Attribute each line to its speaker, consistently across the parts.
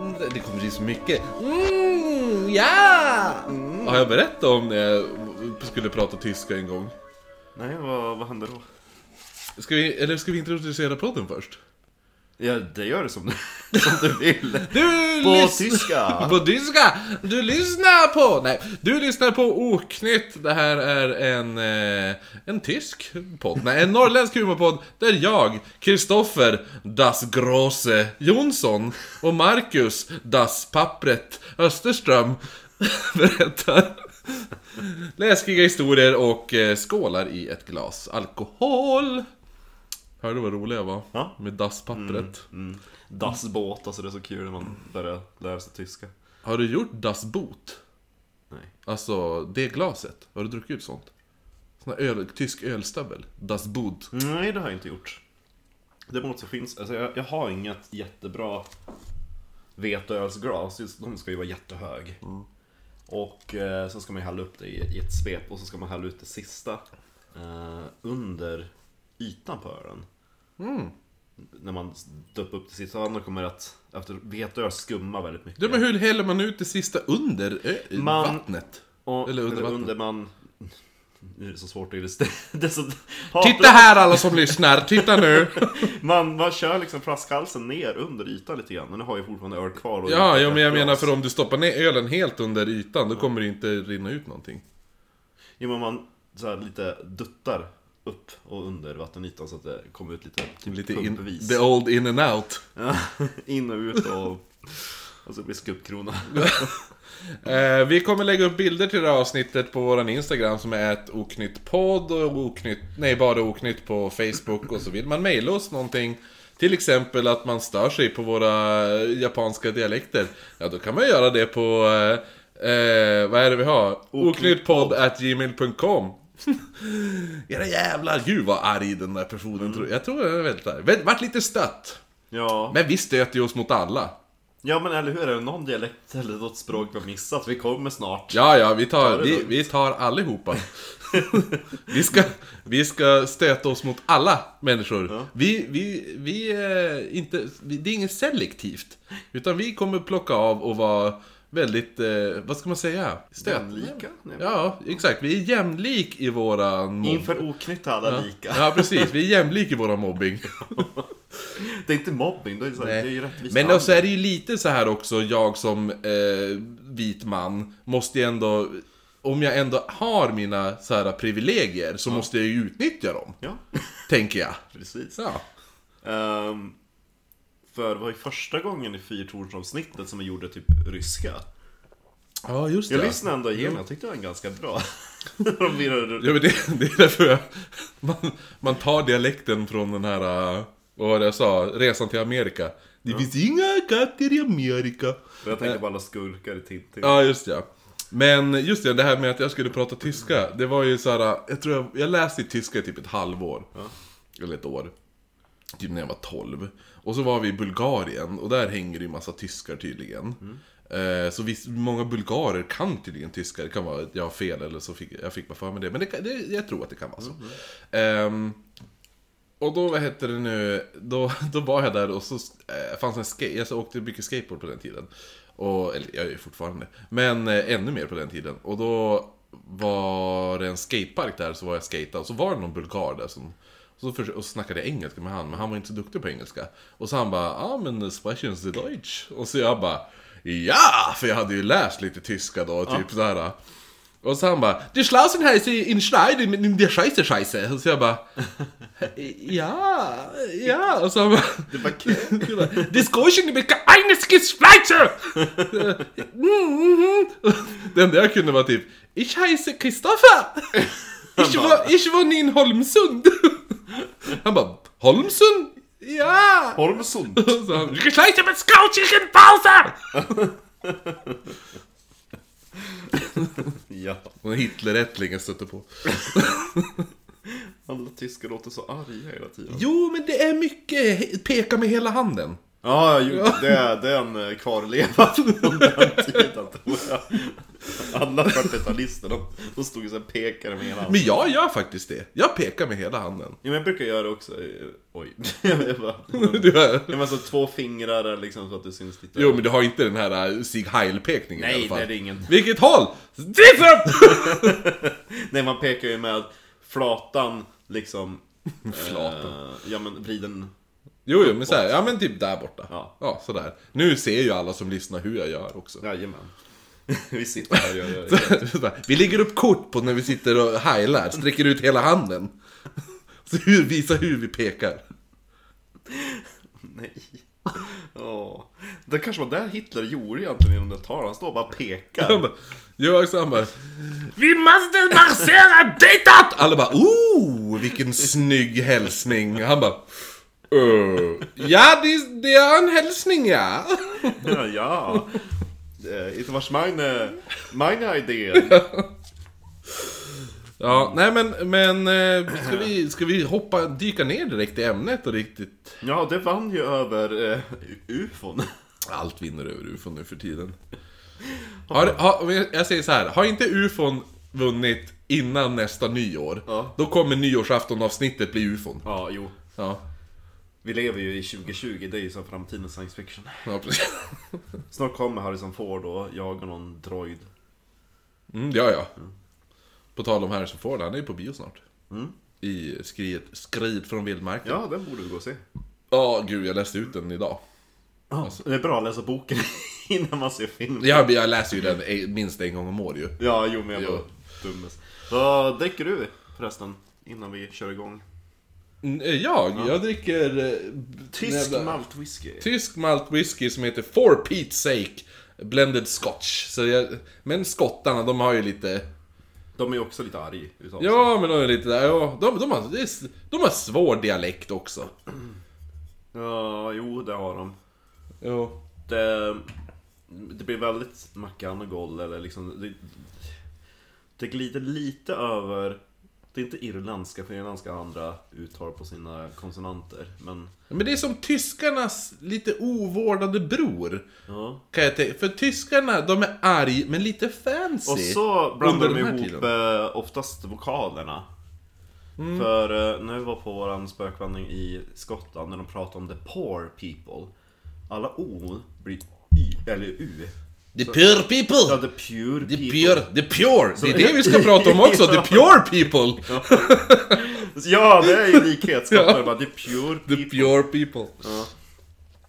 Speaker 1: andra. Det kommer bli så mycket.
Speaker 2: Mm, ja! Mm.
Speaker 1: Har jag berättat om när jag skulle prata tyska en gång?
Speaker 3: Nej, vad, vad hände då?
Speaker 1: Ska vi, eller ska vi introducera podden först?
Speaker 3: Ja, det gör det som du, som du vill.
Speaker 2: Du
Speaker 3: På
Speaker 2: lys-
Speaker 3: tyska.
Speaker 1: På tyska! Du lyssnar på... Nej, du lyssnar på Oknytt. Det här är en... Eh, en tysk podd. Nej, en norrländsk humorpodd där jag, Kristoffer Das Große Jonsson och Marcus Das Pappret Österström berättar läskiga historier och eh, skålar i ett glas alkohol. Hörde du vad rolig jag var?
Speaker 3: Ja.
Speaker 1: Med dasspappret.
Speaker 3: Mm. Das Boot, alltså det är så kul när man börjar lära sig tyska.
Speaker 1: Har du gjort Das Boot?
Speaker 3: Nej.
Speaker 1: Alltså det glaset, har du druckit ut sånt? Sån här öl, tysk ölstövel, Das Bud.
Speaker 3: Nej, det har jag inte gjort. Däremot så finns, alltså jag, jag har inget jättebra veteölsglas, just de ska ju vara jättehög.
Speaker 1: Mm.
Speaker 3: Och eh, sen ska man ju hälla upp det i, i ett svep och så ska man hälla ut det sista eh, under ytan på ölen.
Speaker 1: Mm.
Speaker 3: När man doppar upp det sista, annars kommer det att, efter veteöl skumma väldigt mycket.
Speaker 1: Du men hur häller man ut det sista under ö-
Speaker 3: Man-
Speaker 1: vattnet?
Speaker 3: och,
Speaker 1: eller
Speaker 3: eller
Speaker 1: under
Speaker 3: under,
Speaker 1: vattnet.
Speaker 3: man... Nu är det så svårt att illustrera. Det är så...
Speaker 1: Titta här alla som lyssnar, titta nu!
Speaker 3: Man, man kör liksom flaskhalsen ner under ytan lite grann, men nu har jag fortfarande öl kvar och
Speaker 1: Ja,
Speaker 3: inte
Speaker 1: ja men jag
Speaker 3: ett
Speaker 1: menar
Speaker 3: glas.
Speaker 1: för om du stoppar ner ölen helt under ytan, då kommer det inte rinna ut någonting.
Speaker 3: Jo men man så här lite duttar upp och under vattenytan så att det kommer ut lite, typ
Speaker 1: Lite in,
Speaker 3: pumpvis.
Speaker 1: the old in and out.
Speaker 3: Ja, in och ut och... Och så blir det skubbkrona.
Speaker 1: Eh, vi kommer lägga upp bilder till det här avsnittet på våran Instagram som är ett oknytt podd och oknytt, nej bara oknytt på Facebook och så vill man mejla oss någonting till exempel att man stör sig på våra japanska dialekter. Ja, då kan man göra det på... Eh, eh, vad är det vi har? Oknyttpodd.gmail.com Era jävlar, gud vad arg den där personen tror jag. tror den är väldigt arg. Väl- Vart lite stött.
Speaker 3: Ja.
Speaker 1: Men vi stöter ju oss mot alla.
Speaker 3: ja, men eller hur? Är det någon dialekt eller något språk vi har missat? Vi kommer snart.
Speaker 1: Ja, ja, vi
Speaker 3: Ta
Speaker 1: tar,
Speaker 3: det
Speaker 1: vi,
Speaker 3: lugnt.
Speaker 1: vi tar allihopa. vi, ska, vi ska stöta oss mot alla människor. Vi, vi, vi, eh, inte, vi, det är inget selektivt. Utan vi kommer plocka av och vara väldigt, eh, vad ska man säga? Stöt.
Speaker 3: Jämlika? Nej.
Speaker 1: Ja, exakt. Vi är jämlik i våran mobbing.
Speaker 3: Inför oknytt är alla lika.
Speaker 1: Ja, precis. Vi är jämlik i våran mobbing.
Speaker 3: Det är inte mobbing, det är, så här, det är ju rättvist.
Speaker 1: Eh, Men då så är det ju lite så här också, jag som eh, vit man måste ju ändå... Om jag ändå har mina så här privilegier så måste jag ju utnyttja dem,
Speaker 3: Ja,
Speaker 1: tänker jag.
Speaker 3: precis.
Speaker 1: Ja.
Speaker 3: Ehm, för det var ju första gången i Fyrtorns-avsnittet som vi gjorde typ ryska.
Speaker 1: ja, just det.
Speaker 3: Jag lyssnade ändå igenom, jag tyckte den var ganska bra. De virrade-
Speaker 1: Ja, men det, det är därför jag, man, man tar dialekten från den här, eh, vad var det jag sa, resan till Amerika. Det finns inga katter i Amerika.
Speaker 3: jag tänker på alla skurkar i Tintin.
Speaker 1: Ja, just ja. Men just det, det här med att jag skulle prata tyska. Det var ju så här, jag tror jag, jag läste i tyska i typ ett halvår. Eller ett år. Typ när jag var 12. Och så var vi i Bulgarien och där hänger det ju massa tyskar tydligen. Eh, Så visst, många bulgarer kan tydligen tyska, det kan vara att jag har fel eller så fick jag fick bara för mig det. Men det, kan- det, jag tror att det kan vara så. Ehm, och då, vad hette det nu, då, då var jag där och så eh, fanns en skate, jag så åkte mycket skateboard på den tiden. Och, eller jag gör ju fortfarande, men eh, ännu mer på den tiden. Och då var det en skatepark där, så var jag skata och så var det någon bulgar där som så för, och så snackade jag engelska med han, men han var inte så duktig på engelska. Och så han bara, ah men sprechen Sie Deutsch? Och så jag bara, ja! För jag hade ju läst lite tyska då, typ sådär. Och så han bara, Die Schlausen heißt in Schneiden mit der Scheiße Scheiße. Och så jag bara, ja, ja. Och så han bara,
Speaker 3: Det var kul.
Speaker 1: jag bara, Das Goschen mit eines Geschleiter! Mm, Det enda jag mhm. kunde var typ, Ich heiße Kristoffer! Ich, wo- ich wohne in Holmsund! Han bara, Holmsund? Ja!
Speaker 3: Holmsund.
Speaker 1: Och så han, Geschleiter mit Scoutchen Pause!
Speaker 3: Ja.
Speaker 1: Och Hitlerättlingen stötte på.
Speaker 3: Alla tyskar låter så arga hela tiden.
Speaker 1: Jo, men det är mycket he- peka med hela handen.
Speaker 3: Ja, jag gjorde det. Det är en eh, kvarleva från den tiden tror jag. Alla 40-talister, de, de stod ju så här och pekade med hela handen.
Speaker 1: Men jag gör faktiskt det. Jag pekar med hela handen.
Speaker 3: Ja, men jag brukar göra det också. Eh, Oj. jag bara,
Speaker 1: Du hör.
Speaker 3: ja, men så två fingrar liksom så att det syns lite.
Speaker 1: Jo, men du har inte den här eh, Sieg Heil-pekningen i alla
Speaker 3: nej,
Speaker 1: fall.
Speaker 3: nej, det är ingen.
Speaker 1: Vilket håll? Dit upp!
Speaker 3: Nej, man pekar ju med flatan liksom.
Speaker 1: Flatan.
Speaker 3: Eh, ja, men vriden.
Speaker 1: Jo, jo, men så här, ja men typ där borta.
Speaker 3: Ja.
Speaker 1: ja, sådär. Nu ser ju alla som lyssnar hur jag gör också.
Speaker 3: Jajamän. Vi sitter här och gör det.
Speaker 1: Så bara, vi lägger upp kort på när vi sitter och heilar, sträcker ut hela handen. Så hur, visa hur vi pekar.
Speaker 3: Nej. Ja. Det kanske var där Hitler gjorde egentligen genom det talet. Han står och bara
Speaker 1: Han
Speaker 3: pekar.
Speaker 1: bara, Jag också, han bara Vi måste marschera ditåt! Alla bara oh, vilken snygg hälsning. Han bara "Eh, Ja, det, det är en hälsning ja.
Speaker 3: Ja, ja. Eh, It was meine, meine idé.
Speaker 1: Ja, nej men, men eh, ska, vi, ska vi hoppa, dyka ner direkt i ämnet och riktigt
Speaker 3: Ja, det vann ju över eh, ufon.
Speaker 1: Allt vinner över ufon nu för tiden. Har, har, jag säger så här, har inte ufon vunnit innan nästa nyår,
Speaker 3: Ja.
Speaker 1: då kommer nyårsafton-avsnittet bli ufon.
Speaker 3: Ja, jo.
Speaker 1: Ja,
Speaker 3: Vi lever ju i 2020, det är ju så framtidens science fiction.
Speaker 1: ja precis.
Speaker 3: Snart kommer Harrison Ford och jagar någon droid.
Speaker 1: Mm, ja, ja. På tal om Harrison Ford, han är ju på bio snart. I skriet, skriet från vildmarken. Mm. Ja.
Speaker 3: Ja, den borde du gå och se.
Speaker 1: gud, jag läste ut den idag.
Speaker 3: Det är bra att läsa boken innan man ser filmen.
Speaker 1: Jag, jag läser ju den eh, minst en gång om året ju.
Speaker 3: Ja, jo men jag
Speaker 1: Jo.
Speaker 3: var dummes. Vad dricker du förresten? Innan vi kör igång.
Speaker 1: Mm, eh, Jag, jag dricker... eh,
Speaker 3: Tysk
Speaker 1: jävla-
Speaker 3: malt whisky.
Speaker 1: Tysk malt whisky som heter For Pete's Sake Blended Scotch. Så jag, men skottarna, de har ju lite...
Speaker 3: De är ju också lite arg utav sig.
Speaker 1: Ja, men de är lite där. Ja, de, de, har, det är s- de har svår dialekt också.
Speaker 3: Ja, jo det har de.
Speaker 1: Jo.
Speaker 3: Det, det blir väldigt Mackan och Goll eller liksom... Det, det glider lite över... Det är inte irländska, för irländska har andra uttal på sina konsonanter. Men
Speaker 1: Men det är som tyskarnas lite ovårdade bror.
Speaker 3: ja.
Speaker 1: Kan jag tänka. För tyskarna, de är arg men lite fancy.
Speaker 3: Och så blandar de
Speaker 1: Under den här
Speaker 3: ihop eh, oftast vokalerna.
Speaker 1: Mm.
Speaker 3: För eh, när vi var på våran spökvandring i Skottland, när de pratade om the poor people. Alla O blir Y, eller U.
Speaker 1: The pure
Speaker 3: Ja,
Speaker 1: people!
Speaker 3: the pure
Speaker 1: The
Speaker 3: people.
Speaker 1: pure, the pure! Det är det vi ska prata om också, the pure people!
Speaker 3: Ja, det är ju likhet. Skottar bara, the pure people.
Speaker 1: The pure people.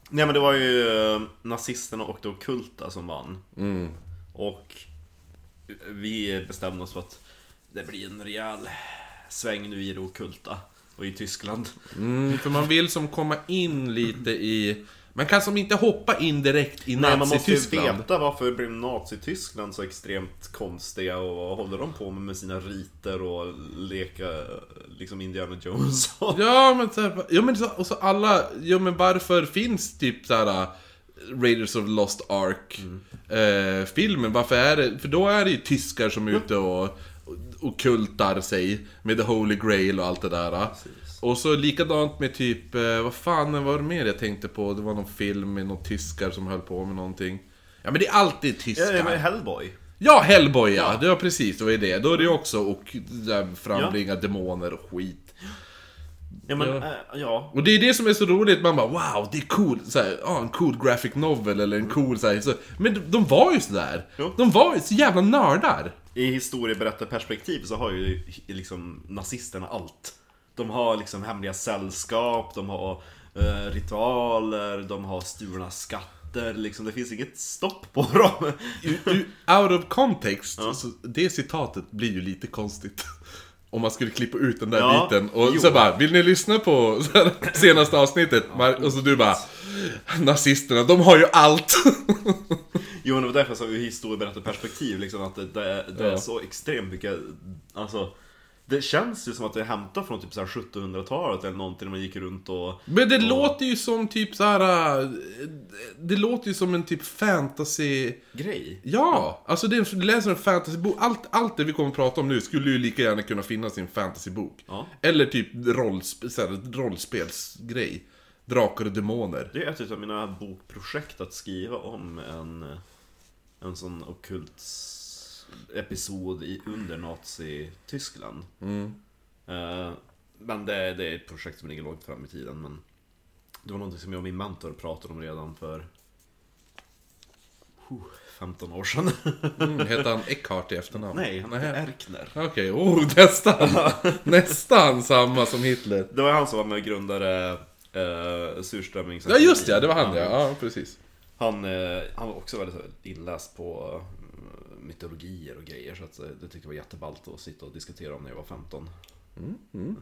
Speaker 3: Nej men det var ju eh, nazisterna och det ockulta som vann.
Speaker 1: Mm.
Speaker 3: Och eh, vi bestämde oss för att det blir en rejäl sväng nu i det ockulta och i Tyskland.
Speaker 1: Mm, för man vill som komma in lite i... Man kan som inte hoppa in direkt i
Speaker 3: Nej, man måste ju
Speaker 1: Nazityskland.
Speaker 3: veta varför blev Nazityskland så extremt konstiga och vad håller de på med med sina riter och leka liksom Indiana Jones och...
Speaker 1: Ja men så här, ja, men så, och så alla, ja men varför finns typ så här äh, Raiders of Lost Ark
Speaker 3: Mm.
Speaker 1: eh, filmen, varför är det, för då är det ju tyskar som är ute och, och, och kultar sig med the holy grail och allt det där. äh. Och så likadant med typ, eh, vad fan var det mer jag tänkte på? Det var någon film med någon tyskar som höll på med någonting. Ja men det är alltid
Speaker 3: Ja,
Speaker 1: tyskar.
Speaker 3: ja, men Hellboy.
Speaker 1: Ja, Hellboy ja. Det var precis, det var ju det. Då är det ju också och där frambringa demoner och skit.
Speaker 3: Ja, men,
Speaker 1: Ja.
Speaker 3: ja. ja.
Speaker 1: Och det är det som är så roligt, man bara wow, det är cool, så här, ja, en cool graphic novel eller en cool så, här, så Men de, de var ju sådär.
Speaker 3: Jo.
Speaker 1: De var ju så jävla nördar.
Speaker 3: I historieberättarperspektiv så har ju liksom nazisterna allt. De har liksom hemliga sällskap, de har eh, ritualer, de har stulna skatter, liksom det finns inget stopp på dem.
Speaker 1: U- u- Out of context, så det citatet blir ju lite konstigt. Om man skulle klippa ut den där
Speaker 3: Ja,
Speaker 1: biten och
Speaker 3: jo.
Speaker 1: så bara, vill ni lyssna på så här, senaste avsnittet? Mar- och så du bara, nazisterna, de har ju allt.
Speaker 3: Jo, men det var därför jag sa ur historieberättarperspektiv, liksom att det, det, det är
Speaker 1: Ja.
Speaker 3: så extremt mycket, alltså det känns ju som att det är hämtat från typ så här 1700-talet eller någonting när man gick runt och...
Speaker 1: Men det låter ju som typ så här. äh, Det låter ju som en typ fantasy...
Speaker 3: Grej.
Speaker 1: Ja! Alltså det är, du läser en fantasybok, allt, allt det vi kommer att prata om nu skulle ju lika gärna kunna finnas i en fantasybok.
Speaker 3: Ja.
Speaker 1: Eller typ rollsp- så här, rollspelsgrej. Drakar och demoner.
Speaker 3: Det är ett typ av mina bokprojekt att skriva om en, en sån ockult episod i, under Nazi-Tyskland.
Speaker 1: Mm.
Speaker 3: Eh, men det, det är ett projekt som ligger långt fram i tiden. Men det var någonting som jag och min mentor pratade om redan för huh, 15 år sedan.
Speaker 1: Mm, hette han Eckhart i efternamn?
Speaker 3: Nej, han
Speaker 1: Nähä.
Speaker 3: heter Erkner.
Speaker 1: Okej, oh, nästan! nästan samma som Hitler.
Speaker 3: Det var han som var med och grundade eh, surströmmings...
Speaker 1: Ja, just det, det var han ja. Ja, precis.
Speaker 3: Han, eh, han var också väldigt så här inläst på eh, mytologier och grejer så att eh, det tyckte jag var jätteballt att sitta och diskutera om när jag var 15. Mm.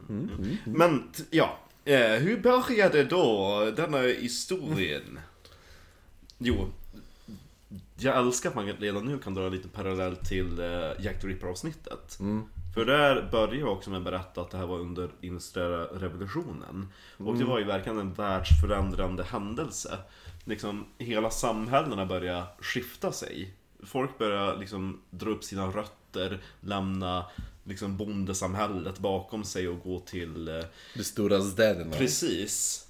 Speaker 3: Men t- ja, eh, hur började då denna historien? Jo, jag älskar att man redan nu kan dra en liten parallell till eh, Jack the Ripper avsnittet. För där börjar jag också med att berätta att det här var under industriella revolutionen. Och det var ju verkligen en världsförändrande händelse. Liksom hela samhällena började skifta sig. Folk började liksom dra upp sina rötter, lämna liksom bondesamhället bakom sig och gå till eh,
Speaker 1: De stora städerna.
Speaker 3: Precis.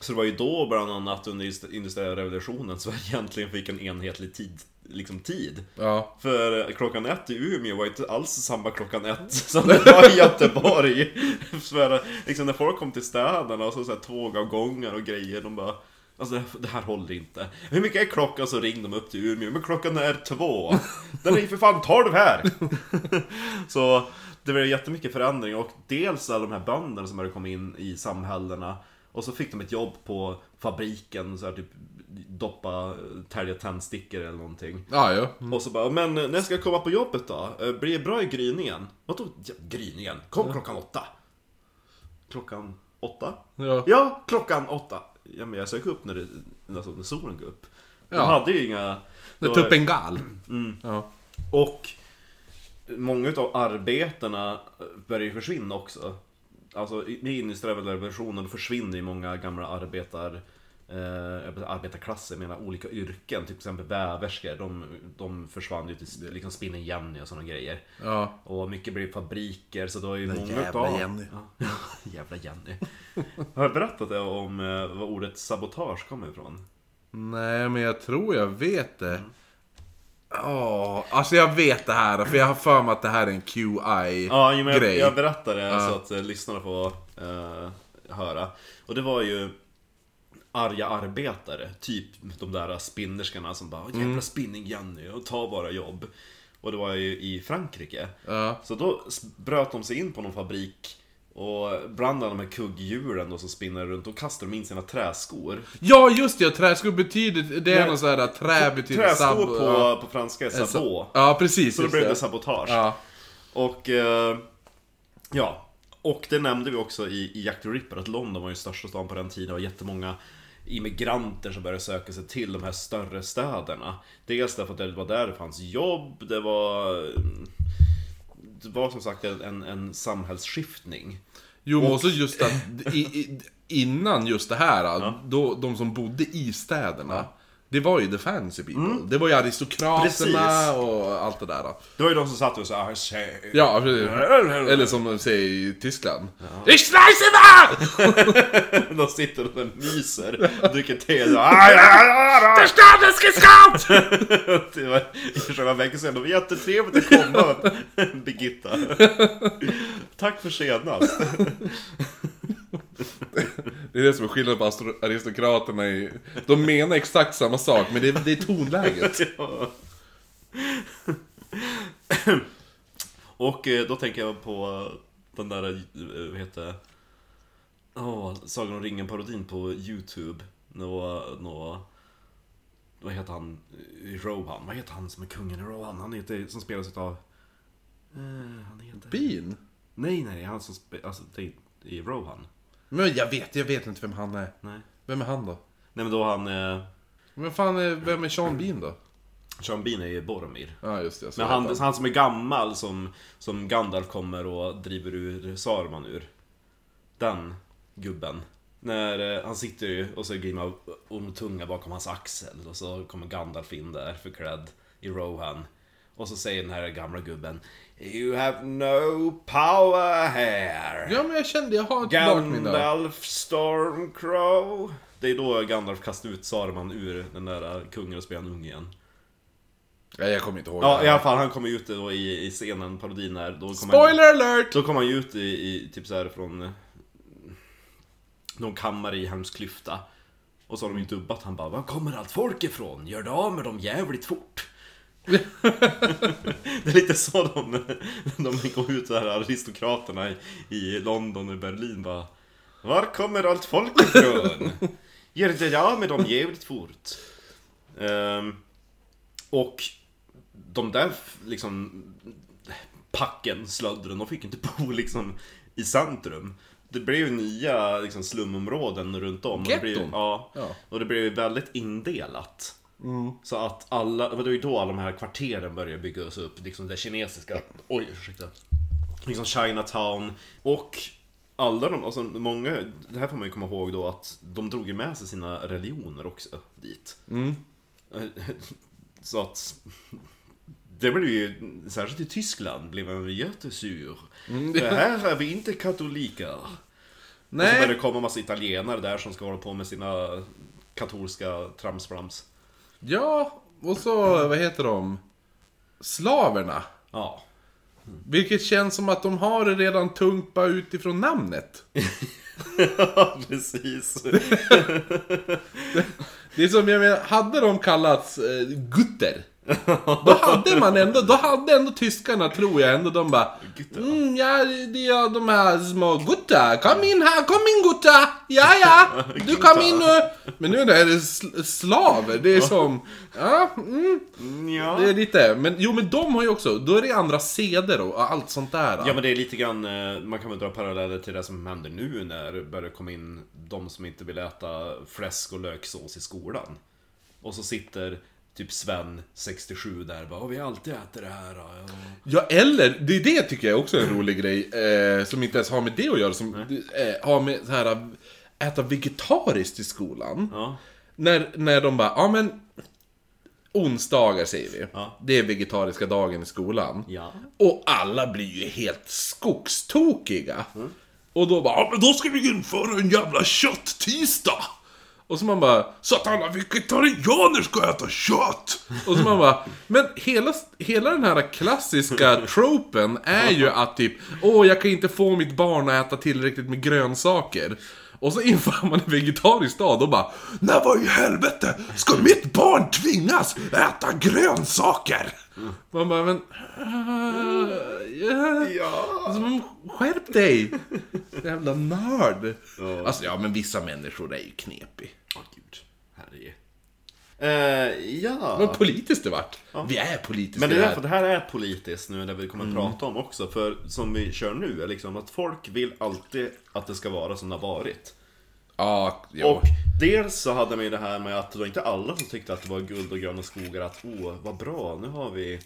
Speaker 3: Så det var ju då bland annat under indust- industriella revolutionen Sverige egentligen fick en enhetlig tid. Liksom tid.
Speaker 1: Ja.
Speaker 3: För klockan ett i Umeå var inte alls samma klockan ett som det var i Göteborg. För liksom när folk kom till städerna och så, så här, tågavgångar och grejer, de bara Alltså det här, det här håller inte. Hur mycket är klockan? Så ringde de upp till Umeå. Men klockan är två. Den är ju för fan tolv här! Så det blev jättemycket förändring och dels alla de här bönderna som hade kommit in i samhällena och så fick de ett jobb på fabriken, så här, typ doppa, tälja tändstickor eller någonting.
Speaker 1: Ja, ja.
Speaker 3: Och så bara, men när ska jag komma på jobbet då? Eh, Blir det bra i gryningen? Vadå ja, gryningen? Kom klockan åtta! Klockan åtta?
Speaker 1: Ja.
Speaker 3: Ja, klockan åtta! Ja men jag sök upp när, det, alltså, när solen går upp. De
Speaker 1: Ja.
Speaker 3: hade ju inga...
Speaker 1: Det är
Speaker 3: var-
Speaker 1: Tupengal. Ja.
Speaker 3: och många av arbetena börjar ju försvinna också. Alltså i- i industriella revolutionen då försvinner ju många gamla arbetar, eh, jag menar arbetarklasser, jag menar olika yrken. Typ till exempel väverskor, de, de försvann ju till liksom spinnen Jenny och sådana grejer.
Speaker 1: Ja.
Speaker 3: Och mycket blev fabriker, så då är ju många
Speaker 1: jävla
Speaker 3: av-
Speaker 1: Jenny.
Speaker 3: Ja. jävla Jenny. Har jag berättat det om eh, var ordet sabotage kommer ifrån?
Speaker 1: Nej, men jag tror jag vet det. Ja, alltså jag vet det här. För jag har för mig att det här är en QI-grej.
Speaker 3: Ja, jo, men jag, jag berättar det så att eh, lyssnarna får eh, höra. Och det var ju arga arbetare, typ de där spinnerskarna som bara
Speaker 1: Mm.
Speaker 3: Jävla spinning-Jenny, och ta bara jobb. Och det var ju i Frankrike.
Speaker 1: Ja.
Speaker 3: Så då s- bröt de sig in på någon fabrik och bland alla de här kugghjulen då som spinner runt, då kastade de in sina träskor.
Speaker 1: ja, just det. Träskor betyder... Det är
Speaker 3: Nej.
Speaker 1: någon sån här... Trä betyder
Speaker 3: Träskor
Speaker 1: Typ sab-
Speaker 3: på,
Speaker 1: ja.
Speaker 3: på franska är sabot.
Speaker 1: Ja, precis.
Speaker 3: Så då
Speaker 1: just
Speaker 3: blev det sabotage.
Speaker 1: Ja.
Speaker 3: Och eh, ja, och det nämnde vi också i, i Jack the Ripper att London var ju största stan på den tiden och jättemånga immigranter som började söka sig till de här större städerna. Dels därför att det var där det fanns jobb, det var... Det var som sagt en, en, en samhällsskiftning.
Speaker 1: Jo, men också just att i, i, innan just det här, då, de som bodde i städerna, det var ju the fancy people. Det var ju aristokraterna
Speaker 3: Mm. Precis.
Speaker 1: och allt det där.
Speaker 3: Det var ju de som satt och sa "Ah, tjej."
Speaker 1: Ja, precis. Eller som de säger i Tyskland. Ich schleiche mal!
Speaker 3: De sitter och myser och dricker te. Så, "Ah, ja, ja, ja."
Speaker 1: Der Staat ist geskaut!
Speaker 3: Det var i själva verket så det var jättetrevligt att komma Birgitta. Tack för senast.
Speaker 1: Det är det som är skillnaden på astro- aristokraterna i... De menar exakt samma sak, men det är, det är tonläget.
Speaker 3: Ja. Och eh, då tänker jag på den där, eh, vad heter det? Åh, Sagan om ringen-parodin på YouTube. Nå, nå, vad heter han i Rohan? Vad heter han som är kungen i Rohan? Han heter, som spelas utav... Eh, han heter...
Speaker 1: Bin?
Speaker 3: Nej, nej, han som spelar... Alltså, det är i Rohan.
Speaker 1: Men jag vet, jag vet inte vem han är.
Speaker 3: Nej.
Speaker 1: Vem är han då?
Speaker 3: Nej men då han... Eh,
Speaker 1: Men fan, är, vem är Sean Bean då?
Speaker 3: Sean Bean är ju Boromir.
Speaker 1: Ja, just det. så
Speaker 3: Men
Speaker 1: heter
Speaker 3: han, han som är gammal som, som Gandalf kommer och driver ur Saruman ur. Den gubben. När eh, han sitter ju och så glimmar ormtunga bakom hans axel och så kommer Gandalf in där förklädd i Rohan. Och så säger den här gamla gubben You have no power here.
Speaker 1: Ja, men jag kände, jag har ett klart minne. av-
Speaker 3: Gandalf Stormcrow. Det är då Gandalf kastar ut Saruman ur den där kungen och spelar en ung igen.
Speaker 1: Nej, jag kommer inte ihåg.
Speaker 3: Ja,
Speaker 1: det
Speaker 3: i
Speaker 1: här.
Speaker 3: alla fall han kommer ju ut då i, i scenen, parodin där. Då kommer han-
Speaker 1: Eh. Spoiler alert!
Speaker 3: Då kom han ju ut i, i typ så här från eh, någon kammare i hans klyfta. Och så har de ju dubbat, han bara Var kommer allt folk ifrån? Gör det av med dem jävligt fort. det är lite så de, de går ut, så här aristokraterna i, i London och Berlin bara Var kommer allt folk ifrån? Gör det av med dem jävligt fort. Ehm, och de där liksom packen, slöddren, de fick inte bo liksom i centrum. Det blev ju nya liksom, slumområden runt om. och det blev-
Speaker 1: Getton.
Speaker 3: ja,
Speaker 1: Ja.
Speaker 3: Och det blev ju väldigt indelat. Så att alla, det var ju då alla de här kvarteren började byggas upp. Liksom det kinesiska, oj ursäkta. Liksom Chinatown. Och alla de, alltså många, det här får man ju komma ihåg då att de drog ju med sig sina religioner också dit. Så att det blev ju, särskilt i Tyskland, blev man ju jättesur. Det här är vi inte katoliker. Och så började
Speaker 1: Nej,
Speaker 3: det komma massa italienare där som ska hålla på med sina katolska tramsflams.
Speaker 1: ja, och så, vad heter de? Slaverna.
Speaker 3: Ja.
Speaker 1: Vilket känns som att de har det redan tungt bara utifrån namnet.
Speaker 3: precis.
Speaker 1: Det är som jag menar, hade de kallats eh, gutter, då hade man ändå, då hade ändå tyskarna tror jag ändå de bara
Speaker 3: Gutter, va?
Speaker 1: mm, ja, det är de här små gutta, kom in här, kom in gutta, ja ja, du kom in nu. Men nu är det sl- slaver, det är som, ja, mm, det
Speaker 3: Ja.
Speaker 1: är lite, men jo men de har ju också, då är det andra seder och allt sånt där.
Speaker 3: ja, men det är lite grann, eh, man kan väl dra paralleller till det som händer nu när det börjar komma in de som inte vill äta fläsk och löksås i skolan. Och så sitter typ Sven, 67, där och bara "Åh, vi alltid äter det här. ja."
Speaker 1: Ja, eller, det är det tycker jag också är en rolig grej, eh, som inte ens har med det att göra, som eh, har med så här, eh, äta vegetariskt i skolan.
Speaker 3: Ja.
Speaker 1: När, när de bara, ja men, onsdagar säger vi.
Speaker 3: Ja.
Speaker 1: Det är vegetariska dagen i skolan.
Speaker 3: Ja.
Speaker 1: Och alla blir ju helt skogstokiga. Och då bara, ja men då ska vi införa en jävla kötttisdag! Och så man bara, så att alla vegetarianer ska äta kött! Och så man bara, men hela, hela den här klassiska tropen är ju att typ, åh jag kan inte få mitt barn att äta tillräckligt med grönsaker. Och så inför man en vegetarisk dag, då bara, när vad i helvete ska mitt barn tvingas äta grönsaker? Man bara, men... eh, ja.
Speaker 3: Ja.
Speaker 1: Alltså, men skärp dig! Jävla nörd! Alltså, ja men vissa människor är ju knepig.
Speaker 3: Åh gud, herre. Eh,
Speaker 1: Vad
Speaker 3: ja.
Speaker 1: politiskt det vart! Vi är politiska
Speaker 3: Men det är
Speaker 1: i det
Speaker 3: därför det här är politiskt nu, det vi
Speaker 1: Mm.
Speaker 3: kommer att prata om också. För som vi kör nu, är liksom att folk vill alltid att det ska vara som det har varit.
Speaker 1: Ja, jo.
Speaker 3: Och dels så hade man ju det här med att det var inte alla som tyckte att det var guld och gröna skogar att åh, vad bra, nu har vi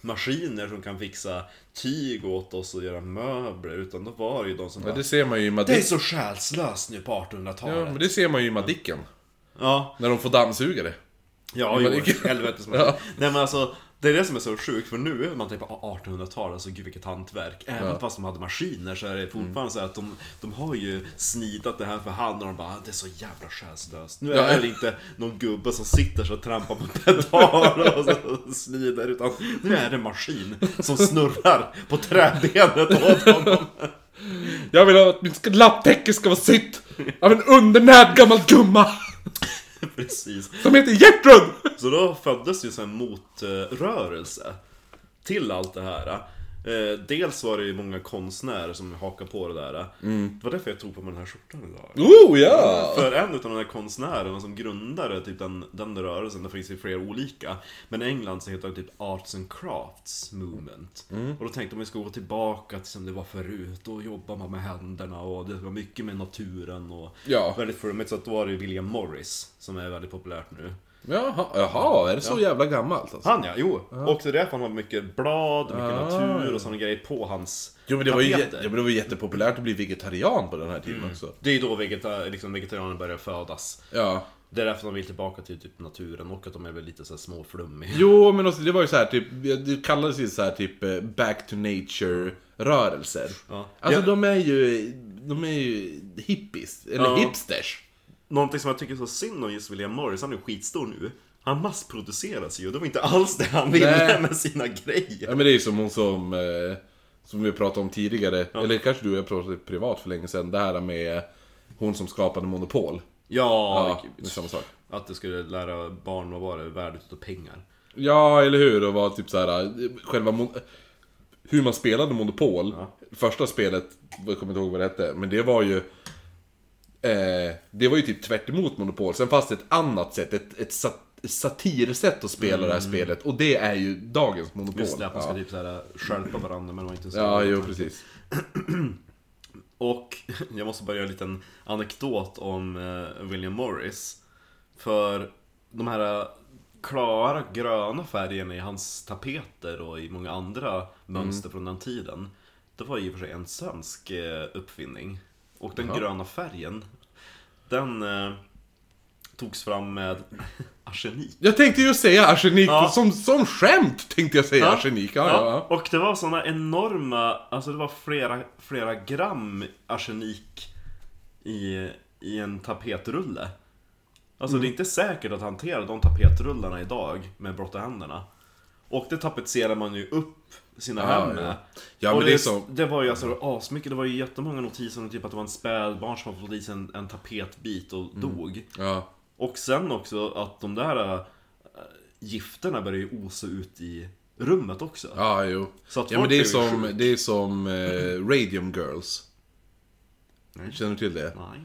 Speaker 3: maskiner som kan fixa tyg åt oss och göra möbler. Utan då var det ju de som
Speaker 1: Ja,
Speaker 3: bara,
Speaker 1: det ser man ju i
Speaker 3: det är
Speaker 1: Madicken.
Speaker 3: så själslöst nu på
Speaker 1: Ja,
Speaker 3: 1800-talet.
Speaker 1: men det ser man ju i Madicken.
Speaker 3: Ja,
Speaker 1: När de får dammsugare.
Speaker 3: Ja,
Speaker 1: Men
Speaker 3: jo,
Speaker 1: det gick-
Speaker 3: helvetes
Speaker 1: Ja.
Speaker 3: Nej men alltså, det är det som är så sjukt för nu är man tänker på 1800-talet, alltså gud vilket hantverk. Även fast de hade maskiner så är det fortfarande
Speaker 1: Mm.
Speaker 3: så här att de, de har ju snidat det här för hand och de bara det är så jävla själslöst. Nu är
Speaker 1: Ja.
Speaker 3: det inte någon gubbe som sitter så och trampar på pedal och så slider utan nu är det en maskin som snurrar på träbenet åt honom.
Speaker 1: Jag vill att mitt lapptäcke ska vara sitt av en undernärd gammal gumma!
Speaker 3: Precis.
Speaker 1: Som heter Gertrud!
Speaker 3: Så då föddes ju en motrörelse till allt det här. Eh, Dels var det ju många konstnärer som hakade på det där. Det var därför jag tog på mig den här skjortan idag.
Speaker 1: Oh Mm. ja!
Speaker 3: För en utav de här konstnärerna som grundade typ den, den rörelsen, det finns ju flera olika. Men i England så heter det typ Arts and Crafts Movement.
Speaker 1: Mm.
Speaker 3: Och då tänkte man ju ska gå tillbaka till som det var förut. Då jobbar man med händerna och det var mycket med naturen och
Speaker 1: Ja.
Speaker 3: väldigt flummigt. Så att då var det ju William Morris som är väldigt populärt nu.
Speaker 1: Jaha, jaha, är det så jävla gammalt alltså?
Speaker 3: Han ja, Ah. jo. Och det är därför han har mycket blad, mycket natur och sådana grejer på hans
Speaker 1: Jo men det var ju
Speaker 3: tapeter.
Speaker 1: jätte, ja, men det var ju jättepopulärt att bli vegetarian på den här tiden också.
Speaker 3: Det är ju då vegeta, liksom, vegetarianer börjar födas.
Speaker 1: Ja.
Speaker 3: Det är därför de vill tillbaka till typ naturen och att de är väl lite så här småflummiga.
Speaker 1: Jo, men också, det var ju så här typ, det kallades ju så här typ eh, back to nature-rörelser.
Speaker 3: Ja.
Speaker 1: Alltså
Speaker 3: Ja.
Speaker 1: de är ju, de är ju hippies, eller
Speaker 3: Ja.
Speaker 1: hipsters.
Speaker 3: Någonting som jag tycker är så synd om just William Morris, han är ju skitstor nu. Han massproduceras ju och det var inte alls det han ville
Speaker 1: Nej.
Speaker 3: med sina grejer.
Speaker 1: Ja men det är ju som hon som, eh, som vi pratade om tidigare, eller kanske du och jag pratade privat för länge sedan, det här med hon som skapade Monopol.
Speaker 3: Ja,
Speaker 1: Ja,
Speaker 3: vilket-
Speaker 1: det är samma sak.
Speaker 3: att du skulle lära barn vad var det, värdet utav pengar.
Speaker 1: Ja, eller hur? Och var typ så här själva... Mon- hur man spelade Monopol. Första spelet, jag kommer inte ihåg vad det hette, men det var ju... Eh, det var ju typ tvärt emot Monopol, sen fanns det ett annat sätt, ett, ett sat- satirsätt att spela det här spelet. Och det är ju dagens Monopol.
Speaker 3: Mm. Just det, att man ska
Speaker 1: ja.
Speaker 3: typ såhär skärpa varandra men det var inte så.
Speaker 1: ja, jo precis.
Speaker 3: Och jag måste bara göra en liten anekdot om eh, William Morris. För de här eh, klara gröna färgerna i hans tapeter och i många andra mönster från den tiden. Det var i och för sig en svensk eh, uppfinning. Och den gröna färgen, den eh, togs fram med arsenik.
Speaker 1: Jag tänkte ju säga arsenik,
Speaker 3: Ja.
Speaker 1: som, som skämt tänkte jag säga
Speaker 3: Ja.
Speaker 1: arsenik. Ja, ja.
Speaker 3: Ja,
Speaker 1: ja.
Speaker 3: och det var såna enorma, alltså det var flera, flera gram arsenik i, i en tapetrulle. Alltså
Speaker 1: Mm.
Speaker 3: det är inte säkert att hantera de tapetrullarna idag med blotta händerna. Och det tapetserar man ju upp sina hem
Speaker 1: ja.
Speaker 3: med.
Speaker 1: Ja,
Speaker 3: Och
Speaker 1: men det är så-
Speaker 3: det var ju alltså asmycket, det var ju jättemånga notiser om typ att det var en spädbarn som hade fått i sig en, en tapetbit och
Speaker 1: Mm.
Speaker 3: dog.
Speaker 1: ja.
Speaker 3: Och sen också att de där äh, gifterna börjar ju osa ut i rummet också.
Speaker 1: Ja, jo.
Speaker 3: Så att
Speaker 1: ja, men
Speaker 3: folk
Speaker 1: det är
Speaker 3: är
Speaker 1: som,
Speaker 3: sjuk.
Speaker 1: det är som eh, Radium Girls. Känner du till det?
Speaker 3: Nej.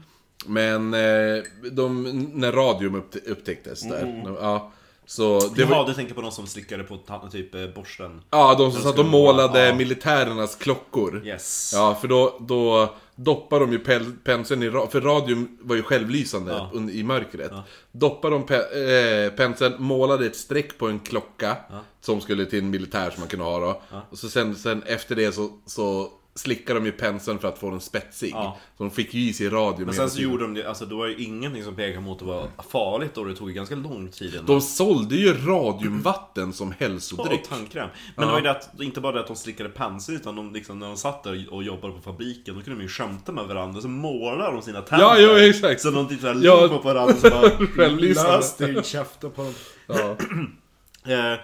Speaker 1: Men eh, de, när radium uppte- upptäcktes där.
Speaker 3: Mm.
Speaker 1: Ja, så det
Speaker 3: Jaha,
Speaker 1: var,
Speaker 3: du tänker på de som slickade på ta- typ eh, borsten?
Speaker 1: ja, de som satt och
Speaker 3: skulle måla,
Speaker 1: målade
Speaker 3: ja.
Speaker 1: militärernas klockor.
Speaker 3: Yes.
Speaker 1: Ja, för då, då doppar de ju pel- penseln i... ra- För radium var ju självlysande
Speaker 3: Ja.
Speaker 1: un- i mörkret. Doppar de pe- eh, penseln, målade ett streck på en klocka som skulle till en militär som man kunde ha då. Och så sen, sen efter det så, så slickade de ju penseln för att få den spetsig.
Speaker 3: Ja.
Speaker 1: Så de fick ju i sig radium hela
Speaker 3: Men sen så
Speaker 1: tiden.
Speaker 3: gjorde de det, alltså det var ju ingenting som pekade mot att
Speaker 1: Mm.
Speaker 3: vara farligt och det tog ju ganska lång tid innan.
Speaker 1: De sålde ju radiumvatten som
Speaker 3: och
Speaker 1: hälsodryck.
Speaker 3: tandkräm. Men det var ju det att, inte bara det att de slickade pensel utan de liksom, när de satt där och jobbade på fabriken då kunde de ju skämta med varandra så målade de sina tänder.
Speaker 1: Ja, jo, exakt.
Speaker 3: Så de typ såhär
Speaker 1: Ja.
Speaker 3: log på varandra så bara...
Speaker 1: Självlysande.
Speaker 4: Lös din käften på dem.
Speaker 1: Ja.
Speaker 3: Eh,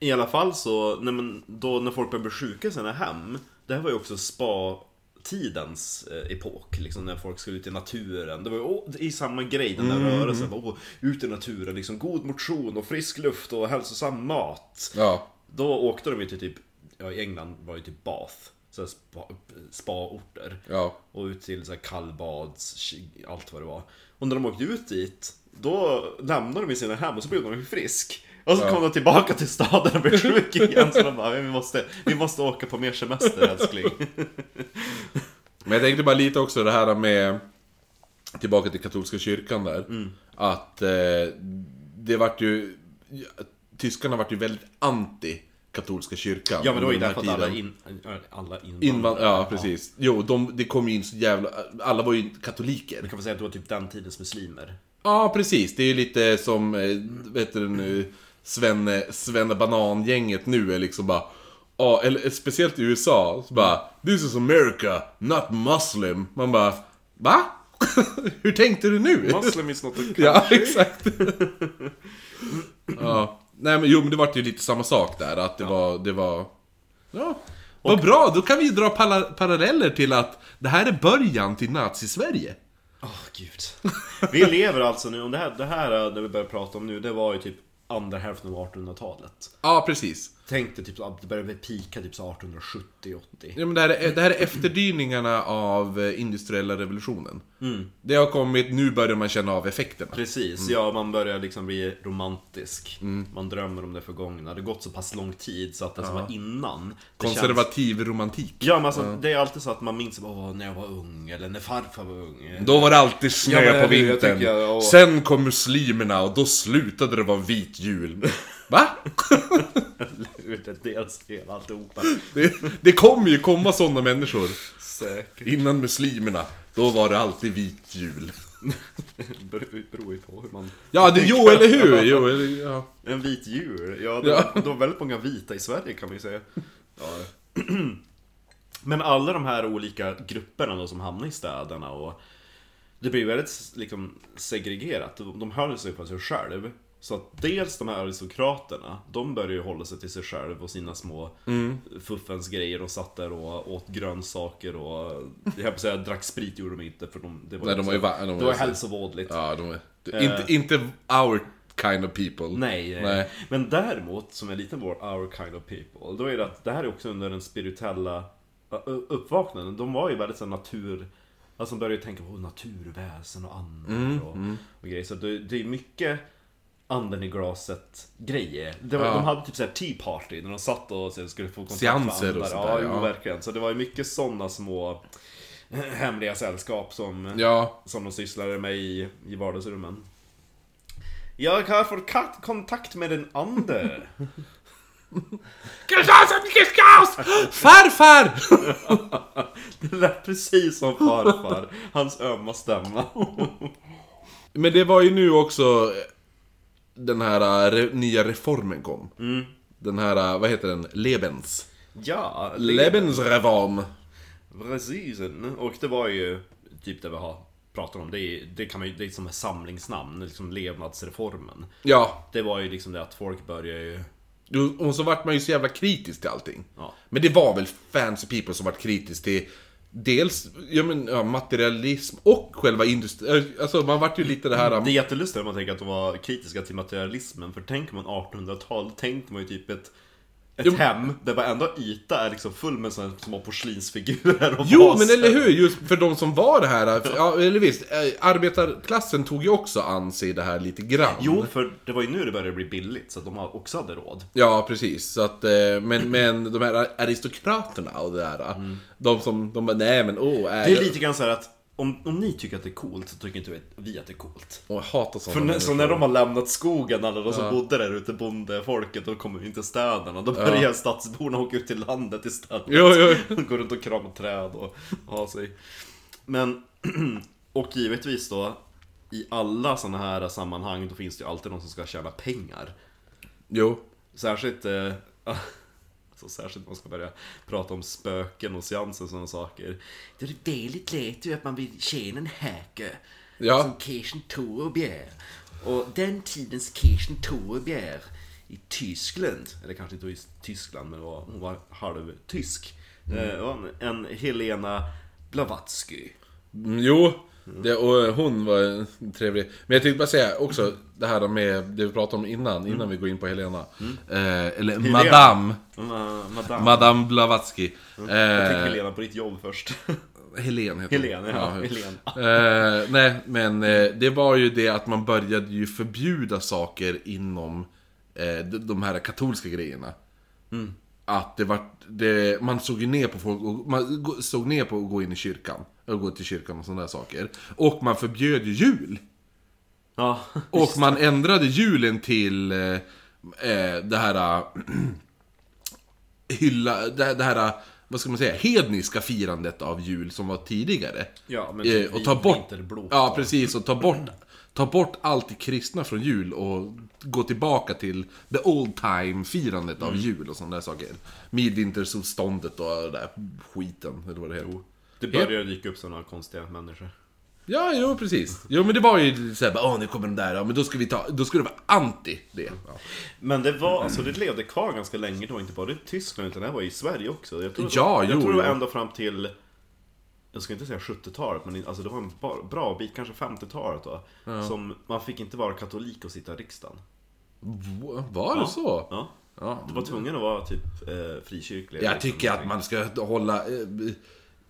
Speaker 3: I alla fall så, nej men då när folk började bli sjuka i sina hem Det här var ju också spa-tidens eh, epok, liksom när folk skulle ut i naturen Det var ju åh, i samma grej, den där rörelsen, bara, åh, ut i naturen, liksom god motion och frisk luft och hälsosam mat
Speaker 1: ja.
Speaker 3: Då åkte de ju till typ, ja i England var det ju typ Bath, så här spa, eh, spa-orter
Speaker 1: Ja.
Speaker 3: och ut till så här kallbads, allt vad det var. Och när de åkte ut dit, då lämnade de sina hem och så blev de ju frisk. Och så kom de tillbaka till staden och blev sjuk igen. Så de bara, vi måste, vi måste åka på mer semester älskling.
Speaker 1: Men jag tänkte bara lite också det här med Tillbaka till katolska kyrkan där
Speaker 3: Mm.
Speaker 1: Att eh, Det vart ju Tyskarna vart ju väldigt anti Katolska kyrkan
Speaker 3: Ja men det var ju
Speaker 1: under
Speaker 3: därför
Speaker 1: den
Speaker 3: att
Speaker 1: här
Speaker 3: alla,
Speaker 1: tiden.
Speaker 3: in, alla invandrare...
Speaker 1: Invan- ja, precis. Jo, de, det kom ju in så jävla... Alla var ju
Speaker 3: Man
Speaker 1: katoliker.
Speaker 3: kan väl säga att det var typ den tidens muslimer.
Speaker 1: Ja, precis. Det är ju lite som, eh, vet du nu, Svenne, Svenne Banan-gänget nu är liksom bara... Ja, eller eh, speciellt i USA, så bara This is America, not Muslim. Man bara, va? Hur tänkte du nu?
Speaker 3: Muslim is not a
Speaker 1: Ja, exakt. ja. Nej men jo, men det vart ju lite samma sak där, att det var, det var... Ja. Vad bra, då kan vi ju dra pala- paralleller till att det här är början till Nazi-Sverige.
Speaker 3: Åh gud. Vi lever alltså nu, och det här, det här eh, det vi börjar prata om nu, det var ju typ andra hälften av 1800-talet.
Speaker 1: Ja, precis.
Speaker 3: Tänk dig typ, att det började pika typ så 1870-80.
Speaker 1: Ja, men det, här är, det här är efterdyningarna av eh, industriella revolutionen. Det har kommit, nu börjar man känna av effekterna.
Speaker 3: Precis, ja man börjar liksom bli romantisk. Man drömmer om det förgångna. Det har gått så pass lång tid så att det som var innan... det Känns...
Speaker 1: Konservativ romantik.
Speaker 3: Ja men alltså, det är alltid så att man minns bara, "Åh, när jag var ung, eller när farfar var ung.
Speaker 1: Då var det alltid snö
Speaker 3: Ja, men
Speaker 1: på
Speaker 3: jag tycker
Speaker 1: vintern.
Speaker 3: jag- ja.
Speaker 1: Sen kom muslimerna och då slutade det vara vit jul. Va?
Speaker 3: Dels del, alltihopa.
Speaker 1: Det, det kommer ju komma sådana människor.
Speaker 3: Säkert.
Speaker 1: Innan muslimerna, då var det alltid vit jul.
Speaker 3: Det beror ju på hur man...
Speaker 1: Ja, det, jo eller hur? Jo, eller, ja.
Speaker 3: En vit djur, ja det,
Speaker 1: Ja.
Speaker 3: det var väldigt många vita i Sverige kan man ju säga. Men alla de här olika grupperna då som hamnade i städerna och Det blev väldigt liksom segregerat, de de höll sig för sig själv Så att dels de här aristokraterna, de började ju hålla sig till sig själv och sina små
Speaker 1: Mm.
Speaker 3: fuffens grejer. De satt där och åt grönsaker och, jag höll på att säga, drack sprit gjorde de inte för de, det var,
Speaker 1: Nej, de var ju va- de var
Speaker 3: det var
Speaker 1: ju-
Speaker 3: hälsovådligt.
Speaker 1: Ja, de är... Inte, inte our kind of people.
Speaker 3: Nej, nej.
Speaker 1: Nej.
Speaker 3: Men däremot, som är lite vår our kind of people, då är det att det här är också under den spirituella ö, ö, uppvaknandet. De var ju väldigt så här natur... Alltså de började ju tänka på naturväsen och andar
Speaker 1: Mm,
Speaker 3: och, och grejer. Så det, det är mycket anden i glaset grejer. Det var,
Speaker 1: Ja.
Speaker 3: De hade typ såhär tea party när de satt och så skulle få kontakt
Speaker 1: Seanser
Speaker 3: med
Speaker 1: och
Speaker 3: andar.
Speaker 1: sådär,
Speaker 3: ja,
Speaker 1: ja.
Speaker 3: jo, verkligen. Så det var ju mycket sådana små eh, hemliga sällskap som
Speaker 1: Ja,
Speaker 3: som de sysslade med i, i vardagsrummen. Jag har fått kat- kontakt med en ande.
Speaker 1: Farfar!
Speaker 3: Det lät precis som farfar, hans ömma stämma.
Speaker 1: Men det var ju nu också eh, den här eh, re- nya reformen kom.
Speaker 3: Mm.
Speaker 1: Den här, eh, vad heter den? Lebens.
Speaker 3: Ja, le-
Speaker 1: Lebensreform.
Speaker 3: precis. Och det var ju typ det vi har pratat om. Det är, det kan man ju, det är som ett samlingsnamn, liksom levnadsreformen.
Speaker 1: Ja,
Speaker 3: Det var ju liksom det att folk börjar ju...
Speaker 1: Jo, Och så vart man ju så jävla kritisk till allting.
Speaker 3: Ja.
Speaker 1: Men det var väl fancy people som vart kritisk till dels ja, men, ja, materialism och själva industrin. Alltså man vart ju lite det här...
Speaker 3: Det är jättelustigt om man tänker att de var kritiska till materialismen, för tänker man 1800-tal, tänkte man ju typ ett ett
Speaker 1: Jo.
Speaker 3: hem där varenda yta är liksom full med såna här små porslinsfigurer och
Speaker 1: Jo,
Speaker 3: vaser.
Speaker 1: men eller hur! Just för de som var det här... Ja, eller visst, eh, arbetarklassen tog ju också an sig det här lite grann.
Speaker 3: Jo, för det var ju nu det började bli billigt, så att de också hade råd.
Speaker 1: Ja, precis. Så att, eh, men, men de här aristokraterna och det där. De som, de bara, nej men åh, är
Speaker 3: Det är lite grann så här att om, om ni tycker att det är coolt så tycker inte vi- vi att det är coolt.
Speaker 1: Och jag hatar sådana
Speaker 3: För när, så
Speaker 1: människor.
Speaker 3: när de har lämnat skogen, alla de som bodde där ute, bondefolket, då kommer vi inte till städerna. Då börjar stadsborna åka ut till landet istället.
Speaker 1: Jo, jo.
Speaker 3: De går runt och kramar träd och har sig. Men, och givetvis då, i alla sådana här sammanhang, då finns det ju alltid någon som ska tjäna pengar.
Speaker 1: Jo.
Speaker 3: Särskilt, eh, alltså särskilt när man ska börja prata om spöken och seanser och sådana saker.
Speaker 4: Då är det väldigt lätt ju att man vill tjäna en hacka
Speaker 1: Ja.
Speaker 4: som Kirsten Thorbjer. Och den tidens Kirsten Thorbjer i Tyskland.
Speaker 3: Eller kanske inte i Tyskland, men det var, hon var halvtysk. Eh, det var en- en Helena Blavatsky.
Speaker 1: Mm, Jo, det, och hon var trevlig. Men jag tänkte bara säga också det här med det vi pratade om innan, innan vi går in på Helena. Eh, eller Madame,
Speaker 3: Ma- Madame.
Speaker 1: Madame Blavatsky.
Speaker 3: Jag
Speaker 1: Eh,
Speaker 3: tänker Helena på ditt jobb först.
Speaker 1: Helen heter
Speaker 3: Helen, ja. Helen.
Speaker 1: Eh, nej, men eh, det var ju det att man började ju förbjuda saker inom eh, de- de här katolska grejerna.
Speaker 3: Mm.
Speaker 1: Att det var, det, man såg ju ner på folk, och, man gå- såg ner på att gå in i kyrkan. Och gå till kyrkan och sådana där saker. Och man förbjöd ju jul.
Speaker 3: ja.
Speaker 1: Och man ändrade julen till eh, eh, det här... Äh, hylla... Det, det här... eh, Vad ska man säga? Hedniska firandet av jul som var tidigare.
Speaker 3: Ja, men
Speaker 1: eh,
Speaker 3: typ
Speaker 1: och ta
Speaker 3: vit-
Speaker 1: bort...
Speaker 3: vinterblå.
Speaker 1: Ja, precis. Och ta bort, ta bort allt det kristna från jul och gå tillbaka till the old time firandet
Speaker 3: Mm.
Speaker 1: av jul och sådana där saker. Midvintersolståndet och den där skiten, eller vad det heter.
Speaker 3: Det börjar dyka upp sådana konstiga människor.
Speaker 1: Ja, jo precis. Jo men det var ju såhär bara, åh nu kommer de där, ja, men då ska vi ta, då ska det vara anti det. Ja.
Speaker 3: Men det var, alltså det levde kvar ganska länge, det var inte bara i Tyskland utan det här var i Sverige också. Jag tror,
Speaker 1: Ja,
Speaker 3: jag
Speaker 1: jo,
Speaker 3: tror det var
Speaker 1: jo.
Speaker 3: ända fram till, jag ska inte säga 70-talet, men alltså det var en ba- bra bit, kanske 50-talet då. Som, man fick inte vara katolik och sitta i riksdagen.
Speaker 1: V- Var det så?
Speaker 3: Ja.
Speaker 1: Ja.
Speaker 3: Du var tvungen att vara typ eh, frikyrklig.
Speaker 1: Jag
Speaker 3: liksom,
Speaker 1: tycker att
Speaker 3: någonting.
Speaker 1: man ska hålla... eh,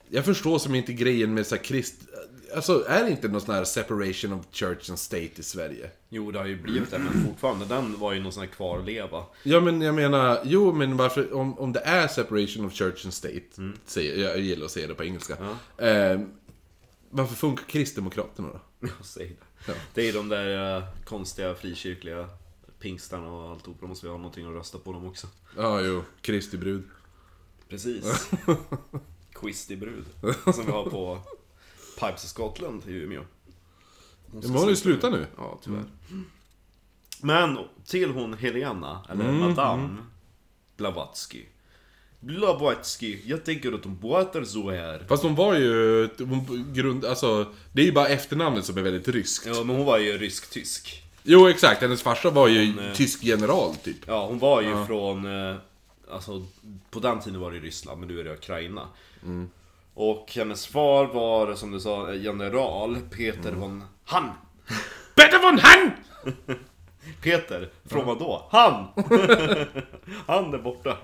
Speaker 1: Jag förstår som inte grejen med så här krist... Alltså, är det inte någon sån här separation of church and state i Sverige?
Speaker 3: Jo, det har ju blivit det, men fortfarande, den var ju någon sån här kvarleva.
Speaker 1: Ja, men jag menar, jo, men varför, om, om det är separation of church and state, säger, jag gillar att säga det på engelska, eh, varför funkar Kristdemokraterna då?
Speaker 3: Jag säger det. Det är ju de där eh, konstiga frikyrkliga pingstarna och alltihop, de måste vi ha någonting att rösta på dem också.
Speaker 1: Ja, jo, Kristi brud.
Speaker 3: Precis. Quiz i brud. Som vi har på Pipes i Skottland i Umeå.
Speaker 1: Men hon har ju slutat nu.
Speaker 3: Ja, tyvärr. Mm. Men till hon Helena, eller Madame Blavatsky. Blavatsky, jag tänker att de pratar så här.
Speaker 1: Fast hon var ju... Hon, grund, alltså, det är ju bara efternamnet som är väldigt ryskt.
Speaker 3: Ja, men hon var ju rysk-tysk.
Speaker 1: Jo, exakt. Hennes farsa var ju
Speaker 3: eh,
Speaker 1: tysk general, typ.
Speaker 3: Ja, hon var ju från... eh, Alltså, på den tiden var det Ryssland, men nu är det Ukraina. Mm. Och hennes far var, som du sa, general Peter von... Han!
Speaker 1: Peter von Han!
Speaker 3: Peter, från vad då? Han! han är borta.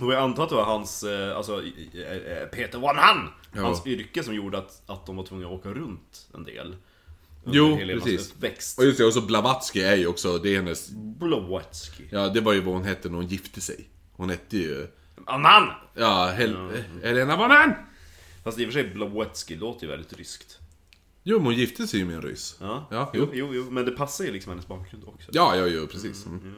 Speaker 3: Och jag antar att det var hans, eh, alltså i- i- eh, Peter von Han!
Speaker 1: Ja.
Speaker 3: Hans yrke som gjorde att, att de var tvungna att åka runt en del. Under
Speaker 1: Jo,
Speaker 3: Helenas
Speaker 1: precis.
Speaker 3: uppväxt.
Speaker 1: Och just det, och så Blavatsky är ju också, det är hennes...
Speaker 3: Blavatsky.
Speaker 1: Ja, det var ju vad hon hette när hon gifte sig. Hon hette ju...
Speaker 3: Annan!
Speaker 1: Ja, Hel- Helena von Han!
Speaker 3: Fast i och för sig, Blavatsky låter ju väldigt ryskt.
Speaker 1: Jo, men hon gifte sig ju med en ryss.
Speaker 3: Ja,
Speaker 1: Ja,
Speaker 3: jo,
Speaker 1: jo.
Speaker 3: jo, jo, men det passar ju liksom hennes bakgrund också.
Speaker 1: Ja, ja, jo, precis. Mm.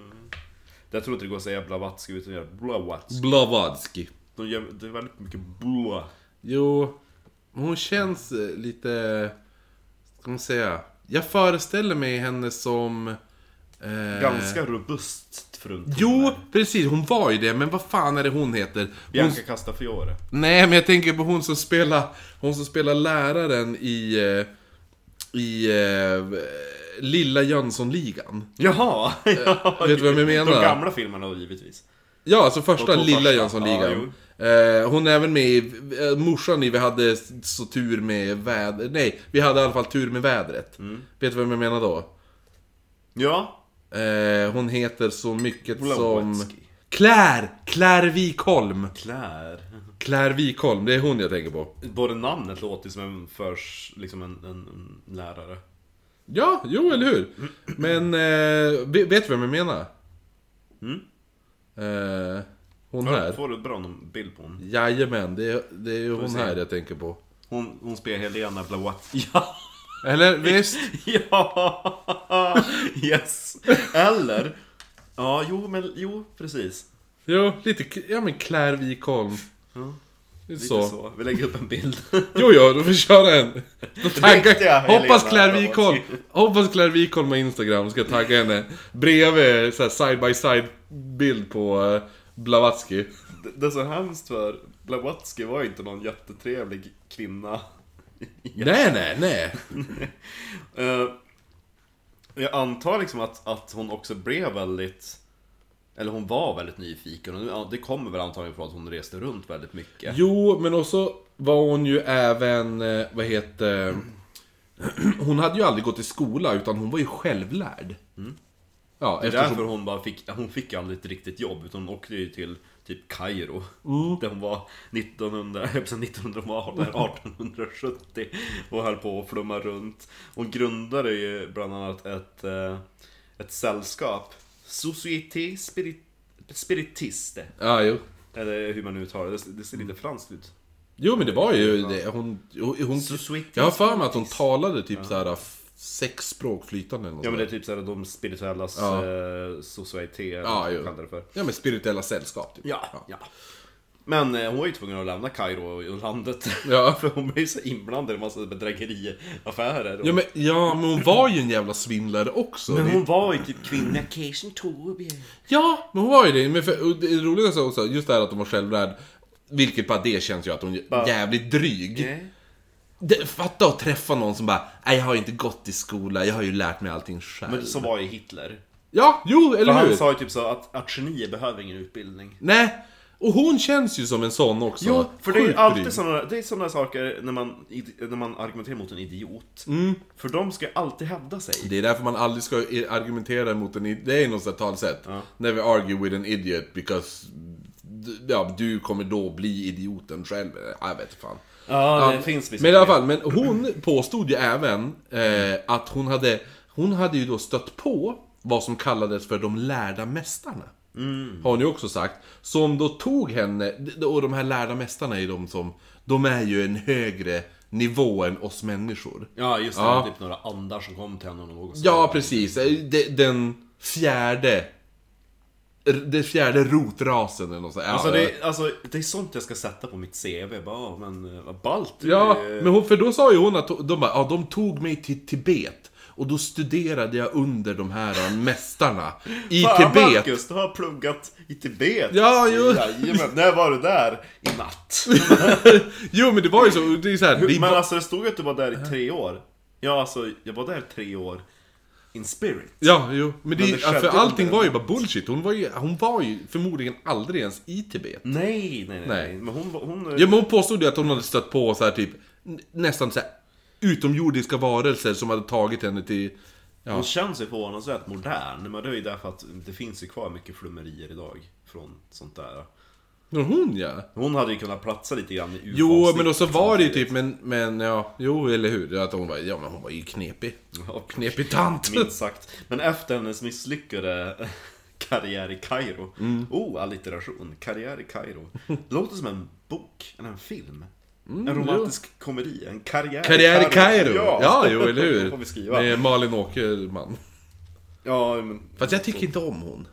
Speaker 3: Jag tror inte det går att säga Blavatsky utan att göra Blavatsky.
Speaker 1: Blavatsky.
Speaker 3: De gör, det är väldigt mycket blå.
Speaker 1: Eh. Jo, hon känns eh, lite... Ska man säga? Jag föreställer mig henne som... eh,
Speaker 3: Ganska robust fruntimmer.
Speaker 1: Jo, precis. Hon var ju det, men vad fan är det hon heter? Hon,
Speaker 3: Bianca Castafiore.
Speaker 1: nej, men jag tänker på hon som spelar, hon som spelar läraren i... eh, I... eh, Lilla Jönssonligan.
Speaker 3: Jaha! Ja,
Speaker 1: vet du vad jag menar?
Speaker 3: De gamla filmerna då, givetvis.
Speaker 1: Ja, alltså första
Speaker 3: De två
Speaker 1: Lilla
Speaker 3: första.
Speaker 1: Jönssonligan. Eh, hon är även med i... eh, Morsan i Vi hade så tur med vädret. Nej, vi hade i alla fall tur med vädret.
Speaker 3: Mm.
Speaker 1: Vet du vem jag menar då?
Speaker 3: Ja.
Speaker 1: Eh, hon heter så mycket som...
Speaker 3: Blavatsky.
Speaker 1: Claire! Claire Wikholm!
Speaker 3: Claire.
Speaker 1: Claire Wikholm, det är hon jag tänker på.
Speaker 3: Både namnet låter ju som en förs... Liksom en, en, en lärare.
Speaker 1: Ja, jo eller hur? Men, eh, ve- vet du vem jag menar?
Speaker 3: Mm.
Speaker 1: Eh, hon här.
Speaker 3: Får du ett bra nom- bild på hon?
Speaker 1: Jajamän, det är, det är ju hon
Speaker 3: se.
Speaker 1: här jag tänker på.
Speaker 3: Hon, hon spelar Helena Blavatsky. Ja!
Speaker 1: Eller visst?
Speaker 3: Ja! Yes! Eller? Ja, jo, men jo, precis.
Speaker 1: Jo, lite, k- ja men Claire Wikholm. Lite
Speaker 3: Lite så.
Speaker 1: så.
Speaker 3: Vi lägger upp en bild.
Speaker 1: Jo, jo, då får vi köra en. Då
Speaker 3: Riktiga
Speaker 1: taggar, hoppas
Speaker 3: Helena
Speaker 1: Claire Wikholm,
Speaker 3: Blavatsky.
Speaker 1: hoppas Claire Wikholm har Instagram, ska jag tagga henne. Bredvid så här side-by-side bild på eh, Blavatsky.
Speaker 3: Det, det är så hemskt för Blavatsky var ju inte någon jättetrevlig kvinna.
Speaker 1: Nej, nej, nej.
Speaker 3: Eh, jag antar liksom att, att hon också blev väldigt... Eller hon var väldigt nyfiken. Och nu- ja, det kommer väl antagligen från att hon reste runt väldigt mycket.
Speaker 1: Jo, men också var hon ju även, eh, vad heter... Hon hade ju aldrig gått i skola, utan hon var ju självlärd. Ja,
Speaker 3: Mm. Det är
Speaker 1: eftersom...
Speaker 3: därför hon bara fick, hon fick aldrig ett riktigt jobb utan hon åkte ju till typ Kairo Där hon var 1900, jag höll på att säga 1900, hon var 1870 och höll på att flumma runt Hon grundade ju bland annat ett, eh, ett sällskap Société Spirit, Spiritiste
Speaker 1: Ja, jo.
Speaker 3: Eller hur man nu uttalar det, det ser lite franskt ut
Speaker 1: jo, men det var ju det. Hon, hon, hon,
Speaker 3: Så sweet
Speaker 1: jag har
Speaker 3: is
Speaker 1: för mig att hon talade typ så här f- sex språk flytande eller något
Speaker 3: Ja men det är
Speaker 1: sånt
Speaker 3: typ såhär de spirituellas
Speaker 1: Ja.
Speaker 3: eh, societé, eller
Speaker 1: Ja,
Speaker 3: vad
Speaker 1: jo.
Speaker 3: man kallar det för
Speaker 1: där. ja, men spirituella sällskap typ.
Speaker 3: Ja, ja. Men eh, hon var ju tvungen att lämna Kairo och landet.
Speaker 1: Ja.
Speaker 3: För hon blev ju så inblandad i en massa bedrägeriaffärer.
Speaker 1: Ja men, ja, men hon var ju en jävla svindlare också.
Speaker 3: men
Speaker 1: Det-
Speaker 3: hon var ju typ kvinna.
Speaker 4: Vacation Torbjörn.
Speaker 1: Ja, men hon var ju det. Men för, och det roligaste också, just det här att hon var självlärd. Vilket bara det känns ju att hon är jävligt dryg. Det, fatta att träffa någon som bara Nej jag har ju inte gått i skola, jag har ju lärt mig allting själv.
Speaker 3: Men så var ju Hitler.
Speaker 1: Ja, jo,
Speaker 3: För
Speaker 1: eller hur?
Speaker 3: han sa ju typ så att, att genier behöver ingen utbildning.
Speaker 1: Nej, och hon känns ju som en sån också.
Speaker 3: Jo, för det är ju
Speaker 1: Sjukt
Speaker 3: alltid
Speaker 1: dryg.
Speaker 3: sådana, det är sådana saker när man, id- när man argumenterar mot en idiot.
Speaker 1: Mm.
Speaker 3: För de ska ju alltid hävda sig.
Speaker 1: Det är därför man aldrig ska i- argumentera mot en idiot. Det är något sånt här talesätt. Never argue with an idiot because d- ja, du kommer då bli idioten själv. Jag vet fan.
Speaker 3: Ja, det finns vissa
Speaker 1: Men i alla fall, men hon påstod ju även eh, att hon hade, hon hade ju då stött på vad som kallades för de lärda mästarna.
Speaker 3: Mm.
Speaker 1: Har hon ju också sagt. Som då tog henne, och de här lärda mästarna är ju de som, de är ju en högre nivå än oss människor.
Speaker 3: Ja, just det.
Speaker 1: Ja.
Speaker 3: det var Typ några andar som kom till henne och något
Speaker 1: Ja, precis. Eh, De- Den fjärde... Den fjärde rotrasen eller något sånt. Ja,
Speaker 3: Alltså det, är- alltså det är sånt jag ska sätta på mitt CV. Bara, "Ah, men eh, vad ballt. du
Speaker 1: ja,
Speaker 3: är."
Speaker 1: men hon, för då sa ju hon att de, bara, ja, de tog mig till Tibet. Och då studerade jag under de här eh, mästarna i
Speaker 3: Fan,
Speaker 1: Tibet.
Speaker 3: Marcus, du har pluggat i Tibet. Alltså,
Speaker 1: Ja, jo.
Speaker 3: Jajamän, när var du där? I natt.
Speaker 1: Jo, men det var ju så. Det är så här, det är
Speaker 3: Men
Speaker 1: bara,
Speaker 3: alltså det stod ju att du var där i tre år. Ja, alltså jag var där tre år in spirit.
Speaker 1: Ja, jo. Men, det,
Speaker 3: Men det
Speaker 1: för
Speaker 3: skedde
Speaker 1: allting
Speaker 3: under-
Speaker 1: var ju bara bullshit. Hon var ju, hon var ju förmodligen aldrig ens i Tibet.
Speaker 3: Nej, nej,
Speaker 1: Nej.
Speaker 3: nej. nej. Men hon, var- hon, eh,
Speaker 1: Ja, men hon påstod ju att hon hade stött på så här typ n- nästan så här utomjordiska varelser som hade tagit henne till... Ja,
Speaker 3: hon känns ju förvånansvärt modern. Men det är ju därför att det finns ju kvar mycket flummerier idag från sånt där.
Speaker 1: men hon ja.
Speaker 3: Hon hade ju kunnat platsa lite grann i
Speaker 1: Jo,
Speaker 3: UFO-avsnitt.
Speaker 1: men och så var det ju typ, men, men ja, jo eller hur? Att hon var, ja men hon var ju knepig.
Speaker 3: Ja,
Speaker 1: Knepig tant.
Speaker 3: Minst sagt. Men efter hennes misslyckade karriär i Kairo.
Speaker 1: Mm.
Speaker 3: Oh, allitteration. Karriär i Kairo. Det låter som en bok, eller en film. en romantisk komedi. En karriär,
Speaker 1: Mm, Karriär i Kairo! Ja,
Speaker 3: Ja,
Speaker 1: jo, eller
Speaker 3: Det
Speaker 1: hur?
Speaker 3: får vi skriva.
Speaker 1: Med Malin Åkerman.
Speaker 3: Ja, men
Speaker 1: Fast jag tycker inte om hon.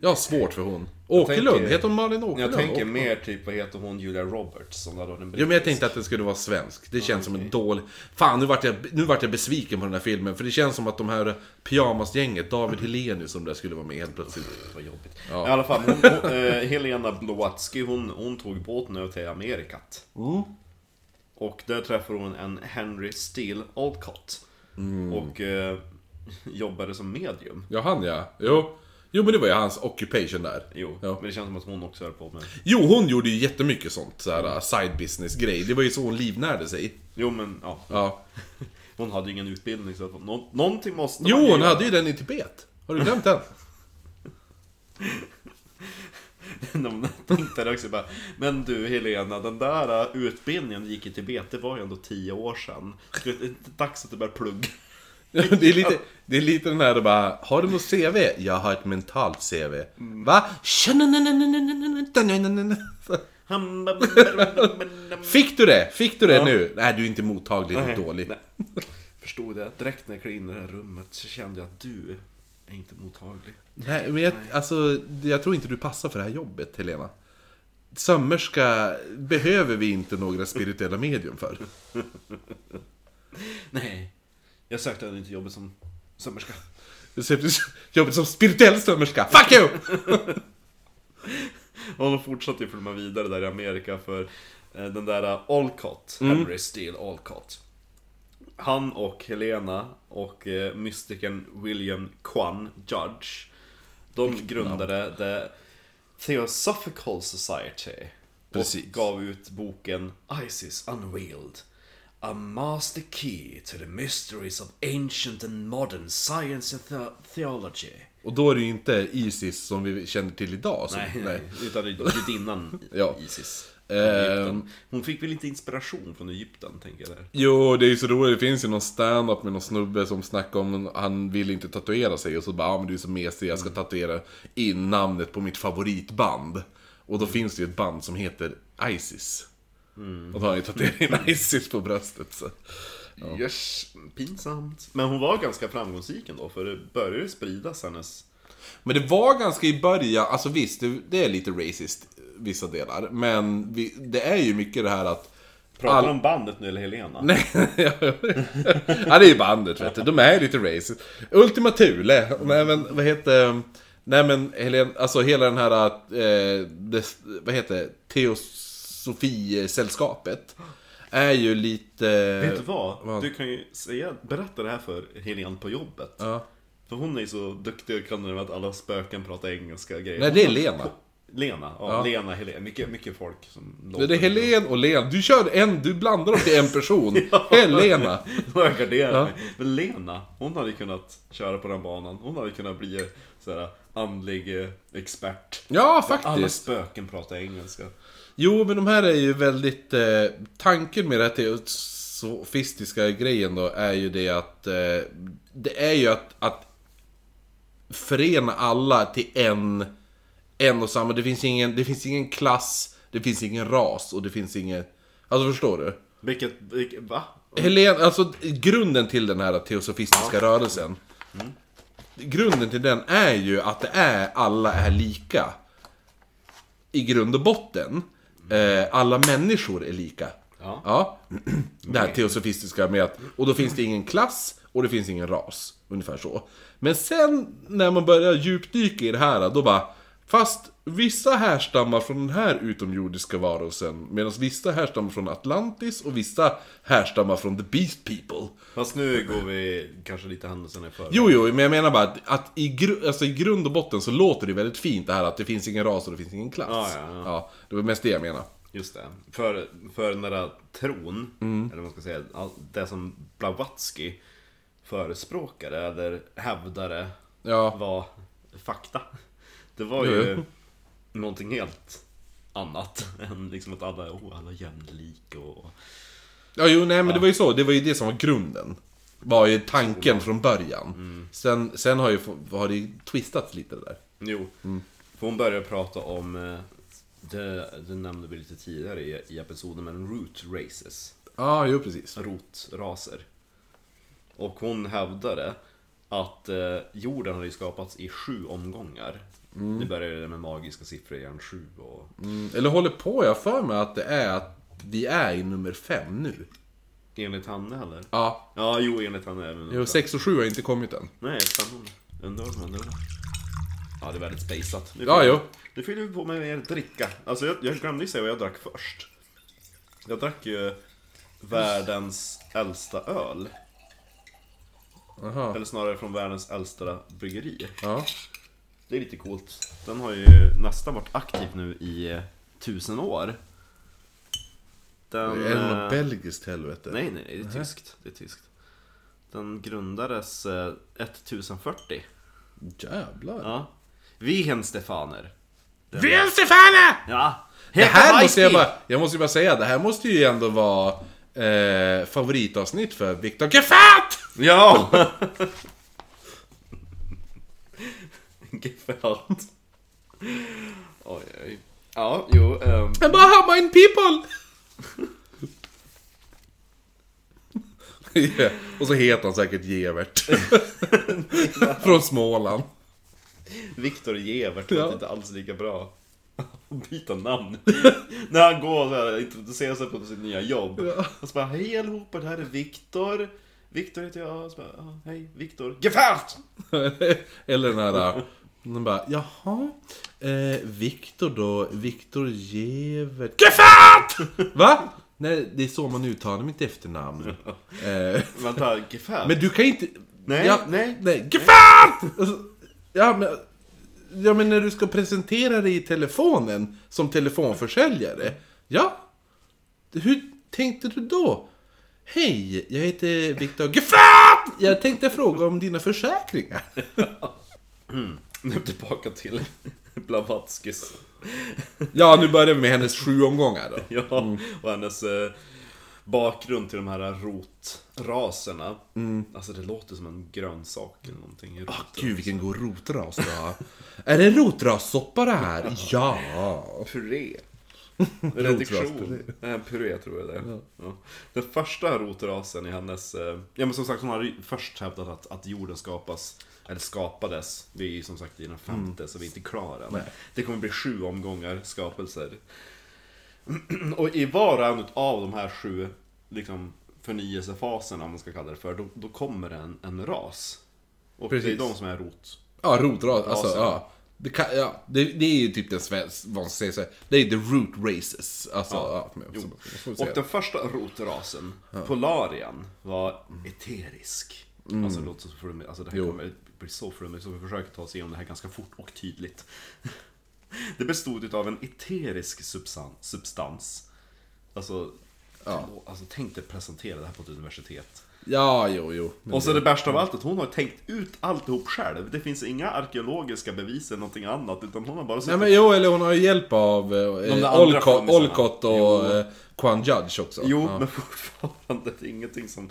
Speaker 1: Jag har svårt för hon. Åkerlund,
Speaker 3: tänker-
Speaker 1: heter hon Malin Åkerlund?
Speaker 3: jag tänker
Speaker 1: Åk-
Speaker 3: mer typ, vad heter hon, Julia Roberts? Som var då den
Speaker 1: Jo men jag tänkte att det skulle vara svensk. Det känns som en dålig... Fan, nu vart, jag, nu vart jag besviken på den här filmen. För det känns som att de här pyjamasgänget, David Helenius som där skulle vara med helt plötsligt.
Speaker 3: Vad jobbigt.
Speaker 1: Ja.
Speaker 3: I alla fall, hon, hon, eh, Helena Blavatsky, hon, hon tog båten över till Amerikat.
Speaker 1: Mm.
Speaker 3: Och där träffade hon en Henry Steele Alcott.
Speaker 1: Mm.
Speaker 3: Och eh, jobbade som medium.
Speaker 1: Ja, han ja. Jo. Jo men det var ju hans occupation där.
Speaker 3: Jo,
Speaker 1: Ja.
Speaker 3: men det känns som att hon också höll på med...
Speaker 1: Jo, hon gjorde ju jättemycket sånt, så här side business-grej. Det var ju så hon livnärde sig.
Speaker 3: Jo, men ja.
Speaker 1: Ja.
Speaker 3: Hon hade ju ingen utbildning så att nå, någonting måste man
Speaker 1: Jo,
Speaker 3: ju
Speaker 1: hon
Speaker 3: göra.
Speaker 1: hade ju den i Tibet. Har du glömt den?
Speaker 3: De tänkte det också bara, men du Helena, den där eh, utbildningen du gick i Tibet, det var ju ändå tio år sedan. Det är inte dags att du börjar plugga.
Speaker 1: Det är lite, det är lite den här det bara, har du något CV? Jag har ett mentalt CV.
Speaker 3: Mm.
Speaker 1: Va? Fick du det? Fick du det nu? Nej, du är inte mottaglig, du är dålig.
Speaker 3: Nej. Förstod jag direkt när jag klev in i det här rummet så kände jag att du är inte mottaglig.
Speaker 1: Nej, men jag, alltså, jag tror inte du passar för det här jobbet, Helena. Sömmerska behöver vi inte några spirituella medium för.
Speaker 3: Nej. Jag sökte ändå inte jobbet som sömmerska.
Speaker 1: Jobbet som spirituell sömmerska, fuck you!
Speaker 3: Och de fortsatte ju filma vidare där i Amerika för eh, den där eh, Alcott, Henry Steele Alcott. Han och Helena och eh, mystikern William Quan Judge. De grundade The Theosophical Society.
Speaker 1: Precis.
Speaker 3: Och gav ut boken Isis Unveiled. A master key to the mysteries of ancient and modern science and the- theology.
Speaker 1: Och då är det ju inte Isis som vi känner till idag. Så,
Speaker 3: Nej,
Speaker 1: nej.
Speaker 3: utan det är gudinnan
Speaker 1: Ja.
Speaker 3: Isis.
Speaker 1: Ehm.
Speaker 3: Hon fick väl inte inspiration från Egypten, tänker jag där.
Speaker 1: Jo, det är ju så roligt. Det finns ju någon stand-up med någon snubbe som snackar om han vill inte tatuera sig. Och så bara, ja men du är så mesig, jag ska tatuera in namnet på mitt favoritband. Och då finns det ju ett band som heter Isis. Och då har han ju tatuerat in Isis på bröstet. Så.
Speaker 3: Yes, pinsamt. Men hon var ganska framgångsrik ändå, för det började ju spridas hennes...
Speaker 1: Men det var ganska i början, alltså visst, det, det är lite racist eh, vissa delar. Men vi, det är ju mycket det här att...
Speaker 3: Pratar
Speaker 1: all-
Speaker 3: du om bandet nu eller Helena?
Speaker 1: Nej, ja, ja, det är ju bandet vet du. De är lite racist. Ultima Thule. Nej men vad heter... Nej men Helen, alltså hela den här... Eh, det, vad heter det? Teosofi-sällskapet. Är ju lite...
Speaker 3: Vet du vad?
Speaker 1: vad?
Speaker 3: Du kan ju säga, berätta det här för Helen på jobbet.
Speaker 1: Ja.
Speaker 3: För hon är ju så duktig och kan det med att alla spöken pratar engelska och grejer.
Speaker 1: Nej, det är Lena.
Speaker 3: Lena, ja, Lena, Helen. Mycket, mycket folk som
Speaker 1: Det är Helen och Lena. Du kör en, du blandar dem till en person.
Speaker 3: Ja.
Speaker 1: Helena.
Speaker 3: Då har jag garderat
Speaker 1: Ja.
Speaker 3: mig. Men Lena, hon hade kunnat köra på den banan. Hon hade kunnat bli eh, såhär andlig eh, expert.
Speaker 1: Ja,
Speaker 3: Alla
Speaker 1: faktiskt.
Speaker 3: spöken pratar engelska.
Speaker 1: Jo, men de här är ju väldigt... Eh, tanken med det här teosofistiska grejen då är ju det att... Eh, det är ju att, att förena alla till en, en och samma. Det finns, ingen, det finns ingen klass, det finns ingen ras och det finns ingen... Alltså förstår du?
Speaker 3: Vilket, vilket va?
Speaker 1: Helen, alltså grunden till den här teosofistiska rörelsen. Grunden till den är ju att det är, alla är lika. I grund och botten. Eh, alla människor är lika.
Speaker 3: Ja.
Speaker 1: Det här teosofistiska med att, och då finns det ingen klass och det finns ingen ras. Ungefär så. Men sen när man börjar djupdyka i det här, då bara, fast Vissa härstammar från den här utomjordiska varelsen, medan vissa härstammar från Atlantis och vissa härstammar från The Beast People.
Speaker 3: Fast nu går vi kanske lite händelserna i förväg.
Speaker 1: Jo, jo, men jag menar bara att, att i, gru, alltså i grund och botten så låter det väldigt fint det här att det finns ingen ras och det finns ingen klass.
Speaker 3: Ja, ja, ja.
Speaker 1: det var mest det jag menar.
Speaker 3: Just det. För, för den där tron,
Speaker 1: Mm.
Speaker 3: eller vad man ska säga, all- det som Blavatsky förespråkade eller hävdade
Speaker 1: Ja.
Speaker 3: var fakta. Det var ju någonting helt annat än liksom att alla, oh, alla är jämlika och...
Speaker 1: Ja, jo, nej, men det var ju så. Det var ju det som var grunden. Var ju tanken från början.
Speaker 3: Mm.
Speaker 1: Sen, sen har ju få- har det ju twistats lite det där.
Speaker 3: Jo,
Speaker 1: Mm.
Speaker 3: för hon började prata om, eh, det, det nämnde vi lite tidigare i, i episoden, men root races.
Speaker 1: Ja, jo precis.
Speaker 3: rotraser. Och hon hävdade att eh, jorden hade ju skapats i sju omgångar. Det började med magiska siffror igen, sju och...
Speaker 1: Mm. Eller håller på, jag har för mig att det är att vi är i nummer fem nu.
Speaker 3: Enligt henne eller?
Speaker 1: Ja,
Speaker 3: Ja, jo enligt henne även.
Speaker 1: jo, sex och sju har inte kommit än.
Speaker 3: Nej, spännande. Undrar vad hon Ja, det är väldigt spejsat. Nu
Speaker 1: Ja,
Speaker 3: fyller-
Speaker 1: jo.
Speaker 3: Nu fyller vi på med mer dricka. Alltså, jag, jag glömde ju säga vad jag drack först. Jag drack ju världens äldsta öl.
Speaker 1: Aha.
Speaker 3: Eller snarare från världens äldsta bryggeri.
Speaker 1: Ja.
Speaker 3: Det är lite coolt. Den har ju nästan varit aktiv nu i eh, tusen år. Den...
Speaker 1: Är det
Speaker 3: eh,
Speaker 1: något belgiskt helvete?
Speaker 3: Nej, nej, det är tyskt. Det är tyskt. Den grundades eh, 1040.
Speaker 1: Jävlar.
Speaker 3: Ja. Wihen Stefaner.
Speaker 1: Vi är Stefana!
Speaker 3: Ja.
Speaker 1: Det här måste jag
Speaker 3: Heka
Speaker 1: bara, jag måste ju bara säga, det här måste ju ändå vara eh, favoritavsnitt för Viktor Gefat!
Speaker 3: Weissbier! Ja! Gefällt. Oj, oj. Ja, jo. ehm,
Speaker 1: Men bara hamma in people! Ja, Och så heter han säkert Gevert. Från Småland.
Speaker 3: Viktor Gevert låter
Speaker 1: Ja.
Speaker 3: inte alls lika bra. Att Byta namn. När han går så här och introducerar sig på sitt nya jobb.
Speaker 1: Ja.
Speaker 3: Och så bara, hej allihopa, det här är Viktor. Viktor heter jag. Och så bara, "Ja, hej Viktor. Gefärt!
Speaker 1: Eller den här... eh, Den bara, jaha? Eh, Viktor då? Viktor Gevert... Gefat! Va? Nej, det är så man uttalar mitt efternamn. Eh,
Speaker 3: Vänta, Gefärt?
Speaker 1: Men du kan inte...
Speaker 3: Nej,
Speaker 1: ja,
Speaker 3: nej.
Speaker 1: nej. Gefat! Ja men, ja, men när du ska presentera dig i telefonen som telefonförsäljare. Ja. Hur tänkte du då? Hej, jag heter Viktor Gefat! Jag tänkte fråga om dina försäkringar.
Speaker 3: Nu tillbaka till Blavatskis.
Speaker 1: Ja, nu börjar vi med hennes sju omgångar då.
Speaker 3: Ja, och hennes eh, bakgrund till de här rotraserna. Alltså det låter som en grönsak eller någonting. Rot.
Speaker 1: Gud, vilken god rotras du har. Är det rotrassoppa det här? Ja.
Speaker 3: Puré.
Speaker 1: Rotraspuré.
Speaker 3: Reduktion. Nej, puré tror jag det är. Ja. Den första rotrasen i hennes... eh, Ja men som sagt, hon hade ju först hävdat att, att jorden skapas, eller skapades. Vi är ju som sagt i den femte,
Speaker 1: Mm.
Speaker 3: så vi är inte klara än. Det kommer bli sju omgångar skapelser. Och i var och en av de här sju liksom, förnyelsefaserna, om man ska kalla det för, då, då kommer det en, en ras. Och
Speaker 1: Precis.
Speaker 3: det är de som är rot.
Speaker 1: Ja, rotras. Alltså,
Speaker 3: Rasen.
Speaker 1: ja. Det, kan, ja, det, det är ju typ den svenska, vad man ska säga så här, Det är the root races. Alltså, ja. men- så- så får vi
Speaker 3: Och
Speaker 1: säga.
Speaker 3: den första rotrasen, Polarian, var eterisk. Alltså det låter så flummigt, alltså det här
Speaker 1: Jo.
Speaker 3: kommer bli så flummigt så vi försöker ta oss igenom det här ganska fort och tydligt. Det bestod av en eterisk substan- substans. Alltså, åh, alltså tänk dig presentera det här på ett universitet.
Speaker 1: Ja, jo, jo. Men
Speaker 3: Och så det värsta av allt, att hon har tänkt ut alltihop själv. Det finns inga arkeologiska bevis eller någonting annat, utan hon har bara
Speaker 1: Nej
Speaker 3: suttit
Speaker 1: men jo, eller hon har ju hjälp av
Speaker 3: andra
Speaker 1: eh, Olcott,
Speaker 3: filmerna.
Speaker 1: Olcott och
Speaker 3: Jo.
Speaker 1: eh, Quan Judge också.
Speaker 3: Jo,
Speaker 1: ja.
Speaker 3: men fortfarande det är ingenting som...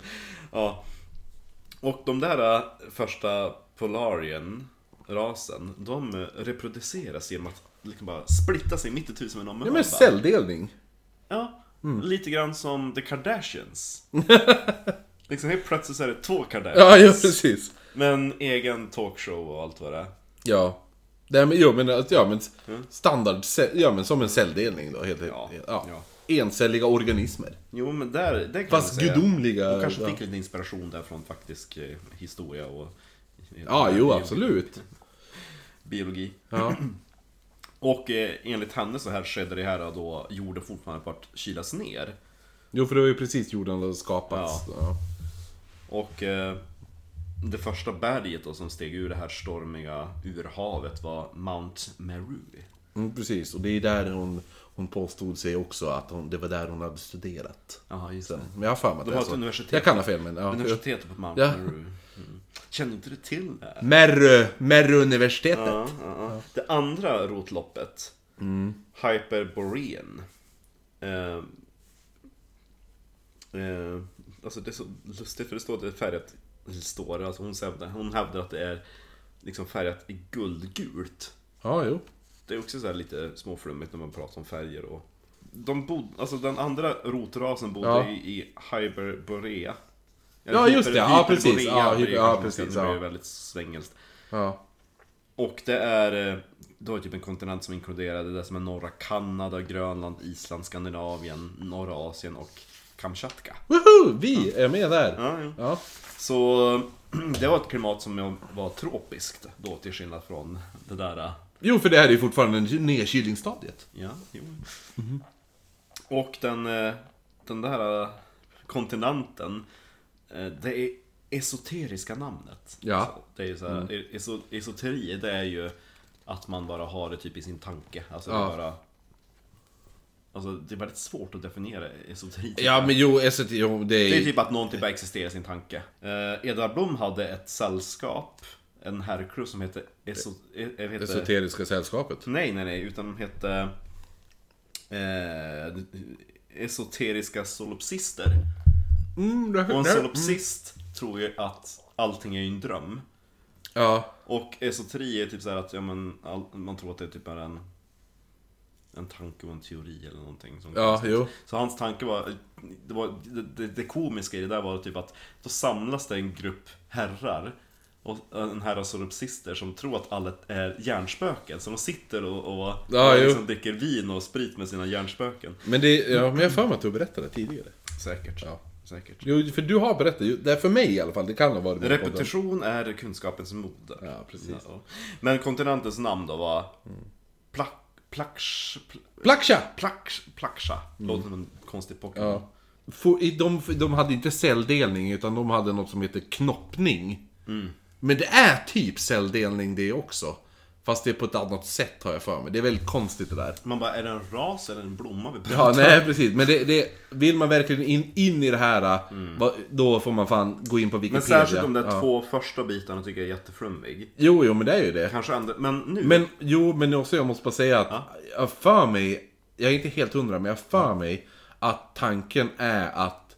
Speaker 3: Ja. Och de där äh, första Polarien-rasen, de äh, reproduceras genom att liksom bara splitta sig mitt itu som en
Speaker 1: Ja,
Speaker 3: omhörda.
Speaker 1: men Mm. celldelning.
Speaker 3: Ja, lite grann som The Kardashians. liksom helt plötsligt så är det två
Speaker 1: Ja, ja
Speaker 3: Kardashians.
Speaker 1: precis.
Speaker 3: Men egen talkshow och allt vad det är.
Speaker 1: Ja. Nej, men, jo, men, att- ja, men standard, cell- ja men som en celldelning då helt
Speaker 3: Mm. Ja,
Speaker 1: enkelt. Ja.
Speaker 3: ja.
Speaker 1: Encelliga organismer.
Speaker 3: Jo, men där, där kan
Speaker 1: Fast
Speaker 3: man säga.
Speaker 1: gudomliga.
Speaker 3: Hon kanske
Speaker 1: ja.
Speaker 3: fick lite inspiration där från faktisk eh, historia och... eh,
Speaker 1: Ja, jo absolut.
Speaker 3: Biologi.
Speaker 1: Ja.
Speaker 3: Och eh, enligt henne så här skedde det här då jorden fortfarande på att kylas ner.
Speaker 1: Jo, för det var ju precis jorden hade skapats. Ja.
Speaker 3: Och eh, det första berget då som steg ur det här stormiga urhavet var Mount Meru.
Speaker 1: Mm, precis, och det är där hon, hon påstod sig också att hon, det var där hon hade studerat.
Speaker 3: Ja, just
Speaker 1: Sen. Men jag har för mig att
Speaker 3: De
Speaker 1: det
Speaker 3: har
Speaker 1: är
Speaker 3: ett
Speaker 1: så.
Speaker 3: universitet.
Speaker 1: Jag kan ha fel, men... Ja.
Speaker 3: Universitetet på Mount
Speaker 1: Ja.
Speaker 3: Meru. Mm. Kände inte du till det? här?
Speaker 1: Merru, Merru-universitetet.
Speaker 3: Ja, ja, ja. Det andra rotloppet,
Speaker 1: Mm.
Speaker 3: Hyperborean. Eh, eh, alltså det är så lustigt för det står att det är färgat, det står, alltså hon, hävdar, hon hävdar att det är liksom färgat i guldgult.
Speaker 1: Ja, jo.
Speaker 3: Det är också så här lite småflummigt när man pratar om färger och... De bod, alltså den andra rotrasen bodde
Speaker 1: Ja.
Speaker 3: i, i Hyperborea.
Speaker 1: Ja, just det. Ja, precis.
Speaker 3: Hyperborea
Speaker 1: Ja,
Speaker 3: blir det
Speaker 1: ja,
Speaker 3: kanske man
Speaker 1: precis,
Speaker 3: säger. Det blir
Speaker 1: ja.
Speaker 3: väldigt svengelskt.
Speaker 1: Ja.
Speaker 3: Och det är eh, då typ en kontinent som inkluderade det som är norra Kanada, Grönland, Island, Skandinavien, norra Asien och Kamchatka.
Speaker 1: Woho! Vi är med där.
Speaker 3: Ja, ja.
Speaker 1: Ja.
Speaker 3: Så det var ett klimat som jag var tropiskt då till skillnad från det där eh,
Speaker 1: Jo, för det här är ju fortfarande nedkylningsstadiet.
Speaker 3: Ja, jo.
Speaker 1: Mhm.
Speaker 3: Och den, eh, den där eh, kontinenten, eh, det är esoteriska namnet.
Speaker 1: Ja. Mm.
Speaker 3: Så Det är ju så här, e-, eso, esoteri, det är ju att man bara har det typ i sin tanke. Alltså det
Speaker 1: Ja.
Speaker 3: är bara... Alltså det är väldigt svårt att definiera esoteri.
Speaker 1: Ja, men jo, SET, jo, det
Speaker 3: Det är
Speaker 1: är...
Speaker 3: typ att någonting bara existerar i sin tanke. Eh, Edvard Blom hade ett sällskap, en herrklubb som hette... Eso, eh, eh, heter-
Speaker 1: Esoteriska sällskapet.
Speaker 3: Nej, nej, nej, utan de hette eh, Esoteriska solopsister.
Speaker 1: Mm, det,
Speaker 3: Och en
Speaker 1: det-
Speaker 3: solopsist tror ju att allting är ju en dröm.
Speaker 1: Ja.
Speaker 3: Och esoteri är typ så här att ja, men, all, man tror att det är typ bara en, en tanke och en teori eller någonting. Som
Speaker 1: Ja, jo.
Speaker 3: Så hans tanke var, det, var det, det, det komiska i det där var typ att då samlas det en grupp herrar och en herre solipsister som tror att alla är hjärnspöken. Så de sitter och, och,
Speaker 1: Ja,
Speaker 3: och
Speaker 1: jo.
Speaker 3: liksom dricker vin och sprit med sina hjärnspöken.
Speaker 1: Men det, ja, men jag har för mig att du berättade tidigare.
Speaker 3: Säkert.
Speaker 1: Ja.
Speaker 3: Säkert.
Speaker 1: Jo, för du har berättat. ju- Det är för mig i alla fall. Det kan ha varit med på den.
Speaker 3: Repetition är kunskapens moder.
Speaker 1: Ja, precis. Mm.
Speaker 3: Ja. Men kontinentens namn då var Plak... Plaksh... pl-
Speaker 1: Plaksha!
Speaker 3: Plaksh... Plaksha. Låter som en konstig Pokémon.
Speaker 1: Mm. Ja. Få- i- De, de hade inte celldelning, utan de hade något som heter knoppning.
Speaker 3: Mm.
Speaker 1: Men det är typ celldelning det också. Fast det är på ett annat sätt har jag för mig. Det är väldigt konstigt det där.
Speaker 3: Man bara, är det en ras eller en blomma vi pratar
Speaker 1: Ja, nej precis. Men det, det, vill man verkligen in, in i det här, vad- då får man fan gå in på
Speaker 3: Mm. Men
Speaker 1: Wikipedia.
Speaker 3: särskilt de där
Speaker 1: ja.
Speaker 3: två första bitarna tycker jag är jätteflummig.
Speaker 1: Jo, jo, men det är ju det.
Speaker 3: Kanske andra, men nu.
Speaker 1: Men jo, men också jag måste bara säga att jag för mig, jag är inte helt hundra, men jag för mig att tanken är att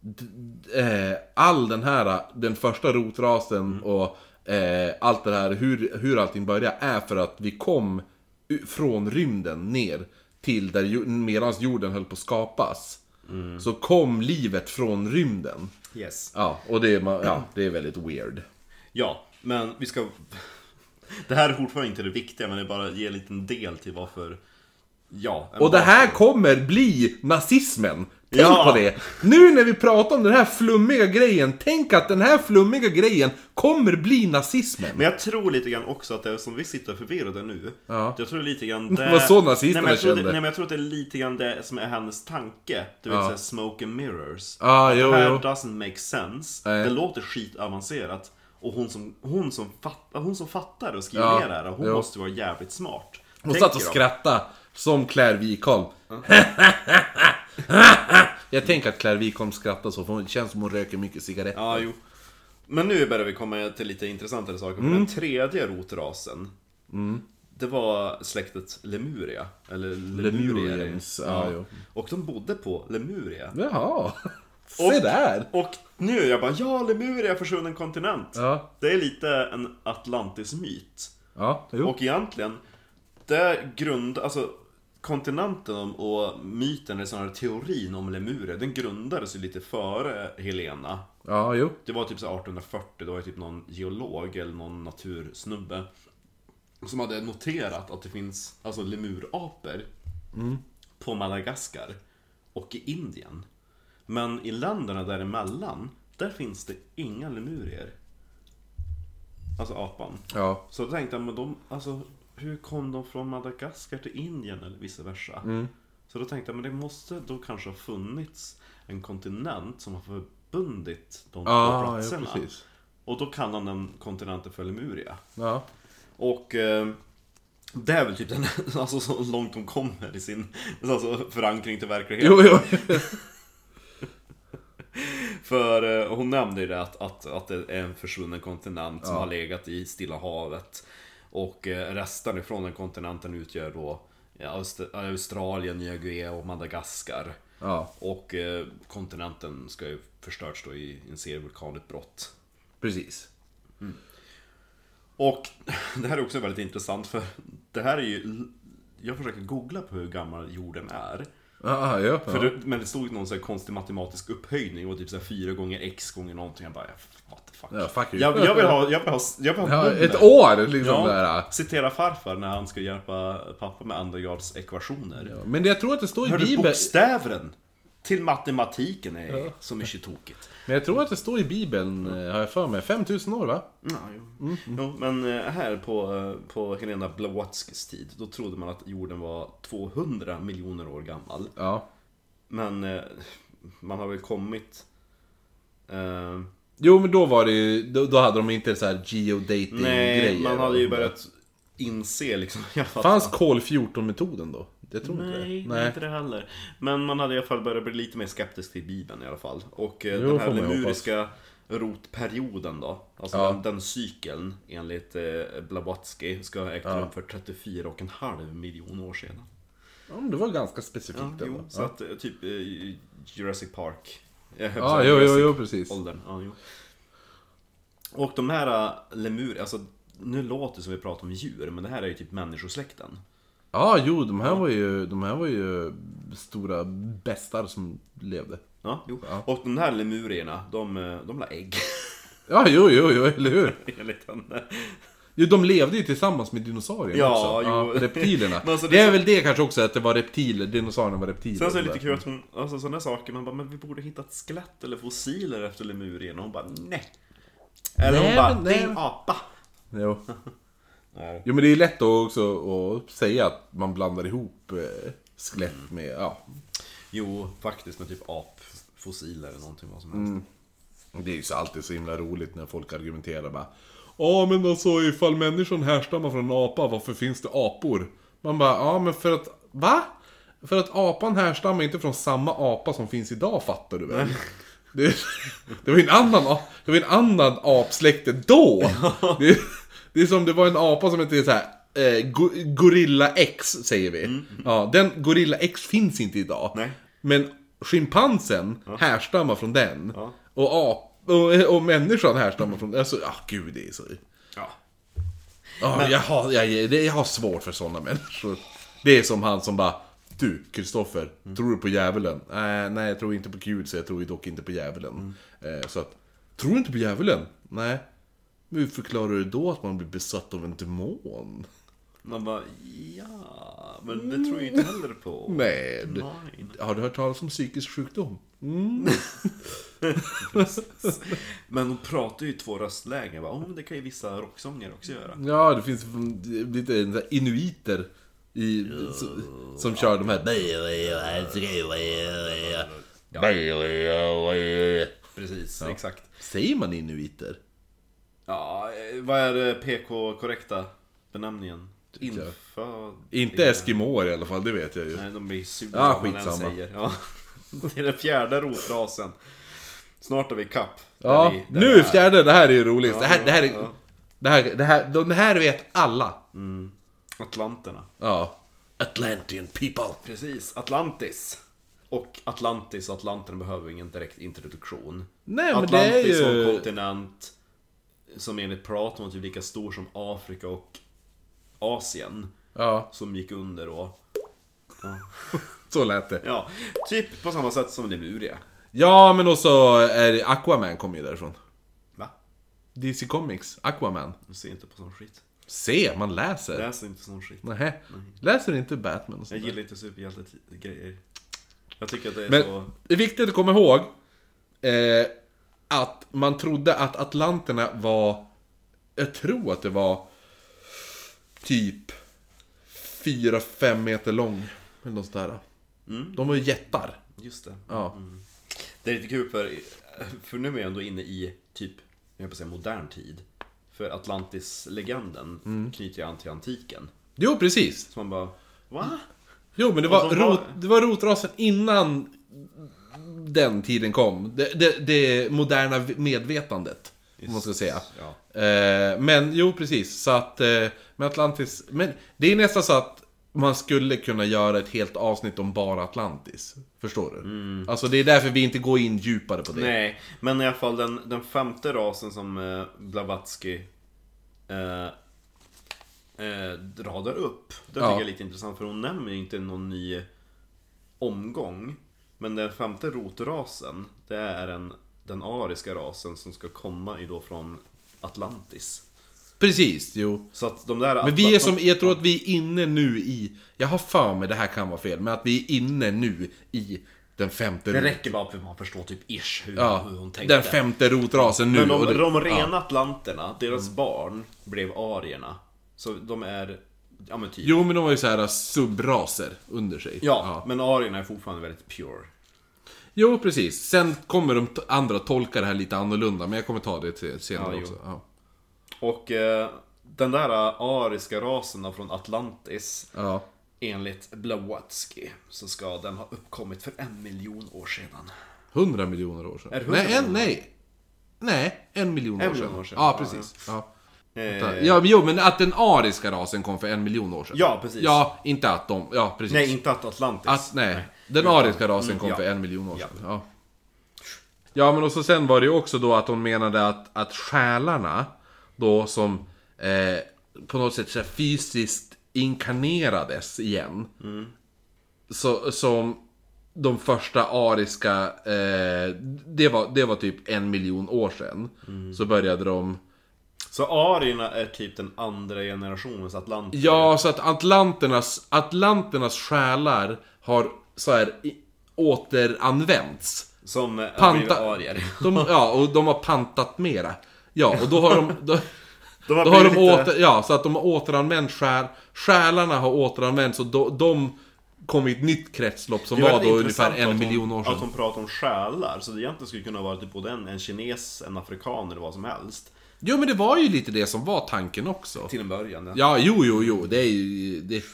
Speaker 1: d- d- eh, all den här, den första rotrasen och eh, allt det här, hur, hur allting började, är för att vi kom u- från rymden ner till där ju- medans jorden höll på att skapas. Så kom livet från rymden.
Speaker 3: Yes.
Speaker 1: Ja, och det är, ma- ja, det är väldigt weird.
Speaker 3: Ja, men vi ska... Det här är fortfarande inte det viktiga, men det är bara att ge en liten del till varför... Ja. en
Speaker 1: Och det här
Speaker 3: bakgrund.
Speaker 1: kommer bli nazismen! Tänk
Speaker 3: Ja.
Speaker 1: på det! Nu när vi pratar om den här flummiga grejen, tänk att den här flummiga grejen kommer bli nazismen!
Speaker 3: Men jag tror lite grann också att det är som vi sitter förvirrade nu.
Speaker 1: Ja.
Speaker 3: Jag tror lite grann det...
Speaker 1: var så nazisterna
Speaker 3: nej, men jag tror
Speaker 1: kände.
Speaker 3: Det, nej, men jag tror att det är lite grann det som är hennes tanke. Du vet,
Speaker 1: Ja.
Speaker 3: såhär smoke and mirrors.
Speaker 1: Ja, ah, jo,
Speaker 3: det här
Speaker 1: jo.
Speaker 3: doesn't make sense.
Speaker 1: Nej.
Speaker 3: Det låter skitavancerat. Och hon som, hon som, fatt, hon som fattar och skriver
Speaker 1: Ja,
Speaker 3: ner det här, hon
Speaker 1: jo.
Speaker 3: måste vara jävligt smart.
Speaker 1: Hon
Speaker 3: Tänker
Speaker 1: satt och
Speaker 3: de.
Speaker 1: skrattade, som Claire Wikholm. jag tänker att Claire Wikholm skrattar så, för hon det känns som hon röker mycket cigaretter.
Speaker 3: Ja, jo. Men nu börjar vi komma till lite intressantare saker.
Speaker 1: Mm.
Speaker 3: För Den tredje rotrasen, det var släktet Lemuria. Eller Lemurier.
Speaker 1: Lemurians, ja, jo.
Speaker 3: Och de bodde på Lemuria.
Speaker 1: Jaha! Se
Speaker 3: Och-
Speaker 1: där!
Speaker 3: Och nu är jag bara, ja Lemuria, försvunnen kontinent.
Speaker 1: Ja.
Speaker 3: Det är lite en Atlantis-myt.
Speaker 1: Ja, jo.
Speaker 3: Och egentligen, det grund, alltså kontinenten om- och myten, eller snarare teorin om Lemuria, den grundades ju lite före Helena.
Speaker 1: ja, jo.
Speaker 3: Det var typ så här 1840, det var ju typ någon geolog eller någon natursnubbe som hade noterat att det finns alltså lemurapor på Madagaskar och i Indien. Men i länderna däremellan, där finns det inga lemurier. Alltså apan.
Speaker 1: Ja.
Speaker 3: Så då tänkte jag, men de, alltså hur kom de från Madagaskar till Indien eller vice versa?
Speaker 1: Mm.
Speaker 3: Så då tänkte jag, men det måste då kanske ha funnits en kontinent som har förbundit de
Speaker 1: Ja,
Speaker 3: två
Speaker 1: ja,
Speaker 3: platserna.
Speaker 1: precis.
Speaker 3: och då kallar han den kontinenten för Lemuria.
Speaker 1: Ja.
Speaker 3: Och eh, det är väl typ den, alltså så långt de kommer i sin alltså, förankring till verkligheten.
Speaker 1: Jo, jo.
Speaker 3: För eh, hon nämnde ju det att, att, att det är en försvunnen kontinent som har legat i Stilla havet. Och eh, resten ifrån den kontinenten utgör då ja, Aust- Australien, Nya Guinea och Madagaskar.
Speaker 1: Ja,
Speaker 3: Och eh, kontinenten ska ju förstörts då i en serie vulkanutbrott.
Speaker 1: precis.
Speaker 3: Och det här är också väldigt intressant för det här är ju... Jag försöker googla på hur gammal jorden är.
Speaker 1: Ah, ja, ja.
Speaker 3: För det, men det stod ju någon så här konstig matematisk upphöjning och typ så här 4 gånger x gånger någonting. Jag bara, what the fuck.
Speaker 1: Ja, fuck you.
Speaker 3: jag, jag vill ha... Jag vill ha, jag vill ha
Speaker 1: ja,
Speaker 3: nummer.
Speaker 1: ett år liksom
Speaker 3: Ja,
Speaker 1: där.
Speaker 3: Citera farfar när han ska hjälpa pappa med andregrads ekvationer.
Speaker 1: Men jag tror att det står i
Speaker 3: Hörru,
Speaker 1: Bibeln.
Speaker 3: bokstävren till matematiken är så mycket tokigt.
Speaker 1: Men jag tror att det står i Bibeln, eh, har jag för mig. 5000 år va?
Speaker 3: Ja, jo. Jo, men eh, här på, eh, på Helena Blavatskys tid, då trodde man att jorden var 200 miljoner år gammal.
Speaker 1: Ja.
Speaker 3: Men eh, man har väl kommit... Eh,
Speaker 1: Jo men då var det ju, då, då hade de inte så här geodating
Speaker 3: nej,
Speaker 1: grejer.
Speaker 3: man hade ju börjat inse liksom... Jag fattar.
Speaker 1: Fanns kol-14-metoden då? Det tror inte
Speaker 3: Nej,
Speaker 1: det.
Speaker 3: nej, inte det heller. Men man hade i alla fall börjat bli lite mer skeptisk till Bibeln i alla fall. Och eh,
Speaker 1: Jo, får
Speaker 3: den här
Speaker 1: man ju
Speaker 3: lemuriska rotperioden då, alltså
Speaker 1: Ja.
Speaker 3: den, den cykeln enligt eh, Blavatsky ska ha ägt rum för 34,5 miljoner år sedan.
Speaker 1: Ja, men det var ganska specifikt ändå.
Speaker 3: Ja, jo, så att eh, typ eh, Jurassic Park.
Speaker 1: Ja, jo, jo, jo, precis.
Speaker 3: Åldern. Ja, jo. Och de här eh, lemur, alltså nu låter det som vi pratar om djur, men det här är ju typ människosläkten.
Speaker 1: Ja, jo, de här var ju, de här var ju stora bästar som levde.
Speaker 3: Ja, jo. Och de här lemurierna, de, eh, de la ägg.
Speaker 1: Ja, jo, jo, jo, eller hur?
Speaker 3: Enligt henne.
Speaker 1: Jo, de levde ju tillsammans med dinosaurierna
Speaker 3: Ja,
Speaker 1: också.
Speaker 3: jo.
Speaker 1: reptilerna.
Speaker 3: Men alltså, det
Speaker 1: det
Speaker 3: är
Speaker 1: är
Speaker 3: så-
Speaker 1: väl det kanske också, att det var reptiler, dinosaurierna var reptiler.
Speaker 3: Sen så är
Speaker 1: och
Speaker 3: det lite
Speaker 1: sådär.
Speaker 3: kul att hon, alltså sådana saker, man bara, men vi borde hitta ett skelett eller fossiler efter lemurierna. Och hon bara, nej. Eller hon
Speaker 1: Nej,
Speaker 3: bara,
Speaker 1: men
Speaker 3: det är
Speaker 1: nej.
Speaker 3: en apa.
Speaker 1: Jo.
Speaker 3: Nej.
Speaker 1: jo, men det är lätt att också att säga att man blandar ihop eh, skelett med, ja.
Speaker 3: Jo, faktiskt med typ apfossiler eller någonting vad som helst.
Speaker 1: Det är ju så alltid så himla roligt när folk argumenterar bara Ja men alltså ifall människan härstammar från en apa, varför finns det apor? Man bara, ja men för att, va? För att apan härstammar inte från samma apa som finns idag fattar du väl? Det, det var ju en annan, a- det var ju en annan apsläkte då! Det, det är som det var en apa som hette såhär eh, go- Gorilla X säger vi. Ja, den Gorilla X finns inte idag.
Speaker 3: Nej.
Speaker 1: Men schimpansen härstammar från den.
Speaker 3: Ja.
Speaker 1: Och, ap- och, och människan härstammar från... Alltså, ah, gud det är så...
Speaker 3: Ja.
Speaker 1: Ah, jag, har, jag, det- jag har svårt för sådana människor. Det är som han som bara... Du, Kristoffer, tror du på djävulen? Nej, nej, jag tror inte på Gud, så jag tror ju dock inte på djävulen. Eh, så att, tror du inte på djävulen? Nej. Men hur förklarar du då att man blir besatt av en demon?
Speaker 3: Man bara, ja, men det tror jag inte
Speaker 1: Mm.
Speaker 3: heller på.
Speaker 1: Nej. du-
Speaker 3: Nej.
Speaker 1: Har du hört talas om psykisk sjukdom?
Speaker 3: Men de pratar ju i två röstlägen. Jag bara, oh, men det kan ju vissa rocksånger också göra.
Speaker 1: Ja, det finns mm, lite sån här inuiter i, som, som kör de här...
Speaker 3: Precis, exakt.
Speaker 1: Säger man inuiter?
Speaker 3: Ja, eh, vad är det PK-korrekta benämningen?
Speaker 1: jag.
Speaker 3: Inföd...
Speaker 1: Inte eskimåer i alla fall, det vet jag ju.
Speaker 3: Nej, de blir ju sura
Speaker 1: Ja,
Speaker 3: om man ens
Speaker 1: skitsamma.
Speaker 3: säger. Ja. Det är den fjärde rotrasen. Snart är vi i kapp. Där
Speaker 1: Ja,
Speaker 3: vi- där vi
Speaker 1: nu
Speaker 3: är.
Speaker 1: fjärde, det här är ju roligt. Det här,
Speaker 3: Ja,
Speaker 1: det här, är,
Speaker 3: ja.
Speaker 1: det här, det här, de här vet alla.
Speaker 3: Atlanterna.
Speaker 1: Ja.
Speaker 4: Atlantean people.
Speaker 3: Precis, Atlantis. Och Atlantis och Atlanten behöver ingen direkt introduktion.
Speaker 1: Nej, men det är
Speaker 3: Atlantis
Speaker 1: ju-
Speaker 3: var en kontinent som enligt Platon var typ lika stor som Afrika och Asien.
Speaker 1: Ja,
Speaker 3: Som gick under då.
Speaker 1: så lät det.
Speaker 3: Ja, typ på samma sätt som Lemuria.
Speaker 1: Ja, men också är det- Aquaman kommer ju därifrån.
Speaker 3: Va?
Speaker 1: DC Comics, Aquaman.
Speaker 3: Du ser inte på sån skit.
Speaker 1: Se, man läser.
Speaker 3: Läser inte sån skit.
Speaker 1: Nähä. Läser inte Batman och
Speaker 3: Jag
Speaker 1: sånt där?
Speaker 3: gillar inte superhjältegrejer. Jag tycker att det är
Speaker 1: Men
Speaker 3: så...
Speaker 1: det är viktigt att komma ihåg eh, att man trodde att atlanterna var, jag tror att det var typ fyra, fem meter lång. Eller något sånt där.
Speaker 3: Mm.
Speaker 1: De var ju jättar.
Speaker 3: Just det.
Speaker 1: Ja.
Speaker 3: Det är lite kul för, för nu är jag ändå inne i typ, jag höll på att säga modern tid. För Atlantis-legenden
Speaker 1: Mm.
Speaker 3: knyter ju an till antiken.
Speaker 1: Jo, precis.
Speaker 3: Så man bara, va?
Speaker 1: Jo, men det var,
Speaker 3: Och de var-
Speaker 1: rot, det var rotrasen innan den tiden kom. Det, det, det moderna medvetandet, om man ska säga.
Speaker 3: Ja.
Speaker 1: Eh, men jo, precis. Så att eh, med Atlantis... Men det är nästan så att man skulle kunna göra ett helt avsnitt om bara Atlantis. Förstår du? Alltså det är därför vi inte går in djupare på det.
Speaker 3: Mm. Nej, men i alla fall den, den femte rasen som eh, Blavatsky eh, eh, radar upp. Den
Speaker 1: Ja.
Speaker 3: tycker jag är lite intressant för hon nämner ju inte någon ny omgång. Men den femte rotrasen, det är en, den ariska rasen som ska komma ju då från Atlantis.
Speaker 1: Precis, jo.
Speaker 3: Så att de där...
Speaker 1: Men vi är som, jag tror att vi är inne nu i, jag har för mig, det här kan vara fel, men att vi är inne nu i den femte
Speaker 3: Det
Speaker 1: rot-
Speaker 3: räcker bara för att man förstår typ ish hur,
Speaker 1: ja,
Speaker 3: hur hon tänkte.
Speaker 1: den femte rotrasen nu.
Speaker 3: Men de,
Speaker 1: och det- Mm.
Speaker 3: de rena atlanterna, deras barn, blev arierna. Så de är, ja men typ.
Speaker 1: Jo, men de var ju så här subraser under sig.
Speaker 3: Ja, men arierna är fortfarande väldigt pure.
Speaker 1: Jo, precis. Sen kommer de t- andra tolka det här lite annorlunda, men jag kommer ta det till senare
Speaker 3: Ja, jo.
Speaker 1: också. Ja.
Speaker 3: Och eh, den där eh, ariska rasen då från Atlantis,
Speaker 1: Ja.
Speaker 3: enligt Blavatsky, så ska den ha uppkommit för en miljon år sedan.
Speaker 1: 100 miljoner år sedan.
Speaker 3: Är det 100
Speaker 1: nej, en,
Speaker 3: miljoner?
Speaker 1: nej. Nej, en miljon
Speaker 3: En
Speaker 1: år
Speaker 3: miljon
Speaker 1: sedan.
Speaker 3: år sedan.
Speaker 1: Ja,
Speaker 3: Ja,
Speaker 1: precis. Ja. Ja.
Speaker 3: Eh,
Speaker 1: Ja, men jo, men att den ariska rasen kom för en miljon år sedan.
Speaker 3: Ja, precis.
Speaker 1: Ja, inte att de... Ja, precis.
Speaker 3: nej, inte att Atlantis. mm,
Speaker 1: Att, nej. Den ariska rasen kom
Speaker 3: ja.
Speaker 1: för en miljon år
Speaker 3: Ja.
Speaker 1: sedan. Ja. ja, men och så sen var det ju också då att hon menade att, att själarna då som eh, på något sätt så här, fysiskt inkarnerades igen.
Speaker 3: Mm.
Speaker 1: Så, som de första ariska, eh, det, var, det var typ en miljon år sedan.
Speaker 3: Mm.
Speaker 1: Så började de
Speaker 3: Så arierna är typ den andra generationens atlanter.
Speaker 1: Ja, så att Atlanternas, Atlanternas själar har så här i, återanvänts.
Speaker 3: Som eh, har blivit
Speaker 1: Panta,
Speaker 3: arier.
Speaker 1: de, ja, och de har pantat mera. Ja, och då har de... Då,
Speaker 3: De har
Speaker 1: då har de
Speaker 3: blivit lite-
Speaker 1: åter, ja, så att de har återanvänt själ, själarna har återanvänts och då, de kom i ett nytt kretslopp som
Speaker 3: Det är
Speaker 1: var
Speaker 3: väldigt
Speaker 1: då
Speaker 3: intressant
Speaker 1: ungefär en
Speaker 3: att hon-
Speaker 1: miljon år
Speaker 3: Att
Speaker 1: sedan.
Speaker 3: hon pratar om själar, så det egentligen skulle kunna vara typ både en, en kines, en afrikan eller vad som helst.
Speaker 1: Jo, men det var ju lite det som var tanken också.
Speaker 3: Till en början. Ja.
Speaker 1: Ja, jo, jo, jo, det är ju... Det,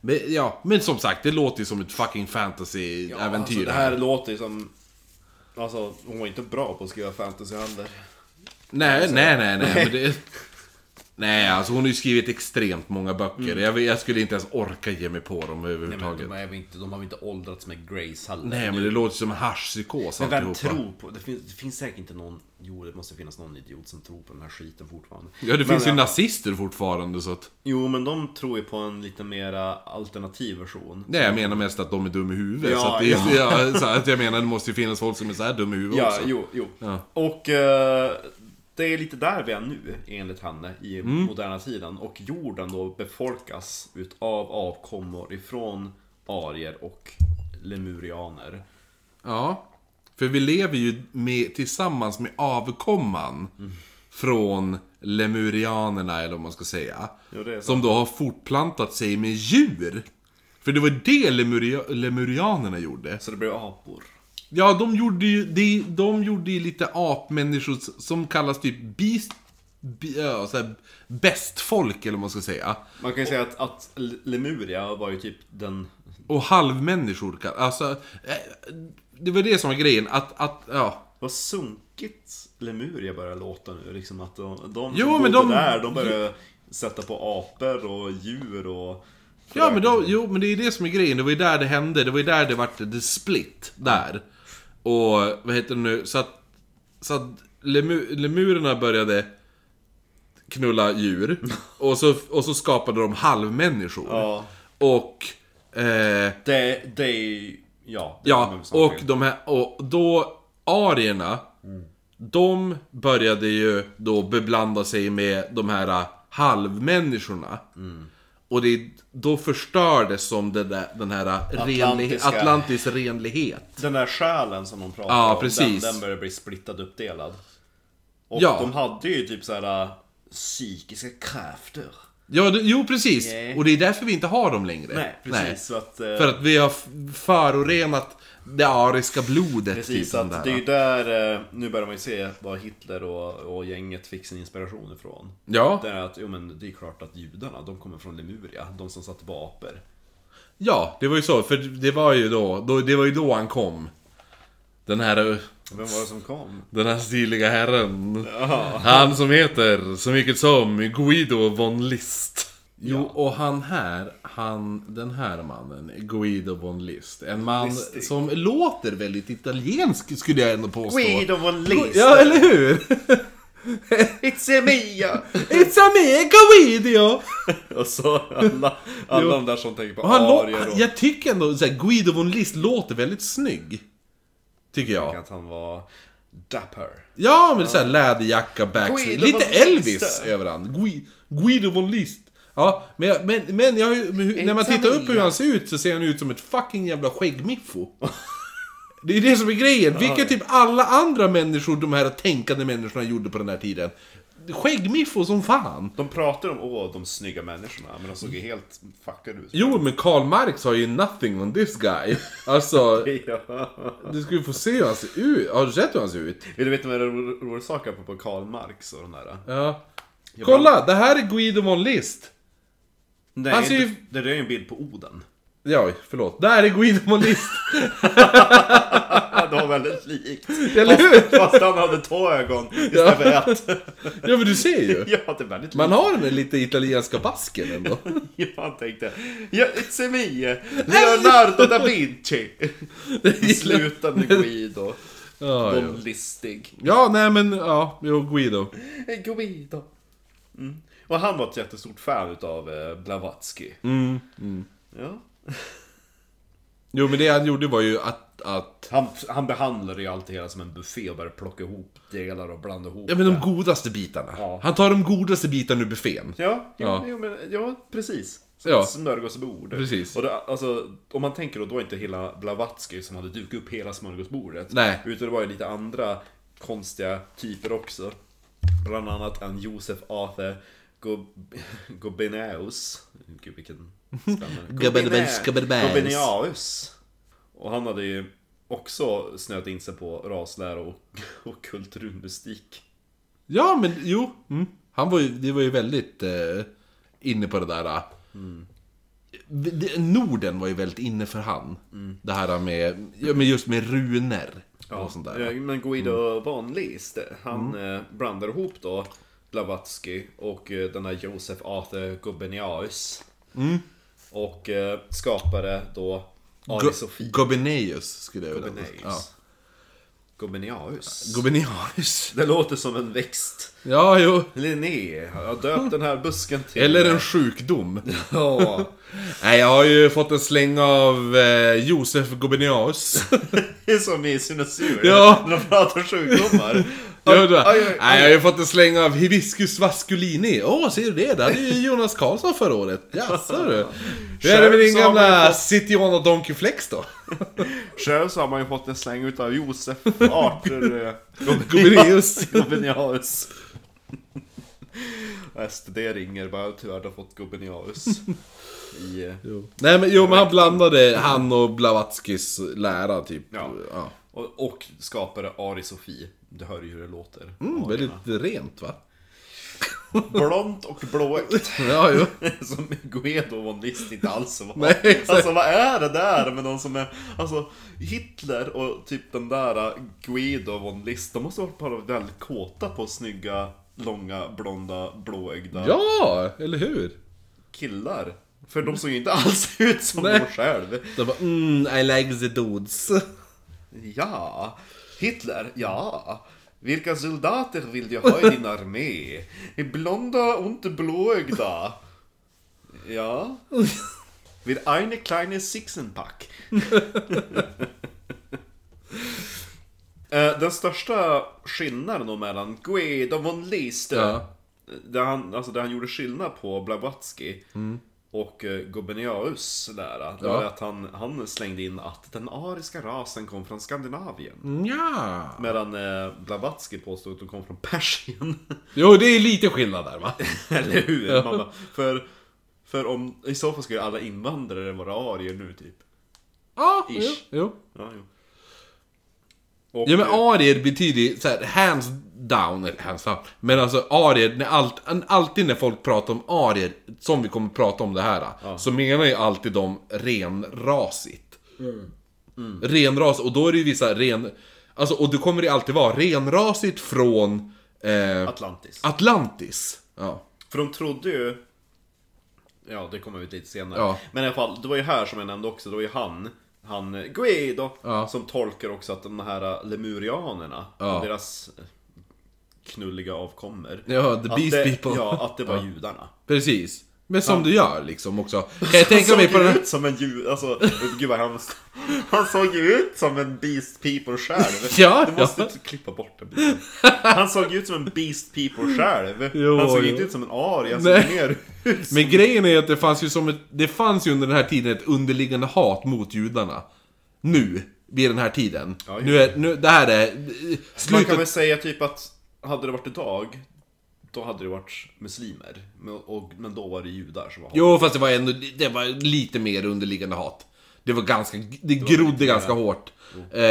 Speaker 1: men, ja, men som sagt, det låter ju som ett fucking fantasy-äventyr.
Speaker 3: Alltså, det här låter ju som... Alltså, hon var inte bra på att skriva fantasyhandel. Alltså.
Speaker 1: Nej, nej, nej, nej. Men det... Nej, alltså hon har ju skrivit extremt många böcker.
Speaker 3: Mm.
Speaker 1: Jag, jag skulle inte ens orka ge mig på dem överhuvudtaget.
Speaker 3: är väl inte, de har väl inte åldrats med Grace heller.
Speaker 1: Nej, men det låter som en haschpsykos
Speaker 3: Men vem
Speaker 1: alltihopa.
Speaker 3: tror på... Det finns, det finns säkert inte någon... Jo, det måste finnas någon idiot som tror på den här skiten fortfarande.
Speaker 1: Ja, det finns ju
Speaker 3: men,
Speaker 1: nazister fortfarande så att...
Speaker 3: Jo, men de tror ju på en lite mera alternativ version.
Speaker 1: Nej, jag menar mest att de är dumma i huvudet.
Speaker 3: Ja,
Speaker 1: så att det,
Speaker 3: ja.
Speaker 1: ja. så att jag menar, det måste ju finnas folk som är så här dumma i huvudet
Speaker 3: Ja,
Speaker 1: också.
Speaker 3: jo, jo.
Speaker 1: Ja.
Speaker 3: Och eh, det är lite där vi är nu, enligt henne, i
Speaker 1: Mm.
Speaker 3: moderna tiden. Och jorden då befolkas utav avkommor ifrån arier och lemurianer.
Speaker 1: Ja. För vi lever ju med, tillsammans med avkomman från lemurianerna, eller vad man ska säga.
Speaker 3: Jo, det är så.
Speaker 1: som då har fortplantat sig med djur. För det var det lemuria, lemurianerna gjorde.
Speaker 3: Så det blir apor.
Speaker 1: Ja, de gjorde ju, de, de gjorde ju lite apmänniskor som kallas typ beast... Be, ja, så här, bästfolk, eller vad man ska säga.
Speaker 3: Man kan ju säga att, att Lemuria var ju typ den...
Speaker 1: Och halvmänniskor, kall- alltså... eh, Det var det som var grejen, att... att ja.
Speaker 3: Vad sunkigt Lemuria börjar låta nu. Liksom att de, de
Speaker 1: Jo,
Speaker 3: som
Speaker 1: men
Speaker 3: bodde
Speaker 1: de-
Speaker 3: där, de börjar sätta på apor och djur och...
Speaker 1: Ja men, då, jo, men det är det som är grejen, det var ju där det hände, det var ju där det vart the split, där. Och vad heter det nu, så att, så att lemu, lemurerna började knulla djur, och så, och så skapade de halvmänniskor.
Speaker 3: Ja.
Speaker 1: Och, eh,
Speaker 3: Det, det är ju... Ja, det kommer
Speaker 1: ja,
Speaker 3: vi snart
Speaker 1: och
Speaker 3: till.
Speaker 1: de här, och då, arierna, de började ju då beblanda sig med de här ah, halvmänniskorna. Och det, då förstördes som det där, den här ah, renlighet,
Speaker 3: Atlantiska.
Speaker 1: Atlantis renlighet.
Speaker 3: Den där själen som de pratar
Speaker 1: Ja,
Speaker 3: om,
Speaker 1: precis.
Speaker 3: Den, den börjar bli splittad uppdelad. Och
Speaker 1: Ja.
Speaker 3: de hade ju typ så här äh, psykiska krafter.
Speaker 1: Ja, det, jo precis.
Speaker 4: Nej.
Speaker 1: Och det är därför vi inte har dem längre.
Speaker 3: Nej, precis. Så att, eh,
Speaker 1: För att vi har f- förorenat det ariska blodet.
Speaker 3: Precis,
Speaker 1: typ,
Speaker 3: att det är ju där, eh, nu börjar man ju se var Hitler och, och gänget fick sin inspiration ifrån.
Speaker 1: Ja,
Speaker 3: Det är att, jo men det är klart att judarna, de kommer från Lemuria, de som satt på apor.
Speaker 1: ja, det var ju så. För det var ju då, då, det var ju då han kom. Den här, äh,
Speaker 3: Vem var det som kom?
Speaker 1: den här stiliga herren. Han som heter, så mycket som, Guido von List. Jo, och han här, han, den här mannen, Guido von List. En man
Speaker 3: Listig.
Speaker 1: som låter väldigt italiensk, skulle jag ändå påstå.
Speaker 3: Guido von List!
Speaker 1: Ja, eller hur?
Speaker 4: It's a Mia!
Speaker 1: It's a me, Guido!
Speaker 3: Och så alla, alla de där som tänker på
Speaker 1: Och han lå-
Speaker 3: arier och...
Speaker 1: jag tycker ändå så här, Guido von List låter väldigt snygg. Tycker jag.
Speaker 3: Att han var dapper.
Speaker 1: Ja, men såhär läderjacka, backstreet.
Speaker 4: Guido
Speaker 1: Lite
Speaker 4: von List,
Speaker 1: Elvis
Speaker 4: ja.
Speaker 1: över han. Gui- Guido von List. Ja, men, jag- men, men, jag, har ju- men hur- när man tittar upp hur han ser ut så ser han ut som ett fucking jävla skäggmiffo. Det är det som är grejen, vilket typ alla andra människor, de här tänkande människorna gjorde på den här tiden. Skäggmiffo som fan!
Speaker 3: De pratar om åh, de snygga människorna, men de såg ju helt fuckade ut.
Speaker 1: Jo, men Karl Marx har ju nothing on this guy. Alltså,
Speaker 3: Ja.
Speaker 1: du ska ju få se hur han ser ut. Har du sett hur han ser ut?
Speaker 3: Vill du veta vad det är ro- rolig sak apropå Karl Marx och de där?
Speaker 1: Ja. Kolla, det här är Guido von List.
Speaker 3: Nej,
Speaker 1: Han ser ju-
Speaker 3: inte- det där är ju en bild på Oden.
Speaker 1: Ja, förlåt. Där är Guido von List.
Speaker 3: Ja, det var väldigt likt.
Speaker 1: Eller hur?
Speaker 3: Fast han hade två ögon istället för ett.
Speaker 1: Ja, men du ser ju.
Speaker 3: Ja, det är väldigt likt.
Speaker 1: Man har den där lite italienska basken ändå.
Speaker 3: Ja, han tänkte ja, It's me, Leonardo da Vinci. Sluta med Guido.
Speaker 1: Ja, ja.
Speaker 3: Von listig.
Speaker 1: ja, nej men, ja, jo, Guido.
Speaker 3: Guido. Mm. Och han var ett jättestort fan utav eh, Blavatsky.
Speaker 1: Mm,
Speaker 3: Ja.
Speaker 1: Jo, men det han gjorde var ju att, att...
Speaker 3: Han, han behandlade ju alltid hela som en buffé och började plocka ihop delar och blanda ihop
Speaker 1: Ja, men de godaste bitarna.
Speaker 3: Ja.
Speaker 1: Han tar de godaste bitarna ur buffén.
Speaker 3: Ja, jo,
Speaker 1: Ja.
Speaker 3: Jo, men, ja precis. Som
Speaker 1: Ja.
Speaker 3: ett smörgåsbord.
Speaker 1: Precis.
Speaker 3: Och det, alltså, om man tänker då, då var inte hela Blavatsky som hade dukat upp hela smörgåsbordet.
Speaker 1: Nej.
Speaker 3: Utan det var ju lite andra konstiga typer också. Bland annat en Josef Arthur Gob- Gobenaus. Gud vilken spännande.
Speaker 1: Gobenaus, Gobenaus.
Speaker 3: Gobenaus. Och han hade ju också snöat in sig på raslära och, och kulturmystik.
Speaker 1: Ja, men jo. Mm. Han var ju, det var ju väldigt eh, inne på det där.
Speaker 3: Mm.
Speaker 1: V- Det, Norden var ju väldigt inne för han.
Speaker 3: Mm.
Speaker 1: Det här med, ja, men just med runor och sånt där. Mm.
Speaker 3: Eh, Men Guido von List, han eh, blandar ihop då Blavatsky och eh, den här Josef Arthur Gobeniaus.
Speaker 1: Mm.
Speaker 3: Och eh, skapade då Ari Sofie
Speaker 1: Go- Gobenaeus skulle jag vilja
Speaker 3: Gobeniaus.
Speaker 1: Ja.
Speaker 3: Gobeniaus.
Speaker 1: Gobenaeus.
Speaker 3: Det låter som en växt.
Speaker 1: Ja, jo.
Speaker 3: Linné, jag har döpt den här busken till...
Speaker 1: Eller en sjukdom.
Speaker 3: Ja,
Speaker 1: Nej, jag har ju fått en släng av eh, Josef Gobenaeus.
Speaker 3: det är som i sinnesur.
Speaker 1: Ja.
Speaker 3: När de pratar sjukdomar.
Speaker 1: Jag undrar.
Speaker 3: aj, aj,
Speaker 1: Nej, jag har ju fått en släng av Hibiscus vasculini. Åh, ser du det? Det hade ju Jonas Karlsson förra året. Jaså du. Hur är det med din
Speaker 3: Själv så har man ju
Speaker 1: gamla
Speaker 3: fått-
Speaker 1: Citian och Donkey Flex då?
Speaker 3: Själv så har man ju fått en släng utav Josef Arthur eh,
Speaker 1: Gobenaeus.
Speaker 3: Gubeniaus. SD ringer bara, tyvärr du har fått Gubeniaus. I, eh,
Speaker 1: Nej men jo, men han blandade han och Blavatskys lära typ.
Speaker 3: Ja.
Speaker 1: ja.
Speaker 3: och, och skapade Ari Sofie. Du hör ju hur det låter.
Speaker 1: Mm,
Speaker 3: Ja,
Speaker 1: väldigt rent va?
Speaker 3: Blont och blåögt.
Speaker 1: Ja, jo.
Speaker 3: Som Guido von List inte alls var.
Speaker 1: Nej, exakt.
Speaker 3: alltså vad är det där med de som är... Alltså Hitler och typ den där eh, Guido von List. De måste ha varit bara väldigt kåta på snygga, långa, blonda, blåögda
Speaker 1: Ja, eller hur?
Speaker 3: killar. För de såg ju inte alls ut som
Speaker 1: Nej.
Speaker 3: de själv.
Speaker 1: De bara, mm, I like the dudes.
Speaker 3: Ja, Hitler, ja. Vilka soldater vill du ha i din armé? Blonda och blåögda. Ja. Vid eine kleine Sixenpack. Eh, Den största skillnaden då mellan Guido von List,
Speaker 1: Ja. Mm.
Speaker 3: där, han, alltså där han gjorde skillnad på Blavatsky, Och eh, Gobeniaus lära, det var att han, han slängde in att den ariska rasen kom från Skandinavien.
Speaker 1: Mm. Ja.
Speaker 3: Medan eh, Blavatsky påstod att de kom från Persien.
Speaker 1: Jo, det är lite skillnad där va?
Speaker 3: Eller hur? Man bara, för, för om, i så fall skulle alla invandrare vara arier nu typ.
Speaker 1: Ja, jo.
Speaker 3: Ish.
Speaker 1: jo.
Speaker 3: Ja, jo. Och,
Speaker 1: Ja men
Speaker 3: eh,
Speaker 1: arier betyder ju såhär hands down, eller hands down. Men alltså arier, när allt, alltid när folk pratar om arier, som vi kommer prata om det här, så menar ju alltid de renrasigt. Mm. Renras, och då är det ju vissa ren... Alltså, och det kommer det alltid vara renrasigt från eh,
Speaker 3: Atlantis.
Speaker 1: Atlantis. Ja.
Speaker 3: För de trodde ju... Ja, det kommer vi till lite senare.
Speaker 1: Ja.
Speaker 3: Men i alla fall, det var ju här som jag nämnde också, det var ju han, han eh, Guido,
Speaker 1: Ja.
Speaker 3: som tolkar också att de här eh, lemurianerna,
Speaker 1: Ja.
Speaker 3: och deras eh, knulliga avkommor.
Speaker 1: Ja, the
Speaker 3: att
Speaker 1: beast
Speaker 3: det,
Speaker 1: people.
Speaker 3: Ja, att det var judarna.
Speaker 1: Precis. Men som du gör liksom också. Kan jag tänka
Speaker 3: han
Speaker 1: mig
Speaker 3: såg
Speaker 1: på
Speaker 3: ju
Speaker 1: den här...
Speaker 3: ut som en jud, alltså gud vad hemskt. Han såg ju ut som en Beast People själv.
Speaker 1: Ja,
Speaker 3: du måste
Speaker 1: ja.
Speaker 3: inte klippa bort den biten. Han såg ju ut som en Beast People själv.
Speaker 1: Jo,
Speaker 3: han såg
Speaker 1: jo.
Speaker 3: inte ut som en arie, han såg
Speaker 1: Nej.
Speaker 3: mer ut som...
Speaker 1: Men grejen är att det fanns ju som ett, det fanns ju under den här tiden ett underliggande hat mot judarna. Nu, vid den här tiden.
Speaker 3: Ja, ju.
Speaker 1: nu är, nu, det här är
Speaker 3: Man kan
Speaker 1: slutet.
Speaker 3: väl säga typ att hade det varit idag, då hade det varit muslimer. Men, och, men då var det judar som var
Speaker 1: Jo, fast det var ändå, det var lite mer underliggande hat. Det var ganska, det grodde ganska hårt. Eh,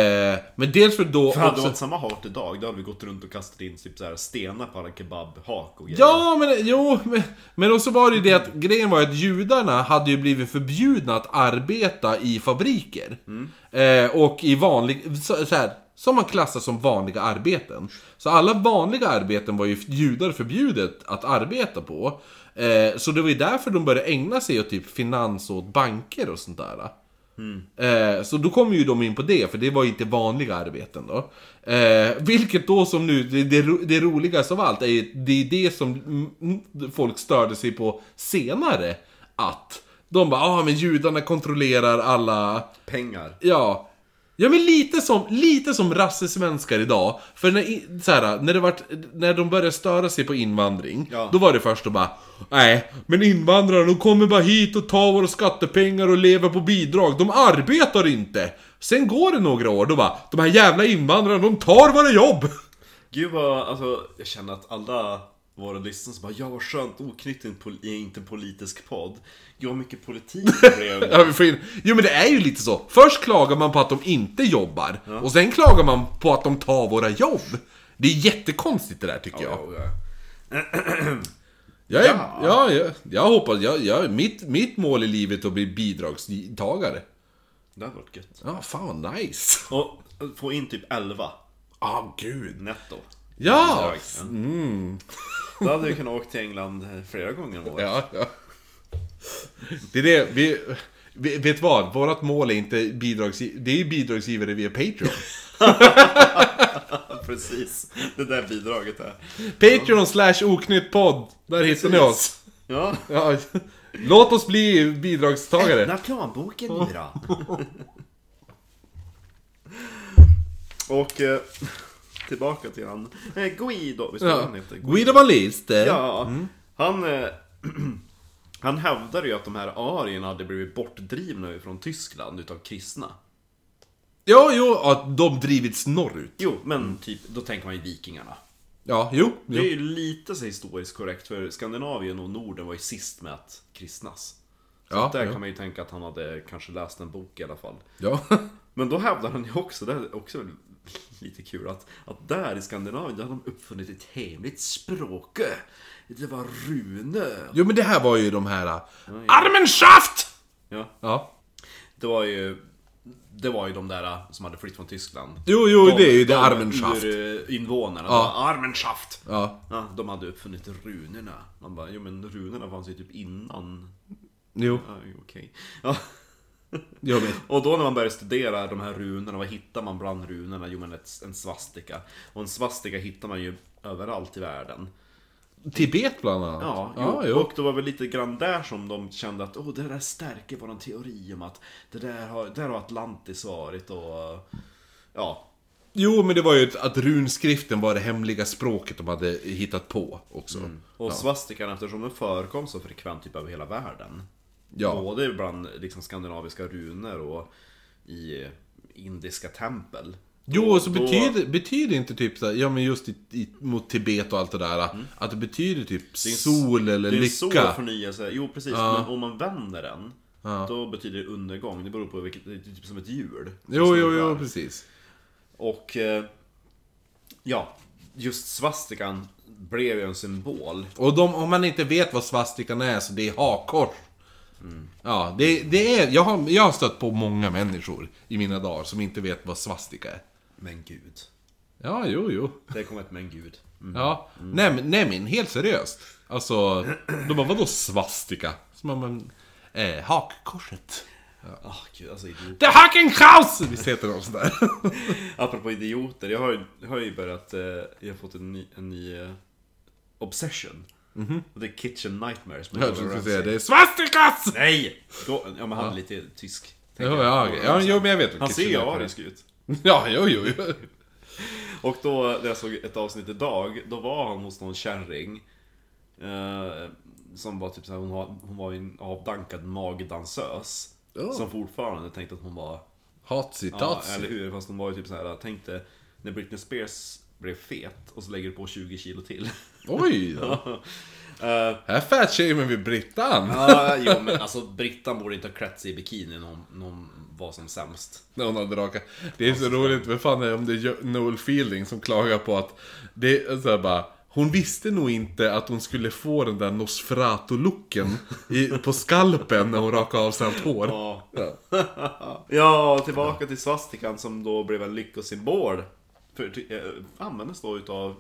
Speaker 1: men dels för då
Speaker 3: För hade det
Speaker 1: också...
Speaker 3: varit samma hat idag, då hade vi gått runt och kastat in typ så här stenar på alla kebabhak och grejer.
Speaker 1: Ja, men jo, men, men också var det ju det att grejen var att judarna hade ju blivit förbjudna att arbeta i fabriker. Eh, och i vanlig, så, så här, som man klassar som vanliga arbeten. Så alla vanliga arbeten var ju judar förbjudet att arbeta på. Eh, så det var ju därför de började ägna sig åt typ finans och åt banker och sånt där. Eh, så då kommer ju de in på det, för det var ju inte vanliga arbeten då. Eh, vilket då som nu, det, det, ro- det roligaste av allt, är ju, det är det som mm, mm, folk störde sig på senare. Att de bara, ah men judarna kontrollerar alla...
Speaker 3: Pengar.
Speaker 1: Ja. Ja men lite som, lite som rassesvenskar idag. För när, i- så här, när, det vart, när de började störa sig på invandring,
Speaker 3: Ja.
Speaker 1: då var det först och bara Nej, men invandrarna de kommer bara hit och tar våra skattepengar och lever på bidrag, de arbetar inte! Sen går det några år, då bara De här jävla invandrarna, de tar våra jobb!
Speaker 3: Gud vad, alltså jag känner att alla våra lyssnare som bara Ja vad skönt, oknytt är en pol- är inte en politisk podd. Gud vad mycket politik det blev.
Speaker 1: Ja, vi får in- Jo men det är ju lite så. Först klagar man på att de inte jobbar, och sen klagar man på att de tar våra jobb. Det är jättekonstigt det där tycker jag.
Speaker 3: Ja, ja.
Speaker 1: Jag, är, ja. jag, jag hoppas, jag, jag, mitt, mitt mål i livet är att bli bidragstagare.
Speaker 3: Det hade varit gött.
Speaker 1: Ja, fan vad nice.
Speaker 3: Och få in typ 11
Speaker 1: Ja, gud.
Speaker 3: netto.
Speaker 1: Ja! Mm.
Speaker 3: Ja. Då hade vi kunnat åka till England eh, flera gånger om året.
Speaker 1: ja, ja. Det är det, vi, vi, vet vad? Vårt mål är inte bidragsgivare, det är ju bidragsgivare via Patreon.
Speaker 3: Precis, det där bidraget där.
Speaker 1: Patreon slash oknytt podd, där hittar ni oss.
Speaker 3: Ja.
Speaker 1: Ja. Låt oss bli bidragstagare.
Speaker 3: Öppna planboken nu då. Och eh, tillbaka till han. Eh, Guido, visst var
Speaker 1: Ja. Mm.
Speaker 3: han heter?
Speaker 1: Guido Valiste.
Speaker 3: Ja, han, eh, han hävdade ju att de här arierna hade blivit bortdrivna från Tyskland utav kristna.
Speaker 1: Ja, jo, att de drivits norrut.
Speaker 3: Jo, men typ, då tänker man ju vikingarna.
Speaker 1: Ja, jo. Mm. jo.
Speaker 3: Det är ju lite så historiskt korrekt, för Skandinavien och Norden var ju sist med att kristnas.
Speaker 1: ja,
Speaker 3: Där
Speaker 1: ja.
Speaker 3: kan man ju tänka att han hade kanske läst en bok i alla fall.
Speaker 1: ja.
Speaker 3: Men då hävdar han ju också, det är också lite kul, att, att där i Skandinavien där hade de uppfunnit ett hemligt språk. Det var runor.
Speaker 1: Jo men det här var ju de här... äh, Armenschaft!
Speaker 3: Ja,
Speaker 1: Ja.
Speaker 3: det var ju... Det var ju de där som hade flytt från Tyskland.
Speaker 1: Jo, jo, det är ju det
Speaker 3: de
Speaker 1: Armenschaft.
Speaker 3: ur- invånarna.
Speaker 1: Ja.
Speaker 3: Ja. Armenschaft!
Speaker 1: Ja.
Speaker 3: Ja, de hade uppfunnit runorna. Man bara, jo men runorna fanns ju typ innan.
Speaker 1: Jo.
Speaker 3: Ja, jo, okej. Ja.
Speaker 1: Jo, men.
Speaker 3: Och då när man började studera de här runorna, vad hittar man bland runorna? Jo men ett, en svastika. Och en svastika hittar man ju överallt i världen.
Speaker 1: Tibet bland annat.
Speaker 3: Ja,
Speaker 1: ja
Speaker 3: jo.
Speaker 1: jo.
Speaker 3: och det var väl lite grann där som de kände att oh, det där stärker våran teori om att det där har, där har Atlantis varit och... Ja,
Speaker 1: jo, men det var ju ett- att runskriften var det hemliga språket de hade hittat på också.
Speaker 3: Mm. och svastikan eftersom den förekom så frekvent typ över hela världen
Speaker 1: Ja.
Speaker 3: Både bland liksom, skandinaviska runor och i indiska tempel.
Speaker 1: Jo, och så
Speaker 3: Då-
Speaker 1: betyder, betyder inte typ så här, ja men just i, i, mot Tibet och allt det där, äh, att det betyder typ
Speaker 3: Mm. är en-
Speaker 1: sol eller
Speaker 3: Det är så
Speaker 1: lycka.
Speaker 3: förnyelse, jo precis, men om man vänder den Då betyder det undergång, det beror på vilket, det är typ som ett hjul Liksom.
Speaker 1: Jo, jo, jo, precis.
Speaker 3: Och eh, ja, just svastikan blev ju en symbol
Speaker 1: Och de, om man inte vet vad svastikan är, så det är hakkors. Ja, det, det är... Jag har, jag har stött på många människor i mina dagar som inte vet vad svastika är.
Speaker 3: Men gud,
Speaker 1: Ja, jo, jo.
Speaker 3: det kom ett men gud
Speaker 1: Ja.
Speaker 3: Mm.
Speaker 1: Nej, men- nej, men helt seriöst. Alltså, de bara vadå svastika? Så man, man, eh, hakkorset.
Speaker 3: Ah, gud, alltså idiot.
Speaker 1: Det är Hakenkraus! Visst heter de sådär?
Speaker 3: Apropå idioter, jag har, ju- jag har ju börjat, eh, jag har fått en ny, en ny eh, obsession Och det är Kitchen Nightmares med
Speaker 1: Jag
Speaker 3: Gordon
Speaker 1: Mhm. skulle
Speaker 3: Ramsay.
Speaker 1: säga det är svastikas!
Speaker 3: Nej! Go- Ja men han är lite tysk tänker
Speaker 1: Jo,
Speaker 3: jag.
Speaker 1: ja, okej. ja, jo, men jag vet
Speaker 3: Han ser ju arisk ut
Speaker 1: Ja, jo, jo, jo.
Speaker 3: Och då när jag såg ett avsnitt idag, då var han hos någon kärring eh, Som var typ såhär, hon, har- hon var ju en avdankad magdansös
Speaker 1: Ja.
Speaker 3: Som fortfarande tänkte att hon var
Speaker 1: Hatsi
Speaker 3: Ja,
Speaker 1: tatsi.
Speaker 3: eller hur? Fast hon var ju typ såhär, tänkte När Britney Spears blev fet och så lägger du på 20 kilo till Eh,
Speaker 1: Oj då. Här fatshamear vi Brittan.
Speaker 3: Ja, jo men alltså Brittan borde inte ha klätt sig i bikini när hon, när hon var som sämst
Speaker 1: När hon hade raka. Det är så roligt, vad fan är det om det är Noel Fielding som klagar på att det är så här bara hon visste nog inte att hon skulle få den där Nosferatu-looken i- på skalpen när hon rakade av sig allt hår.
Speaker 3: Ja,
Speaker 1: Ja.
Speaker 3: ja tillbaka till svastikan som då blev en lyckosymbol för, ty- eh, Användes då utav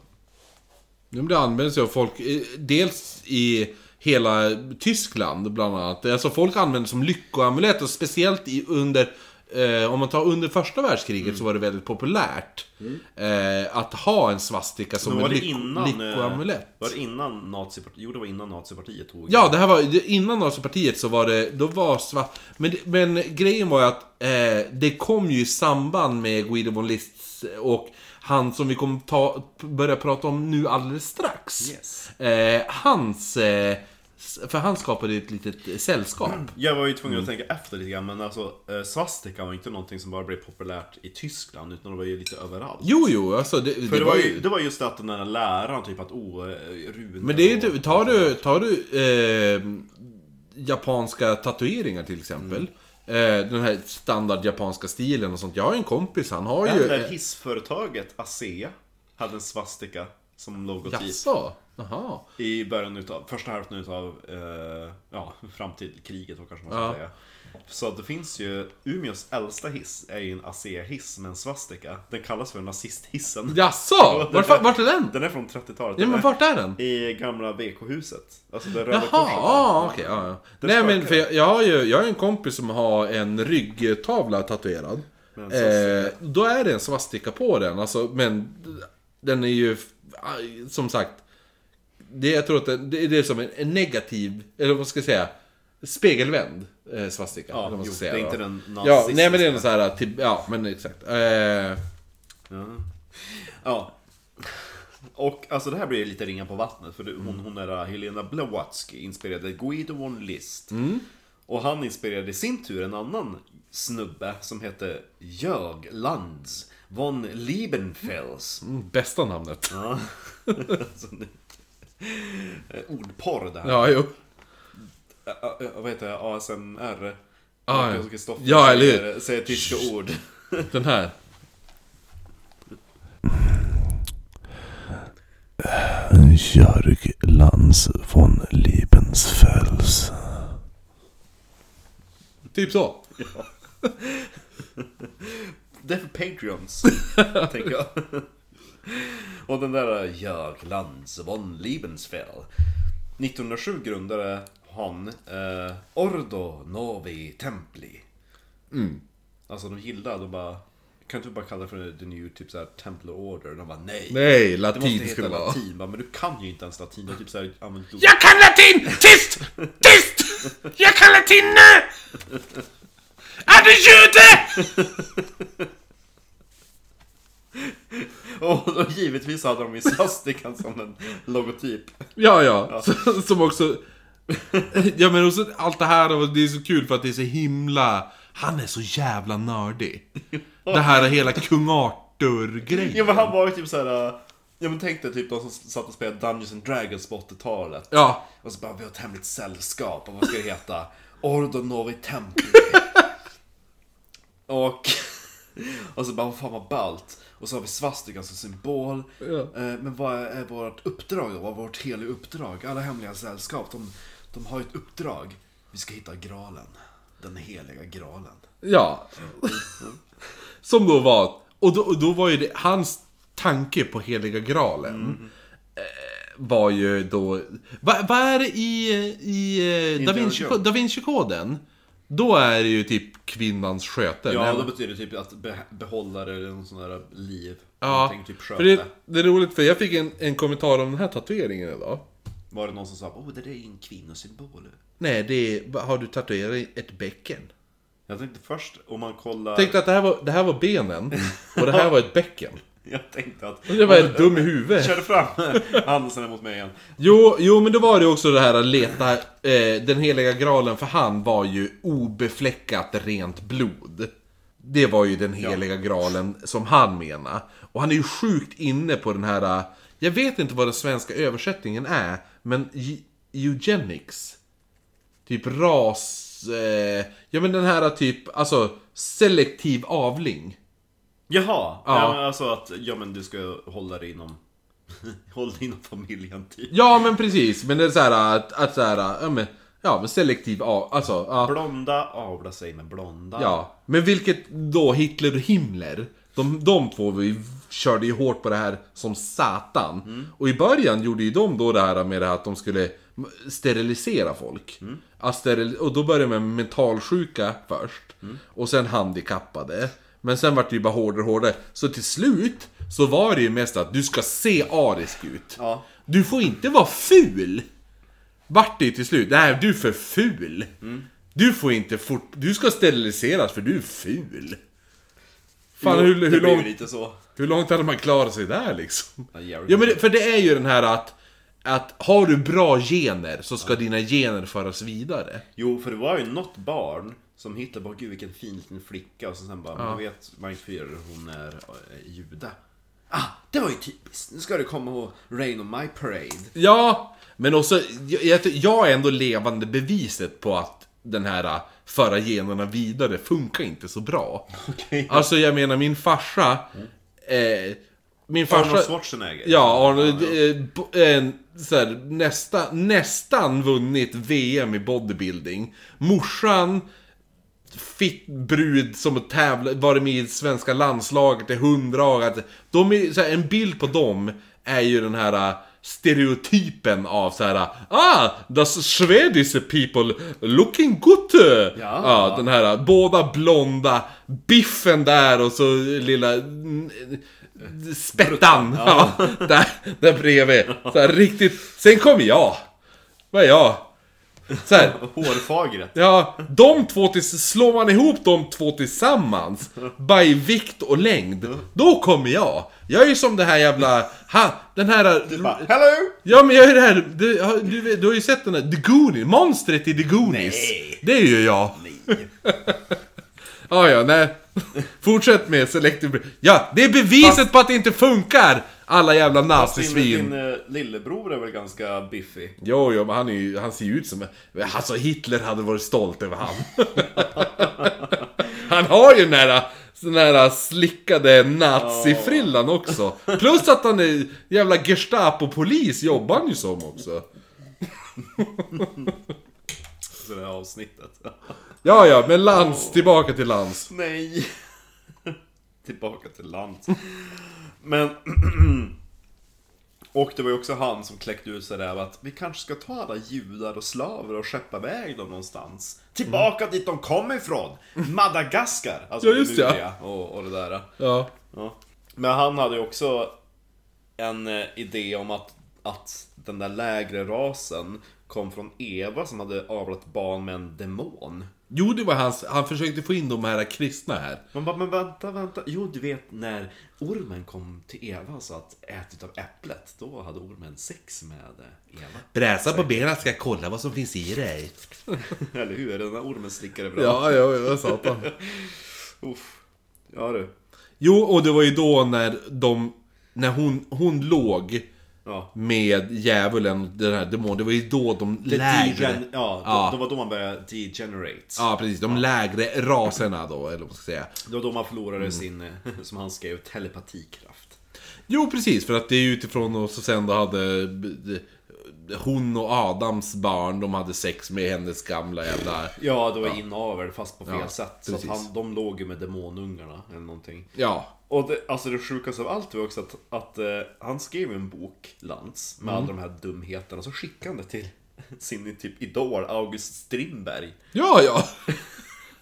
Speaker 1: Ja, men Det används ju av folk, eh, dels i hela Tyskland bland annat. Alltså folk använder det som lyckoamulett och speciellt i under, eh, om man tar under första världskriget
Speaker 3: Mm.
Speaker 1: så var det väldigt populärt eh, att ha en svastika som
Speaker 3: Men var
Speaker 1: en
Speaker 3: det
Speaker 1: lyck-
Speaker 3: innan... eh,
Speaker 1: lyckoamulett.
Speaker 3: Var det innan nazipartiet? Jo, det var innan nazipartiet tog...
Speaker 1: Ja, det här var det- innan Nazipartiet så var det, då var svart... Men, det- men grejen var ju att eh, det kom ju i samband med Guido von Lists och han som vi kommer ta, börja prata om nu alldeles strax.
Speaker 3: Yes.
Speaker 1: Eh, hans... Eh, s- för han skapade ju ett litet sällskap.
Speaker 3: Jag var ju tvungen
Speaker 1: Mm.
Speaker 3: att tänka efter lite grann, men alltså eh, svastika var inte någonting som bara blev populärt i Tyskland, utan det var ju lite överallt.
Speaker 1: Jo, jo, alltså det,
Speaker 3: För det var, ju, det var just det att den där läraren typ att oh, eh, runor
Speaker 1: Men det är ju
Speaker 3: och-
Speaker 1: typ, tar du, tar du eh, japanska tatueringar till
Speaker 3: Mm.
Speaker 1: exempel. Eh, den här standard japanska stilen och sånt. Jag har ju en kompis, han har ju...
Speaker 3: Eller hissföretaget ASEA hade en svastika som typ- logotyp
Speaker 1: Jaså? Jaha.
Speaker 3: i början utav, första hälften utav, eh, ja, fram till kriget då kanske man ska
Speaker 1: Ja.
Speaker 3: säga. Så att det finns ju, Umeås äldsta hiss är ju en ASEA-hiss med en svastika. Den kallas för nazisthissen.
Speaker 1: Jaså? Vart, fa- vart är den?
Speaker 3: Den är från 30-talet.
Speaker 1: Ja
Speaker 3: Den
Speaker 1: men
Speaker 3: är
Speaker 1: vart är den?
Speaker 3: I gamla VK-huset. Alltså det röda
Speaker 1: Jaha,
Speaker 3: korset.
Speaker 1: ja, okej. ja, ja.
Speaker 3: Den
Speaker 1: Nej
Speaker 3: spökar
Speaker 1: men för jag, jag har ju jag har ju en kompis som har en ryggtavla tatuerad.
Speaker 3: en
Speaker 1: Eh, då är det en svastika på den, alltså, men den är ju aj, som sagt det, jag tror att det, det är det som en, en negativ, eller vad ska jag säga, spegelvänd eh, svastika.
Speaker 3: Ja,
Speaker 1: eller vad man ska
Speaker 3: jo,
Speaker 1: säga,
Speaker 3: det är
Speaker 1: då.
Speaker 3: inte den
Speaker 1: Ja, nej men det är
Speaker 3: nazistiska.
Speaker 1: något så här, typ, ja men exakt. Eh,
Speaker 3: Ja. Och alltså det här blir lite ringa på vattnet för det-
Speaker 1: Mm.
Speaker 3: hon, hon är Helena Blavatsky inspirerade Guido von List.
Speaker 1: Mm.
Speaker 3: Och han inspirerade i sin tur en annan snubbe som hette Jörg Lands von Liebenfels.
Speaker 1: mm, bästa namnet.
Speaker 3: Ja. alltså, det... eh, Ordporr det här.
Speaker 1: Mm. Ja, jo.
Speaker 3: Ä- ä- Vad heter det? ASMR?
Speaker 1: Ah, ja.
Speaker 3: Marcus och Kristoffer
Speaker 1: Ja, eller hur?
Speaker 3: säger, säger tyska ord.
Speaker 1: Den här.
Speaker 5: Jörg Lanz von Liebensfels.
Speaker 1: Typ så.
Speaker 3: Det är för Patreons, tänker jag. Och den där eh, Jörg Lanz von Liebensfeld. 1907 grundade han eh, Ordo Novi Templi.
Speaker 1: Mm.
Speaker 3: Alltså de gillade, de bara... Kan inte du bara kalla det för the new typ såhär Temple Order? De bara nej.
Speaker 1: Nej,
Speaker 3: Det måste
Speaker 1: latin
Speaker 3: heta
Speaker 1: skulle det vara.
Speaker 3: latin, bara, men du kan ju inte ens latin. Du har typ såhär använt ord.
Speaker 2: Jag kan latin! Tyst! Tyst! Jag kan latin nu! Är du jude?
Speaker 3: Och då, givetvis hade de ju svastikan som en logotyp.
Speaker 1: Ja, ja. Som också... Ja men och så allt det här och det är så kul för att det är så himla... Han är så jävla nördig. Det här är hela kung Arthur-grejen.
Speaker 3: Ja men han var ju typ såhär, äh, ja men tänk dig typ de som satt och spelade Dungeons and Dragons på 80-talet.
Speaker 1: Ja.
Speaker 3: Och så bara, vi har ett hemligt sällskap och vad ska det heta? Ordonovi Tempi. och, och så bara, vad fan vad ballt. Och så har vi svastikan som symbol. Eh, Men vad är vårt uppdrag då? Vad är vårt heliga uppdrag? Alla hemliga sällskap, de, de har ju ett uppdrag. Vi ska hitta graalen. Den heliga graalen.
Speaker 1: Ja. Som då var... Och då, och då var ju det, hans tanke på heliga graalen
Speaker 3: Mm.
Speaker 1: eh, var ju då... Vad va är det i, i eh, da
Speaker 3: Indiana
Speaker 1: Vinci-ko-
Speaker 3: Jones.
Speaker 1: da Vinci-koden? då är det ju typ kvinnans sköte.
Speaker 3: Ja,
Speaker 1: men-
Speaker 3: då betyder det typ att beh- behålla det eller någon sån där liv.
Speaker 1: ja.
Speaker 3: Någonting, typ sköta.
Speaker 1: för det, det är roligt för jag fick en, en kommentar om den här tatueringen idag.
Speaker 3: Var det någon som sa oh det där är en kvinnosymbol.
Speaker 1: Nej, det är, har du tatuerat i ett bäcken?
Speaker 3: Jag tänkte först om man kollar...
Speaker 1: Tänkte att det här, var, det här var benen och det här var ett bäcken.
Speaker 3: Jag tänkte att...
Speaker 1: Det var helt dum i huvudet.
Speaker 3: Körde fram handen emot mig igen.
Speaker 1: Jo, jo, men då var det också det här att leta eh, den heliga graalen, för han var ju obefläckat rent blod. Det var ju den heliga graalen som han menar. Och han är ju sjukt inne på den här, eh, jag vet inte vad den svenska översättningen är, men e- eugenics. Typ ras, eh, ja men den här typ, alltså selektiv avling.
Speaker 3: Jaha! Ja.
Speaker 1: Ja.
Speaker 3: men alltså att, ja men du ska hålla dig inom... hålla dig inom familjen typ.
Speaker 1: Ja men precis, men det är så här att, att så här, ja men, ja men selektiv av, alltså. Ja.
Speaker 3: Blonda avla sig med blonda.
Speaker 1: Ja, men vilket då Hitler och Himmler? De, de två vi körde ju hårt på det här som satan. Och i början gjorde ju de då det här med det här att de skulle sterilisera folk. Att steril- och då började man med mentalsjuka först. Och sen handikappade. Men sen vart det ju bara hårdare och hårdare. Så till slut så var det ju mest att du ska se arisk ut.
Speaker 3: Ja.
Speaker 1: Du får inte vara ful! Vart det ju till slut. Nej, du är för ful! Du får inte fort... Du ska steriliseras för du är ful! Fan,
Speaker 3: Jo,
Speaker 1: hur,
Speaker 3: det
Speaker 1: hur,
Speaker 3: blir ju
Speaker 1: långt,
Speaker 3: lite så.
Speaker 1: hur långt hade man klarat sig där liksom?
Speaker 3: Ja, jävligt.
Speaker 1: Ja, men det, för det är ju den här att... Att har du bra gener så ska dina gener föras vidare.
Speaker 3: Jo, för det var ju något barn som hittade bara gud vilken fin liten flicka och så sen bara, man vet man inte hur hon är eh, juda. Ah, det var ju typiskt. Nu ska du komma och rain on my parade.
Speaker 1: Ja, men också... Jag, jag, jag är ändå levande beviset på att den här äh, föra generna vidare funkar inte så bra.
Speaker 3: Okej. Mm.
Speaker 1: Alltså jag menar min farsa... Eh, min
Speaker 3: Arnold
Speaker 1: farsa...
Speaker 3: Schwarzenegger.
Speaker 1: Ja, Arnold, eh, bo- en, så här, nästa, nästan vunnit VM i bodybuilding. Morsan, fitt brud som har tävlat, varit med i svenska landslaget i hundra år. Att De är, så här, en bild på dem är ju den här äh, stereotypen av så här Ah! The Swedish people looking good! Ja, den här äh, båda blonda, biffen där och så lilla mm, eh, spettan ja. där, där bredvid. Så här, riktigt. Sen kommer jag. Vad är jag? Så här,
Speaker 3: Hårfagret.
Speaker 1: Ja, de två tills, slår man ihop de två tillsammans, bara i vikt och längd, då kommer jag. Jag är ju som det här jävla, ha, den här...
Speaker 3: Bara, Hello!
Speaker 1: Ja men jag är det här, du, har- du, vet- du har ju sett den här, The Goonies, monstret i The Goonies.
Speaker 3: Nej.
Speaker 1: Det är ju jag. Ja, ja, nej. Fortsätt med Selective Ja, det är beviset på att det inte funkar! Alla jävla
Speaker 3: Din,
Speaker 1: nazisvin.
Speaker 3: din eh, lillebror är väl ganska biffig?
Speaker 1: Jo, jo, men han, är ju, han ser ju ut som... Alltså Hitler hade varit stolt över han. han har ju den här, sån här slickade nazifrillan också. Plus att han är jävla Gestapo-polis jobbar han ju som också.
Speaker 3: Så det här avsnittet.
Speaker 1: Ja, ja, men lands, tillbaka till lands.
Speaker 3: Nej! Tillbaka till land. Men... Och det var ju också han som kläckte ut sig där att vi kanske ska ta alla judar och slaver och skeppa iväg dem någonstans. Tillbaka dit de kommer ifrån! Madagaskar! Alltså
Speaker 1: Ja, just det, ja.
Speaker 3: Lemuria Och, och det där.
Speaker 1: Ja.
Speaker 3: Ja. Men han hade ju också en eh, idé om att, att den där lägre rasen kom från Eva som hade avlat barn med en demon.
Speaker 1: Jo, det var hans... Han försökte få in de här kristna här.
Speaker 3: Man bara, men vänta, vänta. Jo, du vet när ormen kom till Eva och sa att ät utav äpplet, då hade ormen sex med eh, Eva.
Speaker 1: Bräsa på benen ska kolla vad som finns i dig.
Speaker 3: Eller hur? Den där ormen slickade bra.
Speaker 1: Ja, ja, ja, satan.
Speaker 3: Uff. Ja du.
Speaker 1: Jo, och det var ju då när de... När hon, hon låg
Speaker 3: Ja.
Speaker 1: med djävulen, den här demonen, det var ju då de lägre...
Speaker 3: Degen- ja,
Speaker 1: Ja.
Speaker 3: ja. Då, då var då man började degenerate.
Speaker 1: Ja, precis. De lägre raserna då, eller vad man ska säga.
Speaker 3: Det var då man förlorade
Speaker 1: Mm.
Speaker 3: sin, eh, som han skrev, telepatikraft.
Speaker 1: Jo, precis. För att det är ju utifrån och så sen då hade b- d- hon och Adams barn, de hade sex med hennes gamla jävla...
Speaker 3: Ja, det var inavel fast på fel
Speaker 1: Ja,
Speaker 3: sätt. Så att
Speaker 1: precis.
Speaker 3: han, de låg ju med demonungarna eller någonting.
Speaker 1: Ja,
Speaker 3: Och det, alltså det sjukaste av allt var också att, att eh, han skrev en bok, Lantz,
Speaker 1: Mm.
Speaker 3: med alla de här dumheterna. Så skickade han det till sin typ idol, August Strindberg.
Speaker 1: ja, ja.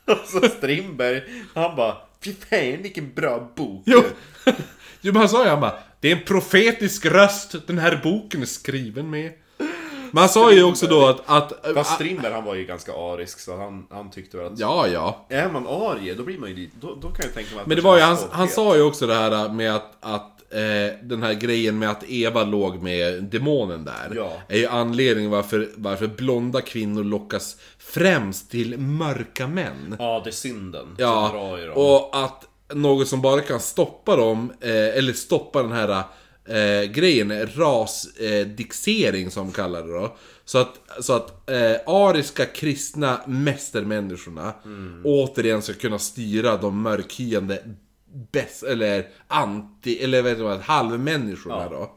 Speaker 3: Alltså Strindberg, han bara Fy fan vilken bra bok!
Speaker 1: Jo. jo, men han sa ju han bara, det är en profetisk röst den här boken är skriven med. Men han sa ju också då att... att
Speaker 3: Fast Strindberg han var ju ganska arisk så han, han tyckte väl att
Speaker 1: ja, ja.
Speaker 3: Är man arie då blir man ju dit, då, då kan jag tänka mig att
Speaker 1: Men det
Speaker 3: man
Speaker 1: var ju,
Speaker 3: känner
Speaker 1: han, han
Speaker 3: stolthet.
Speaker 1: sa ju också det här med att, att eh, den här grejen med att Eva låg med demonen där.
Speaker 3: Ja.
Speaker 1: Är ju anledningen varför, varför blonda kvinnor lockas främst till mörka män.
Speaker 3: Ja, det är synden.
Speaker 1: Ja,
Speaker 3: som drar i dem.
Speaker 1: och att något som bara kan stoppa dem, eh, eller stoppa den här eh, grejen, rasdixering eh, dixering som de kallar det då. Så att, så att eh, ariska kristna mästermänniskorna återigen ska kunna styra de mörkhyande bäst, eller anti, eller vet du vad, halvmänniskorna då.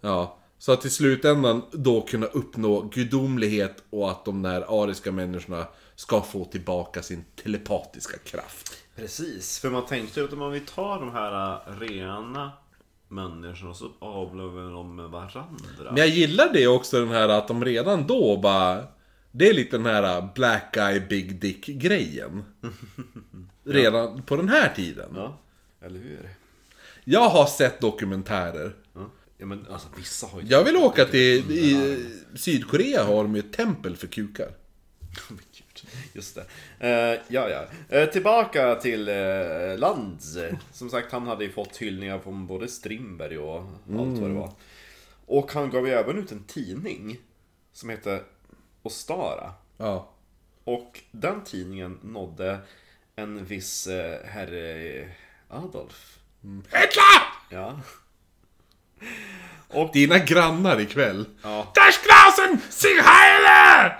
Speaker 1: Ja. Så att i slutändan då kunna uppnå gudomlighet och att de där ariska människorna ska få tillbaka sin telepatiska kraft.
Speaker 3: Precis, för man tänkte ju att om vi tar de här äh, rena människorna så avlövar de med varandra.
Speaker 1: Men jag gillar det också den här att de redan då bara... Det är lite den här äh, Black Guy Big Dick grejen. Redan på den här tiden.
Speaker 3: Ja, eller hur?
Speaker 1: Jag har sett dokumentärer.
Speaker 3: Ja. ja, men alltså vissa har ju...
Speaker 1: Jag vill åka till i, Sydkorea har de ju ett tempel för kukar.
Speaker 3: Men gud, Just det. Eh, ja, ja. Eh, tillbaka till uh, Lands. Som sagt, han hade ju fått hyllningar från både Strindberg och allt
Speaker 1: Mm.
Speaker 3: vad det var. Och han gav ju även ut en tidning som hette Ostara.
Speaker 1: Ja.
Speaker 3: Och den tidningen nådde en viss eh, herre Adolf.
Speaker 2: Hitler!
Speaker 3: Ja.
Speaker 1: Dina grannar ikväll.
Speaker 2: Das Glasen, sig heile!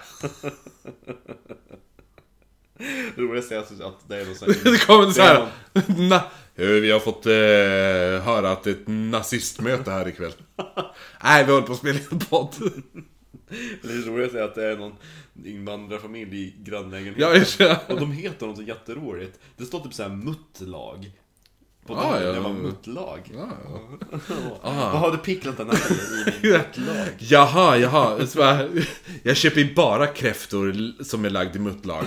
Speaker 3: Det roligaste är alltså att det är någon sån här...
Speaker 1: Det kommer så här. Na, hur vi har fått eh, höra att det är ett nazistmöte här ikväll. Nej, vi håller på att spela in en podd.
Speaker 3: Det roligaste är att det är någon invandrarfamilj i grannlägenheten.
Speaker 1: Ja, just det.
Speaker 3: Och de heter något så jätteroligt. Det står typ såhär muttlag. På
Speaker 1: Ah,
Speaker 3: dörren,
Speaker 1: ja.
Speaker 3: det var muttlag.
Speaker 1: Ja, ja. Ah.
Speaker 3: Vad har du picklat den här i min muttlag?
Speaker 1: Jaha, jaha. Så bara, Jag köper ju bara kräftor l- som är lagd i muttlag.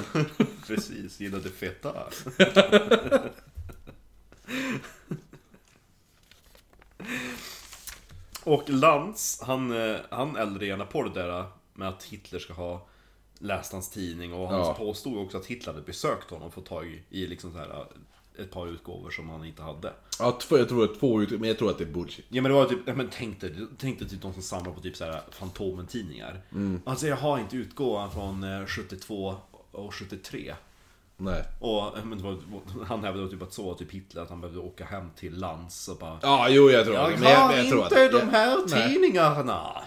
Speaker 3: Precis, gillade feta. Och Lantz, han, eh, han eldade gärna på det där med att Hitler ska ha läst hans tidning och han
Speaker 1: Ja.
Speaker 3: påstod också att Hitler hade besökt honom för att ta i, i liksom så här eh, ett par utgåvor som han inte hade.
Speaker 1: Ja, två, jag tror att två ut, men jag tror att det är bullshit.
Speaker 3: Ja men det var typ, ja, men tänk dig, tänk dig typ de som samlar på typ så här Fantomen-tidningar. Alltså jag har inte utgåvan från eh, 72 och 73.
Speaker 1: Nej.
Speaker 3: Och eh, men det var, han hävdade typ att så var typ Hitler, att han behövde åka hem till lands och bara
Speaker 1: Ja, jo, jag tror det.
Speaker 3: Jag
Speaker 1: Men jag,
Speaker 3: har
Speaker 1: men jag tror att,
Speaker 3: inte de
Speaker 1: jag,
Speaker 3: här
Speaker 1: nej.
Speaker 3: tidningarna!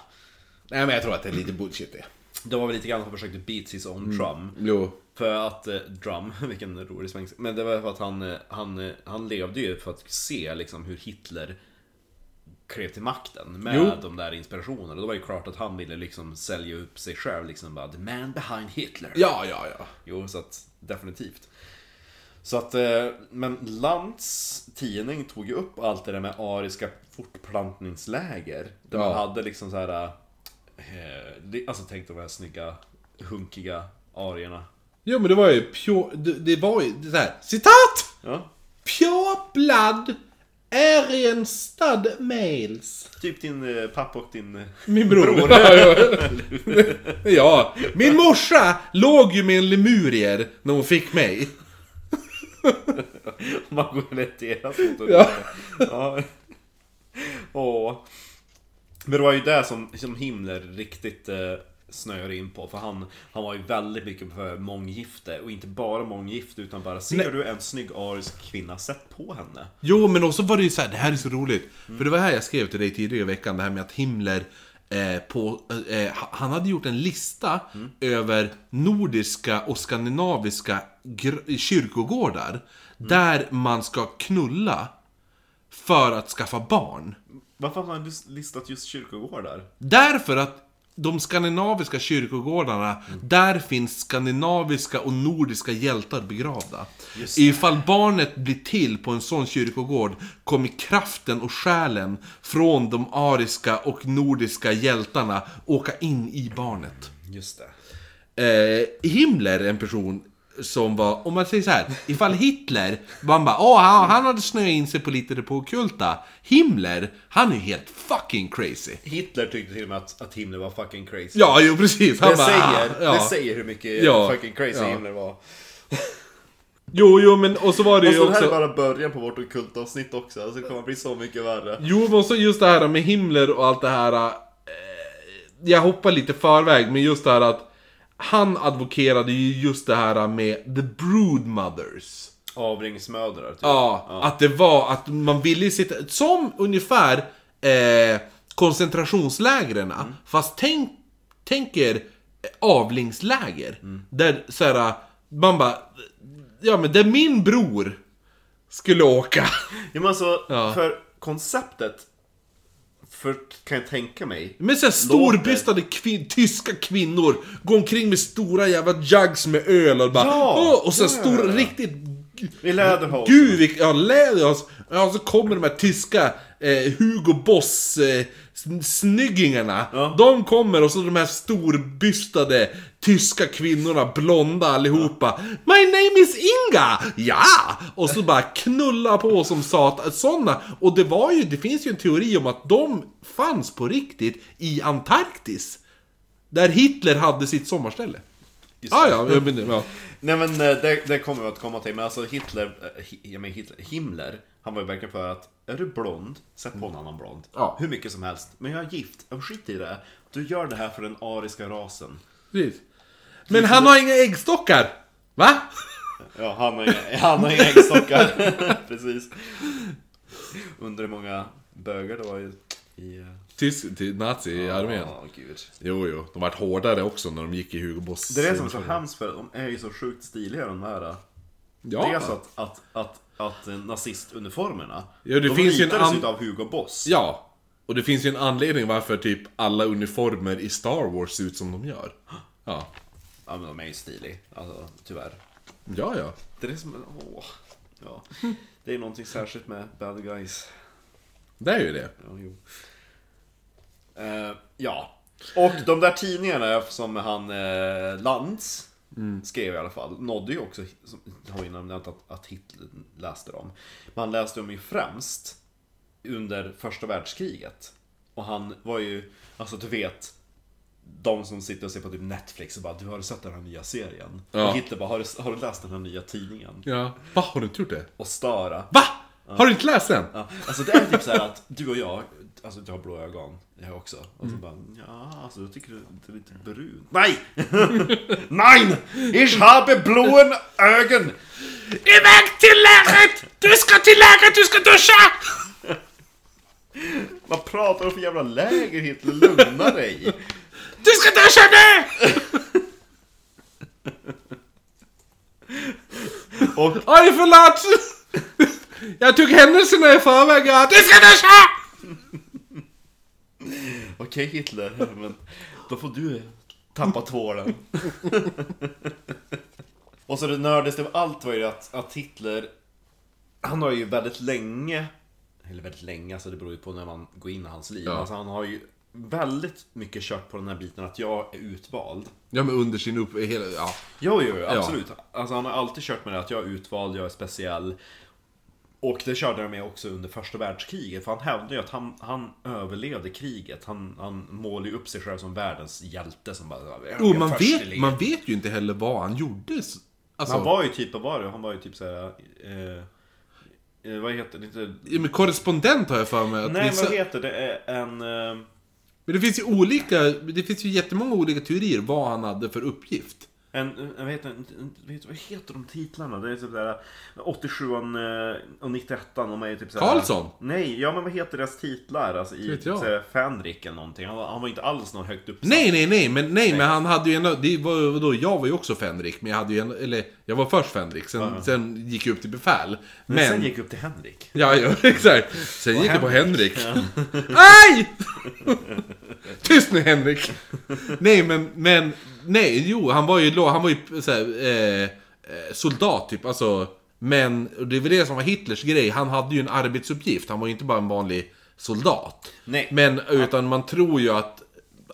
Speaker 1: nej, men jag tror att det är lite bullshit det.
Speaker 3: Det var väl lite grann att han försökte beat his own drum.
Speaker 1: Jo.
Speaker 3: För att, eh, drum, vilken rolig sväng. Men det var för att han, eh, han, eh, han levde ju för att se liksom hur Hitler klev till makten med
Speaker 1: Jo.
Speaker 3: de där inspirationerna. Då var det ju klart att han ville liksom sälja upp sig själv liksom bara the man behind Hitler.
Speaker 1: Ja, ja, ja.
Speaker 3: Jo, så att definitivt. Så att, eh, men Lantz tidning tog ju upp allt det där med ariska fortplantningsläger.
Speaker 1: Ja.
Speaker 3: Där man hade liksom så här, eh, det- alltså tänk de här snygga, hunkiga arierna.
Speaker 1: Jo, men det var ju pjå... Det, det var ju det så här, citat!
Speaker 3: Ja,
Speaker 1: Pure blood
Speaker 6: Ärenstad mails.
Speaker 3: Typ din eh, pappa och din... eh,
Speaker 1: Min bror. Ja, ja. ja. Min morsa låg ju med en lemurier när hon fick mig.
Speaker 3: Man går rätt i deras motor.
Speaker 1: Ja.
Speaker 3: ja. Åh. Men det var ju det som, som Himmler riktigt eh, snöade in på. För han, han var ju väldigt mycket för månggifte. Och inte bara månggifte utan bara ser du en snygg arisk kvinna, sätt på henne.
Speaker 1: Jo, men också var det ju så här, det här är så roligt. För det var här jag skrev till dig tidigare i veckan, det här med att Himmler eh, på, eh, ha- han hade gjort en lista över nordiska och skandinaviska gr- kyrkogårdar. Där man ska knulla för att skaffa barn.
Speaker 3: Varför har han listat just kyrkogårdar?
Speaker 1: Därför att de skandinaviska kyrkogårdarna, där finns skandinaviska och nordiska hjältar begravda. Ifall barnet blir till på en sån kyrkogård kommer kraften och själen från de ariska och nordiska hjältarna åka in i barnet.
Speaker 3: Just det.
Speaker 1: Eh, Himmler är en person som var, om man säger så här, ifall Hitler, man bara åh han, han hade snöat in sig på lite det på ockulta. Himmler, han är ju helt fucking crazy.
Speaker 3: Hitler tyckte till och med att, att Himmler var fucking crazy.
Speaker 1: Ja, jo precis. Han
Speaker 3: det,
Speaker 1: bara,
Speaker 3: säger,
Speaker 1: "Ah, ja.
Speaker 3: det säger hur mycket
Speaker 1: Ja.
Speaker 3: fucking crazy
Speaker 1: Ja.
Speaker 3: Himmler var.
Speaker 1: Jo, jo, men och så var det
Speaker 3: Och
Speaker 1: ju
Speaker 3: så det här
Speaker 1: också...
Speaker 3: är bara början på vårt ockulta avsnitt också. Alltså det kommer bli så mycket värre.
Speaker 1: Jo, men så just det här med Himmler och allt det här. eh, Jag hoppar lite förväg, men just det här att han advokerade ju just det här med the broodmothers.
Speaker 3: Avringsmödrar typ.
Speaker 1: Ja, att det var att man ville sitta... Som ungefär eh, koncentrationslägren.
Speaker 3: Mm.
Speaker 1: Fast tänk, tänk er avlingsläger.
Speaker 3: Mm.
Speaker 1: Där så här, man bara... Ja, men där min bror skulle åka.
Speaker 3: Ja, men alltså,
Speaker 1: Ja.
Speaker 3: för konceptet för, kan jag tänka mig.
Speaker 1: Men såhär storbystade kvin- tyska kvinnor går omkring med stora jävla jugs med öl och bara
Speaker 3: Ja,
Speaker 1: Åh! Och så
Speaker 3: ja,
Speaker 1: stor,
Speaker 3: ja, ja.
Speaker 1: riktigt...
Speaker 3: I läderhosen.
Speaker 1: Gud vilken... Ja, läder! Och så- Ja, så kommer de här tyska eh, Hugo Boss eh, sn- snyggingarna.
Speaker 3: Ja.
Speaker 1: De kommer och så de här storbystade tyska kvinnorna, blonda allihopa. My name is Inga! Ja! Och så bara knulla på som satan. Sådana. Och det var ju, det finns ju en teori om att de fanns på riktigt i Antarktis. Där Hitler hade sitt sommarställe. Ah, ja, jag menar, ja.
Speaker 3: Nej men eh, det, det kommer vi att komma till. Men alltså Hitler, eh, Hi- jag menar Hitler, Himmler, han var ju verkligen för att är du blond, sätt på en annan blond.
Speaker 1: Ja.
Speaker 3: Hur mycket som helst. Men jag är gift, jag skit i det. Du gör det här för den ariska rasen.
Speaker 1: Precis. Men han har inga äggstockar! Va?
Speaker 3: Ja, han har inga, han har inga äggstockar. Precis. Undrar hur många bögar det var i... i eh,
Speaker 1: Tysk, till nazi-armén.
Speaker 3: Ja, gud.
Speaker 1: Jo, jo. De vart hårdare också när de gick i Hugo Boss.
Speaker 3: Det är det som är så hemskt för de är ju så sjukt stiliga de här. eh. Det är så
Speaker 1: Ja.
Speaker 3: att, att, att, att nazistuniformerna,
Speaker 1: Ja, det
Speaker 3: de
Speaker 1: finns ju en
Speaker 3: ritades
Speaker 1: an-
Speaker 3: ju av Hugo Boss.
Speaker 1: ja. Och det finns ju en anledning varför typ alla uniformer i Star Wars ser ut som de gör. Ja.
Speaker 3: Ja, men de är ju stiliga, alltså, tyvärr.
Speaker 1: Ja, ja.
Speaker 3: Det är det som, åh. Ja. Det är någonting särskilt med bad guys.
Speaker 1: Det är ju det.
Speaker 3: Ja, jo. Eh, ja. Och de där tidningarna som han eh, Lantz skrev i alla fall nådde ju också, som har vi nämnt att, att Hitler läste dem. Men han läste dem ju främst under första världskriget. Och han var ju, alltså du vet, de som sitter och ser på typ Netflix och bara du har du sett den här nya serien?
Speaker 1: Ja.
Speaker 3: Och Hitler bara har du, har du läst den här nya tidningen?
Speaker 1: Ja. Va? Har du inte gjort det?
Speaker 3: Och Stara,
Speaker 1: Va? Har du inte läst den?
Speaker 3: Ja, alltså det är typ så här att du och jag, alltså du har blå ögon, jag också. Och så bara, ja, alltså jag tycker du du är lite brun. Nej! Nein! Ich habe blauen ögon!
Speaker 2: Iväg till lägret! Du ska till lägret, du ska duscha!
Speaker 3: Vad pratar du för jävla läger Hitler? Lugna dig!
Speaker 2: Du ska duscha nu!
Speaker 1: Oj, förlåt! Jag tog händelserna i förväg. ja.
Speaker 2: Du ska duscha!
Speaker 3: Okej Hitler, men då får du tappa tvålen. Och så det nördigaste av allt var ju att, att Hitler, han har ju väldigt länge, eller väldigt länge, alltså det beror ju på när man går in i hans liv. Alltså han har ju väldigt mycket kört på den här biten att jag är utvald.
Speaker 1: Ja, men under sin upp... Hela, ja.
Speaker 3: Jo, jo, absolut. Alltså han har alltid kört med det att jag är utvald, jag är speciell. Och det körde de med också under första världskriget. För han hävdade ju att han, han överlevde kriget. Han, han målade ju upp sig själv som världens hjälte som bara...
Speaker 1: Och Oh, man vet, man vet ju inte heller vad han gjorde. s- Alltså,
Speaker 3: Han var ju typ, vad var det? Han var ju typ såhär... Eh, eh, vad heter det? Inte,
Speaker 1: ja, men korrespondent har jag för mig. Att
Speaker 3: nej,
Speaker 1: vissa...
Speaker 3: vad heter det? Eh, En... Eh,
Speaker 1: Men det finns ju olika, det finns ju jättemånga olika teorier vad han hade för uppgift.
Speaker 3: En, en, vad, heter, en, vet- vad heter de titlarna? Det är typ där 87 och 91 de är ju typ såhär,
Speaker 1: Karlsson?
Speaker 3: Nej, ja men vad heter deras titlar? Alltså i
Speaker 1: vet
Speaker 3: typ
Speaker 1: jag.
Speaker 3: såhär Fenrik eller någonting. Han var, han var inte alls någon högt uppsatt.
Speaker 1: Nej, nej, nej, men, nej, men han hade ju ändå, det var, vadå, jag var ju också Fenrik, men jag hade ju ändå, eller jag var först Fenrik, sen, sen gick jag upp till befäl. Men,
Speaker 3: Men sen gick jag upp till Henrik.
Speaker 1: ja, ja, exakt. Sen gick jag på Henrik. Aj! Tyst nu Henrik! Nej, men, men, nej, jo, han var ju, lå- han var ju så här, eh, eh, soldat typ, alltså. Men och det var det som var Hitlers grej, han hade ju en arbetsuppgift, han var ju inte bara en vanlig soldat.
Speaker 3: Nej.
Speaker 1: Men utan man tror ju att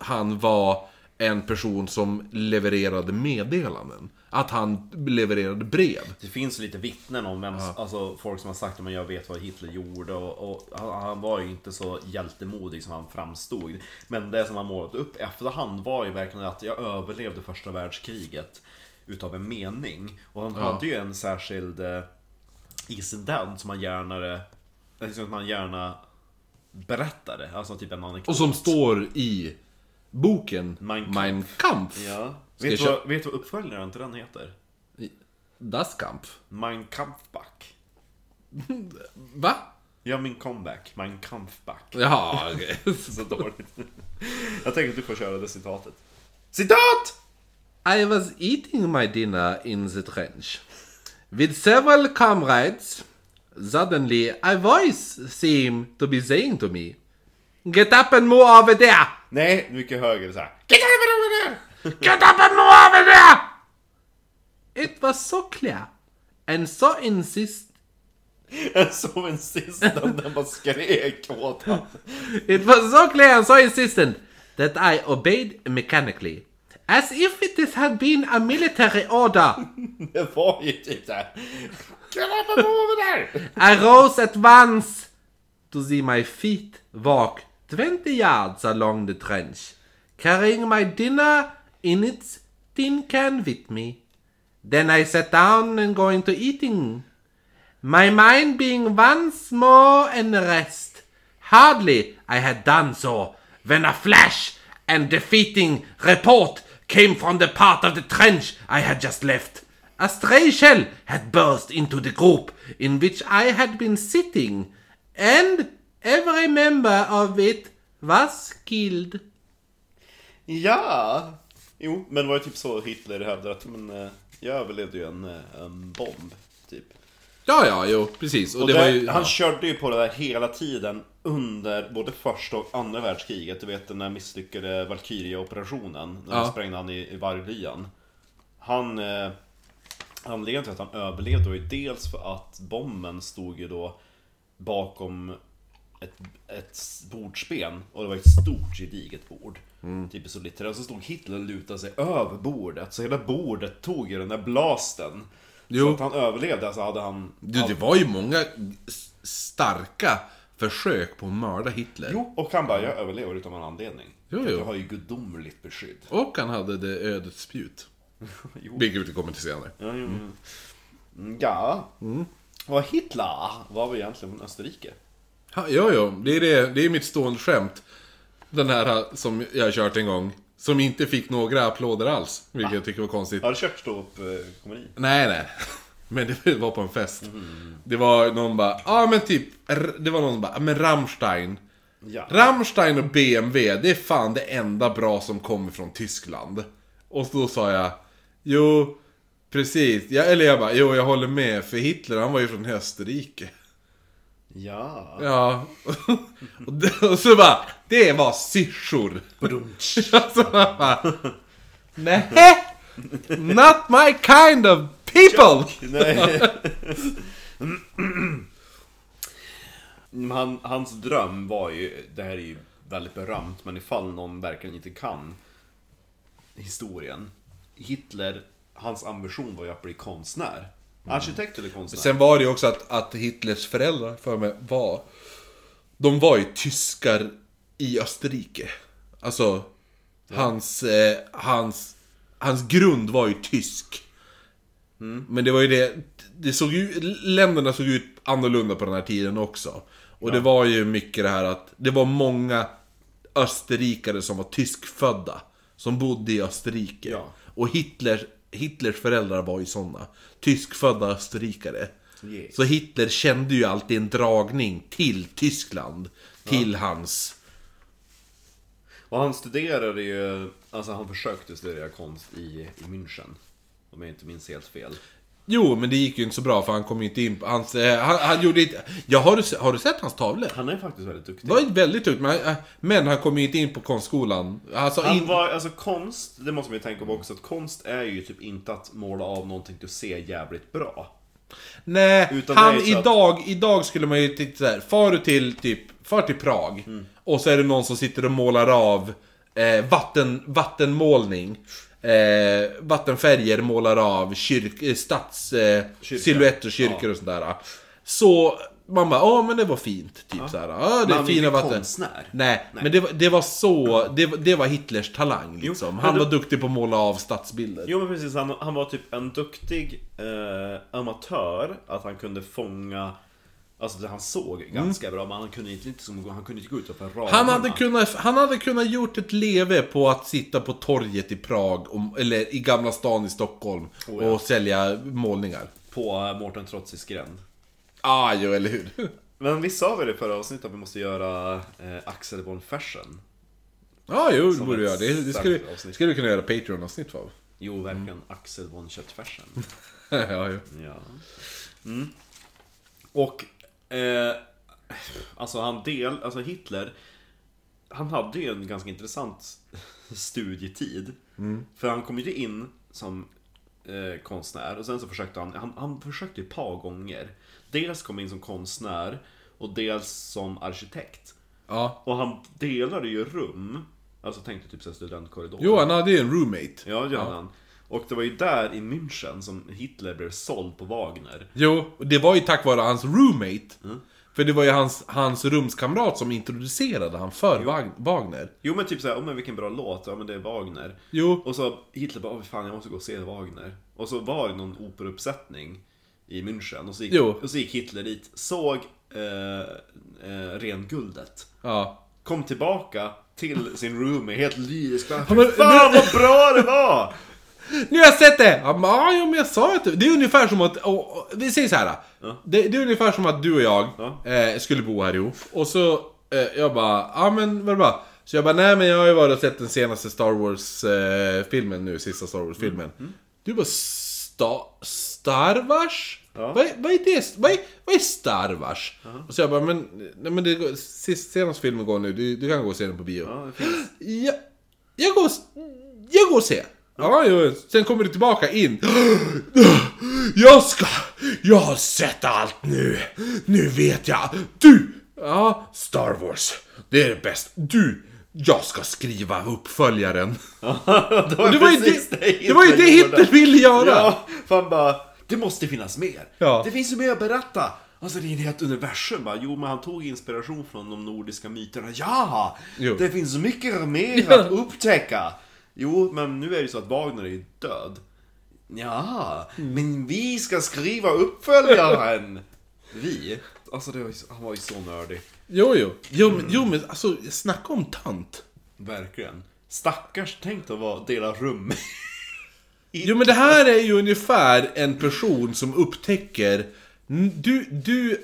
Speaker 1: han var en person som levererade meddelanden. Att han levererade brev.
Speaker 3: Det finns lite vittnen om vem, alltså folk som har sagt att jag vet vad Hitler gjorde och, och han, han var ju inte så hjältemodig som han framstod. Men det som han målat upp efterhand var ju verkligen att jag överlevde första världskriget utav en mening. Och han hade ju en särskild eh, incident som han gärna, liksom, som han gärna berättade, alltså typ en anekdot.
Speaker 1: Och som står i boken
Speaker 3: Mein Kampf.
Speaker 1: Mein Kampf.
Speaker 3: Ja.
Speaker 1: Ska
Speaker 3: Vet du
Speaker 1: jag
Speaker 3: vad, vet du vad uppföljaren till den heter?
Speaker 1: Das Kampf.
Speaker 3: Mein Kampfback.
Speaker 1: Va?
Speaker 3: Ja, min comeback. Mein Kampfback.
Speaker 1: Jaha, okej.
Speaker 3: Så dåligt. Jag tänker att du får köra det citatet. Citat!
Speaker 1: I was eating my dinner in the trench with several comrades. Suddenly, a voice seemed to be saying to me, Get up and move over there!
Speaker 3: Nej, mycket högre så här.
Speaker 1: Get up and move over there! It was so clear and so insist.
Speaker 3: Jag sov en sista när man skrek åt honom.
Speaker 1: It was so clear and so insistent that I obeyed mechanically, as if it had been a military order.
Speaker 3: Det var ju typ såhär. Grabbar över där!
Speaker 1: I rose at once to see my feet walk 20 yards along the trench, carrying my dinner in its tin can with me. Then I sat down and going to eating, my mind being once more in rest. Hardly I had done so when a flash and defeating report came from the part of the trench I had just left. A stray shell had burst into the group in which I had been sitting, and every member of it was killed.
Speaker 3: Ja! Jo, men det var ju typ så Hitler hävdar att men, eh, jag överlevde ju en, eh, en bomb. Typ.
Speaker 1: Ja, ja, jo, precis. Och,
Speaker 3: Och
Speaker 1: det, var
Speaker 3: där,
Speaker 1: ju...
Speaker 3: han
Speaker 1: ja.
Speaker 3: körde ju på det där hela tiden under både första och andra världskriget. Du vet den där misslyckade Valkyria-operationen. När
Speaker 1: Ja.
Speaker 3: de sprängde han i, i varglyan. Han... Eh, anledningen till att han överlevde var ju dels för att bomben stod ju då bakom ett, ett bordsben och det var ett stort gediget bord.
Speaker 1: Mm.
Speaker 3: Typ så lite. Och så stod Hitler och lutade sig över bordet så hela bordet tog ju den där blasten.
Speaker 1: Jo.
Speaker 3: Så att han överlevde så hade han...
Speaker 1: Du, det var ju många s- starka försök på att mörda Hitler.
Speaker 3: Jo, och han bara, jag överlever utan någon anledning.
Speaker 1: Jo,
Speaker 3: För att
Speaker 1: jo.
Speaker 3: Jag har ju gudomligt beskydd.
Speaker 1: Och han hade det ödets spjut.
Speaker 3: Jo.
Speaker 1: Vilket vi kommer till senare.
Speaker 3: Ja, jo. Mm. ja. och Hitler var väl egentligen från Österrike?
Speaker 1: Ha, jo, jo, det är, det, det är mitt stående skämt. Den här som jag har kört en gång. Som inte fick några applåder alls. Vilket jag tycker var konstigt.
Speaker 3: Har du kört eh, ståuppkomedi?
Speaker 1: Nej, nej. Men det var på en fest.
Speaker 3: Mm.
Speaker 1: Det var någon bara, ja men typ, r- det var någon som bara, "Ah, men Rammstein.
Speaker 3: Ja.
Speaker 1: Rammstein och BMW, det är fan det enda bra som kommer från Tyskland. Och då sa jag, jo, precis. Jag, eller jag bara, jo jag håller med, för Hitler han var ju från Österrike.
Speaker 3: Ja.
Speaker 1: Ja. och, det, och så bara, det var syrsor. alltså, man bara, nej. Not my kind of people!
Speaker 3: Nej. Men Mm, Han, hans dröm var ju, det här är ju väldigt berömt, men ifall någon verkligen inte kan historien. Hitler, hans ambition var ju att bli konstnär. Arkitekter eller konstnär?
Speaker 1: Sen var det ju också att, att Hitlers föräldrar för mig var... De var ju tyskar i Österrike. Alltså, hans, eh, hans, hans grund var ju tysk. Men det var ju det, det såg ju, länderna såg ut annorlunda på den här tiden också. Och det var ju mycket det här att det var många österrikare som var tyskfödda. Som bodde i Österrike.
Speaker 3: Ja.
Speaker 1: Och Hitler, Hitlers föräldrar var ju sådana. Tyskfödda österrikare.
Speaker 3: Yes.
Speaker 1: Så Hitler kände ju alltid en dragning till Tyskland. Till hans...
Speaker 3: Och han studerade ju, alltså han försökte studera konst i, i München. Om jag inte minns helt fel.
Speaker 1: Jo, men det gick ju inte så bra för han kom ju inte in på... Hans, eh, han, han gjorde inte... Ja, har du, se- har du sett hans tavlor?
Speaker 3: Han är faktiskt väldigt duktig.
Speaker 1: Det var ju väldigt tungt, men, eh, men han kom ju inte in på konstskolan. Alltså,
Speaker 3: Han
Speaker 1: in,
Speaker 3: var, alltså konst, det måste man ju tänka på också, att konst är ju typ inte att måla av någonting du ser jävligt bra.
Speaker 1: nej,
Speaker 3: Utan
Speaker 1: han
Speaker 3: det är så att-
Speaker 1: idag, idag skulle man ju tycka såhär, far du till typ, far till Prag
Speaker 3: Mm.
Speaker 1: och så är det någon som sitter och målar av eh, vatten, vattenmålning. Eh, vattenfärger målar av kyrk, eh, stads, eh,
Speaker 3: Kyrka.
Speaker 1: silhuetter, kyrkor och sådär. Så man bara, ja men det var fint. Typ såhär, ja det
Speaker 3: Men
Speaker 1: är
Speaker 3: han är
Speaker 1: fina
Speaker 3: inte
Speaker 1: vatten.
Speaker 3: konstnär.
Speaker 1: Nej, men det var, det var så, det, var- det var Hitlers talang liksom.
Speaker 3: men
Speaker 1: Han
Speaker 3: då-
Speaker 1: var duktig på att måla av stadsbilder.
Speaker 3: Jo men precis, han, han var typ en duktig eh, amatör, att han kunde fånga Alltså det han såg ganska bra, men han kunde inte, inte, som- han kunde inte gå utanför ramarna.
Speaker 1: Mm. Han hade, kunnat, han hade kunnat gjort ett leve på att sitta på torget i Prag, om, eller i Gamla stan i Stockholm,
Speaker 3: Oh, ja.
Speaker 1: och sälja målningar.
Speaker 3: På eh, Mårten Trotzis gränd.
Speaker 1: Ah, jo, eller hur?
Speaker 3: Men vi sa väl i förra avsnittet att vi måste göra eh, Axel von Fersen?
Speaker 1: Ja, ah, jo, det
Speaker 3: Som
Speaker 1: borde du
Speaker 3: ett
Speaker 1: göra. Det, det skulle,
Speaker 3: starkt avsnitt.
Speaker 1: skulle du kunna göra Patreon-avsnitt av.
Speaker 3: Jo, verkligen. Axel von Köttfärsen.
Speaker 1: ja, jo.
Speaker 3: ja. Mm. Och... Eh, alltså han del... Alltså Hitler... Han hade ju en ganska intressant studietid. För han kom ju in som eh, konstnär och sen så försökte han... Han, han försökte ju ett par gånger. Dels kom in som konstnär och dels som arkitekt.
Speaker 1: Ja.
Speaker 3: Och han delade ju rum. Alltså tänkte typ så här studentkorridor.
Speaker 1: Jo, han hade ju en roommate.
Speaker 3: Ja, det hade han. Och det var ju där i München som Hitler blev såld på Wagner.
Speaker 1: Jo, och det var ju tack vare hans roommate. För det var ju hans, hans rumskamrat som introducerade han för Wag- Wagner.
Speaker 3: Jo men typ såhär, oh, men vilken bra låt, ja men det är Wagner.
Speaker 1: Jo,
Speaker 3: Och så Hitler bara, oh, fan jag måste gå och se Wagner. Och så var det någon operauppsättning i München och så gick,
Speaker 1: Jo.
Speaker 3: och så gick Hitler dit, såg eh, eh, renguldet.
Speaker 1: ja.
Speaker 3: Kom tillbaka till sin roomie helt lyrisk. Bara,
Speaker 1: men-
Speaker 3: Fan vad bra det var!
Speaker 1: Nu har jag sett det! Ja, men, ja, jo, men jag sa ju att det. Det är ungefär som att... Och, och, vi säger så här. Det, det är ungefär som att du och jag
Speaker 3: Ja.
Speaker 1: eh, skulle bo här ihop. Och så... Eh, jag bara... Ja men vad bra. Så jag bara, nej men jag har ju varit och sett den senaste Star Wars-filmen nu. Sista Star Wars-filmen.
Speaker 3: Mm.
Speaker 1: Du bara... Sta, Star Wars?
Speaker 3: Ja.
Speaker 1: Vad, är- vad är det? Vad är, vad är Star Wars? Och så jag bara, men... Nej, men det, går- sist, senaste filmen går nu. Du, du kan gå och se den på bio.
Speaker 3: Ja, det finns.
Speaker 1: Jag, jag, går, jag går och ser. Ja, jo. Sen kommer du tillbaka in. Jag ska... Jag har sett allt nu. Nu vet jag. Du! Ja, Star Wars. Det är det bästa. Du! Jag ska skriva uppföljaren.
Speaker 3: det var,
Speaker 1: Det var ju
Speaker 3: precis
Speaker 1: det, det, var ju det
Speaker 3: Hitler gjorde.
Speaker 1: Hitler ville göra.
Speaker 3: Ja, för han bara, det måste finnas mer.
Speaker 1: Ja.
Speaker 3: Det finns ju mer att berätta. Alltså det är ett helt universum bara. Jo, men han tog inspiration från de nordiska myterna. Ja!
Speaker 1: Jo.
Speaker 3: Det finns mycket mer att upptäcka. Jo, men nu är det ju så att Wagner är ju död. Ja,
Speaker 1: Mm.
Speaker 3: men vi ska skriva uppföljaren. vi? Alltså det var ju, så- han var ju så nördig.
Speaker 1: Jo, jo. Jo, men, jo, men alltså snacka om tant.
Speaker 3: Verkligen. Stackars, tänk att vara, dela rum med
Speaker 1: Jo men det här är ju ungefär en person som upptäcker... n- Du, du...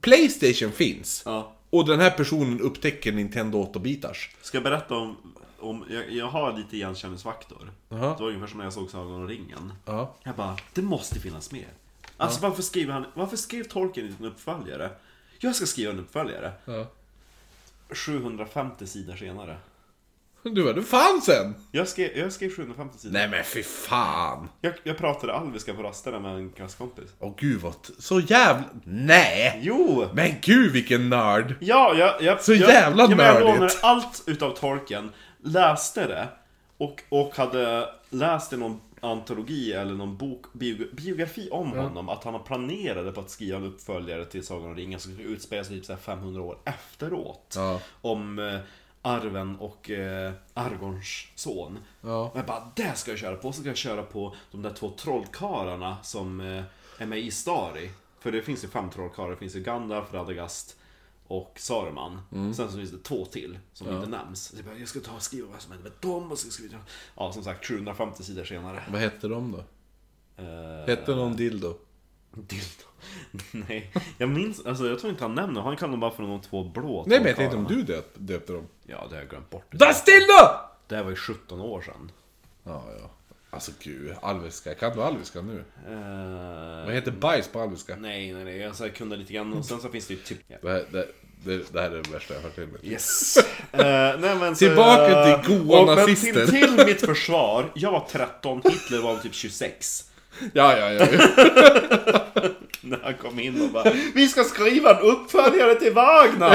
Speaker 1: Playstation finns.
Speaker 3: Ja.
Speaker 1: Och den här personen upptäcker Nintendo 8-bitars.
Speaker 3: Ska jag berätta om, om jag, jag har lite igenkänningsfaktor.
Speaker 1: Jaha.
Speaker 3: Det var ungefär som när jag såg Sagan om ringen.
Speaker 1: Ja.
Speaker 3: Jag bara, det måste finnas mer. Alltså varför skriver han, varför skrev Tolkien inte en uppföljare? Jag ska skriva en uppföljare.
Speaker 1: Ja.
Speaker 3: 750 sidor senare.
Speaker 1: Du bara, det fanns en!
Speaker 3: Jag skrev, jag skrev 750 sidor.
Speaker 1: Nej men fy fan!
Speaker 3: Jag, jag pratade alviska på rasterna med en klasskompis.
Speaker 1: Åh gud vad... Så jävla... Nej!
Speaker 3: Jo!
Speaker 1: Men gud vilken nörd!
Speaker 3: Ja, jag... jag
Speaker 1: Så
Speaker 3: jag,
Speaker 1: jävla
Speaker 3: jag, men Jag
Speaker 1: nördigt.
Speaker 3: lånade allt utav Tolkien, läste det och, och hade läst det någon... antologi eller någon bok, bio, biografi om honom. Att han har planerade på att skriva en uppföljare till Sagan om ringen som skulle utspela sig typ så här 500 år efteråt.
Speaker 1: Ja.
Speaker 3: Om eh, Arven och eh, Argons son.
Speaker 1: Ja.
Speaker 3: Och jag bara, det ska jag köra på. Så ska jag köra på de där två trollkarlarna som eh, är med i Istari. För det finns ju fem trollkarlar. Det finns ju Gandalf, Radagast och Saruman.
Speaker 1: Mm.
Speaker 3: Sen så finns det två till som inte nämns. Så jag, bara, jag ska ta och skriva vad som hände med dem och så ska vi... Ja, som sagt, 750 sidor senare.
Speaker 1: Vad hette de då?
Speaker 3: Eh,
Speaker 1: Hette någon dildo?
Speaker 3: Dildo. Nej, jag minns, alltså jag tror inte han nämner, han kallar dem bara för de två blå
Speaker 1: Nej men jag tänkte
Speaker 3: trollkarlarna.
Speaker 1: om du döp, döpte dem.
Speaker 3: Ja, det har jag glömt bort.
Speaker 1: Das dildo!
Speaker 3: Det här var ju 17 år sedan.
Speaker 1: Ja, ja. Alltså gud, alviska. Kan du alviska nu?
Speaker 3: Eh,
Speaker 1: Vad heter bajs på alviska?
Speaker 3: nej, nej, nej, jag så här kunde lite grann och sen så finns det ju typ... Ja.
Speaker 1: Det här, det, det, det här är det värsta jag har hört i mig.
Speaker 3: Yes! Eh, nej, men så,
Speaker 1: Tillbaka till goa
Speaker 3: och- men
Speaker 1: nazister.
Speaker 3: Till, till mitt försvar, jag var 13, Hitler var typ 26.
Speaker 1: Ja, ja, ja.
Speaker 3: När han kom in och bara Vi ska skriva en uppföljare till Wagner!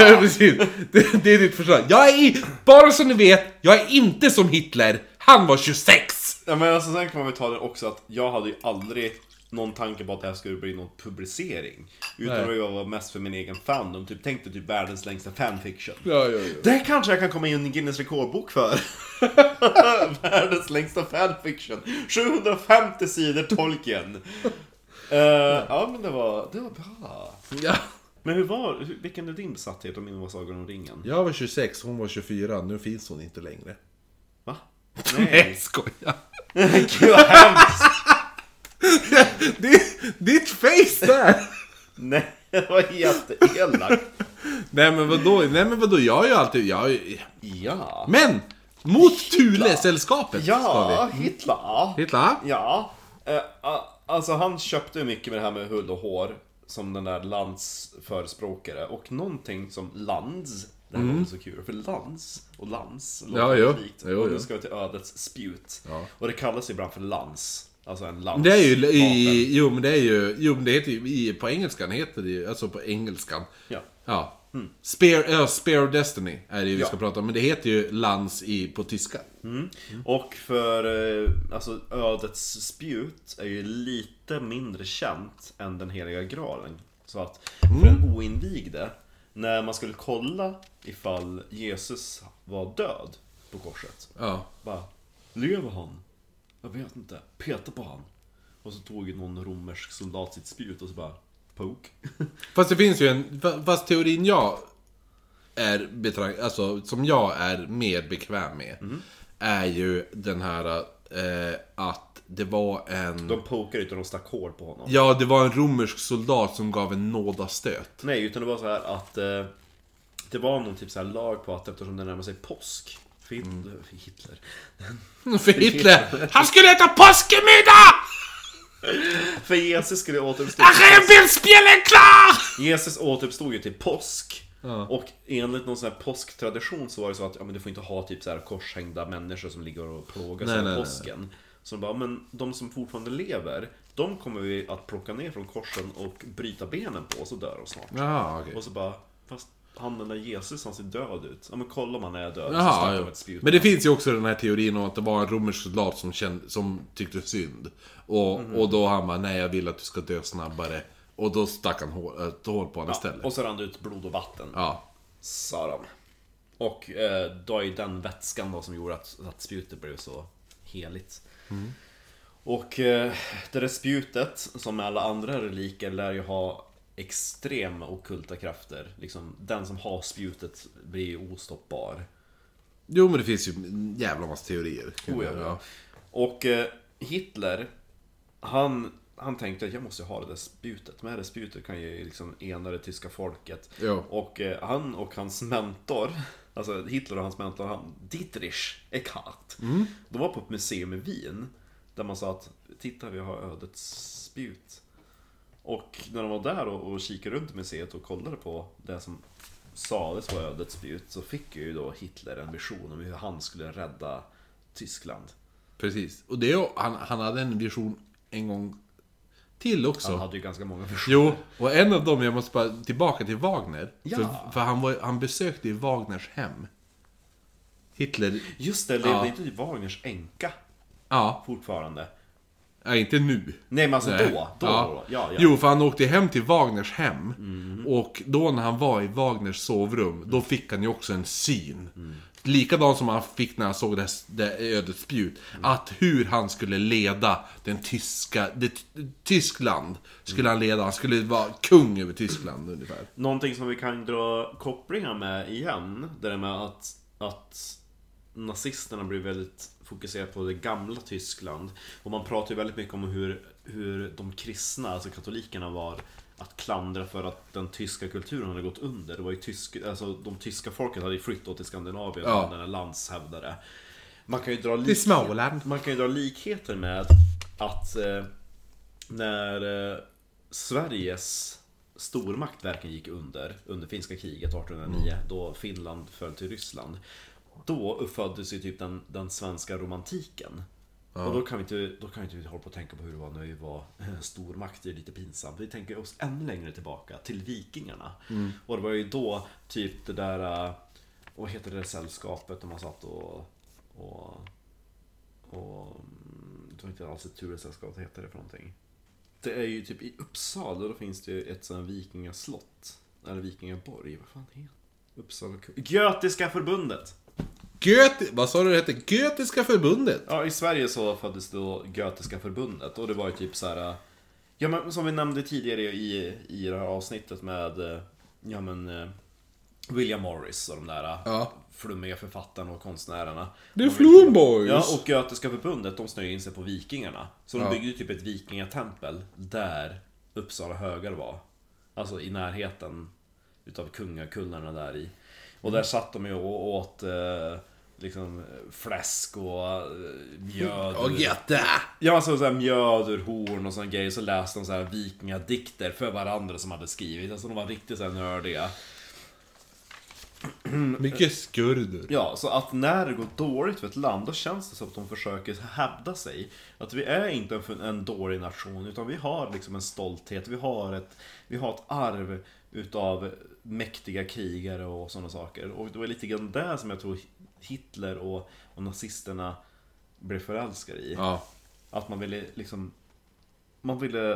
Speaker 1: ja precis. Det, det är ditt förslag. Jag är, i- bara så ni vet, jag är inte som Hitler. Han var 26!
Speaker 3: Ja men alltså sen kan man väl ta det också att jag hade ju aldrig någon tanke på att det här skulle bli någon publicering. Utan
Speaker 1: Nej.
Speaker 3: att jag var mest för min egen fandom, typ tänkte typ världens längsta fanfiction.
Speaker 1: Ja, ja, ja.
Speaker 3: Det kanske jag kan komma in i Guinness rekordbok för. världens längsta fanfiction. 750 sidor Tolkien. Eh, ja men det var, det var bra.
Speaker 1: ja.
Speaker 3: Men hur var, hur- vilken är din besatthet om min var Sagan om ringen?
Speaker 1: Jag var 26, hon var 24. Nu finns hon inte längre.
Speaker 3: Va?
Speaker 1: Nej,
Speaker 3: Nej,
Speaker 1: skoja.
Speaker 3: gud vad hemskt!
Speaker 1: Ditt, ditt face där!
Speaker 3: Nej, det var jätteelakt.
Speaker 1: Nej men vadå, nej men vadå, jag är ju alltid, jag är ju...
Speaker 3: Ja.
Speaker 1: Men! Mot Thule-sällskapet ska
Speaker 3: Ja,
Speaker 1: vi.
Speaker 3: Mm. Hitler.
Speaker 1: Hitler?
Speaker 3: Ja. Eh, a- alltså han köpte ju mycket med det här med hull och hår. Som den där Lands förespråkare. Och någonting som Lands. Det här låter så kul. För Lands och Lands låter
Speaker 1: Mm. Ja, jo.
Speaker 3: väldigt likt.
Speaker 1: Jo,
Speaker 3: och nu
Speaker 1: jo.
Speaker 3: ska vi till ödets spjut. Och det kallas ibland för Lans. Alltså en lans.
Speaker 1: Det är ju, i, jo men det är ju, jo men det heter ju, i, på engelskan heter det ju, alltså på engelskan.
Speaker 3: Ja. Mm.
Speaker 1: Ja. Spear, ja, Spear of Destiny är det ju vi
Speaker 3: Ja.
Speaker 1: ska prata om, men det heter ju Lans i, på tyska.
Speaker 3: Och för eh, alltså, ödets spjut är ju lite mindre känt än den heliga graalen. Så att för den oinvigde, när man skulle kolla ifall Jesus var död på korset.
Speaker 1: Ja.
Speaker 3: Bara, lever han? Jag vet inte. Peta på han. Och så tog ju någon romersk soldat sitt spjut och så bara, poke.
Speaker 1: Fast det finns ju en, fa- fast teorin jag är betrakt, alltså som jag är mer bekväm med.
Speaker 3: Mm.
Speaker 1: Är ju den här eh, att det var en...
Speaker 3: De pokade utan de stack hål på honom.
Speaker 1: Ja, det var en romersk soldat som gav en nådastöt.
Speaker 3: Nej, utan det var så här att eh, det var någon typ så här lag på att eftersom det närmar sig påsk för Hitler,
Speaker 1: Mm. För
Speaker 3: för Hitler.
Speaker 1: Hitler! Han skulle äta påskemiddag!
Speaker 3: För Jesus skulle återuppstå.
Speaker 1: Revbensspjällen klar!
Speaker 3: Jesus återuppstod ju till påsk. Och enligt någon sån här påsktradition så var det så att ja, men du får inte ha typ så här korshängda människor som ligger och plågas
Speaker 1: Nej, nej,
Speaker 3: under
Speaker 1: nej.
Speaker 3: påsken. Så de bara, men de som fortfarande lever, de kommer vi att plocka ner från korsen och bryta benen på så dör de snart.
Speaker 1: Jaha, okej.
Speaker 3: Och så bara, fast han den där Jesus han ser död ut. Ja men kolla om han är död så
Speaker 1: Jaha,
Speaker 3: stack
Speaker 1: ja.
Speaker 3: de ett spjut.
Speaker 1: Men det finns ju också den här teorin om att det var en romersk soldat som, kände, som tyckte synd. Och,
Speaker 3: Mhm.
Speaker 1: och då han bara, nej jag vill att du ska dö snabbare. Och då stack han hål, ett hål på honom istället.
Speaker 3: Och så rann det ut blod och vatten,
Speaker 1: Ja.
Speaker 3: sa de. Och eh, då är ju den vätskan då som gjorde att, att spjutet blev så heligt.
Speaker 1: Mm.
Speaker 3: Och eh, det där spjutet, som med alla andra reliker, lär ju ha extrema ockulta krafter. Liksom, den som har spjutet blir ju ostoppbar.
Speaker 1: Jo men det finns ju en jävla massa teorier. kring
Speaker 3: Oh,
Speaker 1: det,
Speaker 3: ja, ja. Och eh, Hitler, han, han tänkte att jag måste ha det där spjutet. Med det spjutet kan jag ju liksom ena det tyska folket.
Speaker 1: Ja.
Speaker 3: Och eh, han och hans mentor, alltså Hitler och hans mentor, han, Dietrich Eckart. De var på ett museum i Wien. Där man sa att titta vi har ödets spjut. Och när de var där och, och kikade runt i museet och kollade på det som sades vara ödets spjut så fick ju då Hitler en vision om hur han skulle rädda Tyskland.
Speaker 1: Precis. Och det, är ju- han, han hade en vision en gång till också.
Speaker 3: Han hade ju ganska många visioner.
Speaker 1: Jo, och en av dem, jag måste bara tillbaka till Wagner.
Speaker 3: Ja.
Speaker 1: För, för han, var, han besökte ju Wagners hem. Hitler,
Speaker 3: Just det, levde
Speaker 1: Ja.
Speaker 3: inte Wagners änka
Speaker 1: ja.
Speaker 3: fortfarande?
Speaker 1: Nej, inte nu.
Speaker 3: Nej men alltså
Speaker 1: Nej.
Speaker 3: då. Då.
Speaker 1: ja.
Speaker 3: Ja, ja.
Speaker 1: Jo, för han åkte hem till Wagners hem. Och då när han var i Wagners sovrum, då fick han ju också en syn. Likadant som han fick när han såg det, här, det ödets spjut. Att hur han skulle leda den tyska, det, Tyskland. Skulle han leda, han skulle vara kung över Tyskland ungefär.
Speaker 3: Någonting som vi kan dra kopplingar med igen. Det där med att, att nazisterna blir väldigt fokuserade på det gamla Tyskland. Och man pratar ju väldigt mycket om hur, hur de kristna, alltså katolikerna var att klandra för att den tyska kulturen hade gått under. Det var ju tysk, alltså de tyska folket hade ju flytt då till Skandinavien,
Speaker 1: Ja.
Speaker 3: ja. den här landshävdare. Man kan ju dra
Speaker 1: Till Småland.
Speaker 3: man kan ju dra likheter med att eh, när eh, Sveriges stormakt verkligen gick under, under finska kriget 1809,
Speaker 1: Mm.
Speaker 3: då Finland föll till Ryssland. Då uppföddes ju typ den, den svenska romantiken. Och då kan, vi inte, då kan vi inte hålla på och tänka på hur det var när vi var eh, stormakt, det är lite pinsamt. Vi tänker oss ännu längre tillbaka, till vikingarna.
Speaker 1: Mm.
Speaker 3: Och det var ju då typ det där, eh, vad heter det där sällskapet, där man satt och, och och mm, jag tror inte alls ett turistsällskap heter det för någonting. Det är ju typ i Uppsala, då finns det ju ett sånt här vikingaslott. Eller vikingaborg, vad fan heter det? Uppsala kung- Götiska förbundet!
Speaker 1: Göt, vad sa du det hette? Götiska förbundet.
Speaker 3: Ja, i Sverige så föddes då Götiska förbundet och det var ju typ så här. Ja, men som vi nämnde tidigare i, i det här avsnittet med, eh, ja men, eh, William Morris och de där äh,
Speaker 1: Ja.
Speaker 3: flummiga författarna och konstnärerna.
Speaker 1: Det är Flumboys!
Speaker 3: typ- Ja, och Götiska förbundet de snöade in sig på vikingarna. Så de
Speaker 1: Ja.
Speaker 3: byggde ju typ ett vikingatempel där Uppsala högar var. Alltså i närheten utav kungakullarna där i. Och där satt de ju och åt eh, liksom fläsk och eh, mjöd.
Speaker 1: Och Göte!
Speaker 3: Ja, alltså så här mjöd ur horn och sån grej. Så läste de så här vikingadikter för varandra som hade skrivit. Alltså de var riktigt så här nördiga.
Speaker 1: Mycket skurder.
Speaker 3: Ja, så att när det går dåligt för ett land, då känns det som att de försöker hävda sig. Att vi är inte en, en dålig nation, utan vi har liksom en stolthet, vi har ett, vi har ett arv utav mäktiga krigare och sådana saker. Och det var lite grann det som jag tror Hitler och, och nazisterna blev förälskade i.
Speaker 1: Ja.
Speaker 3: Att man ville liksom Man ville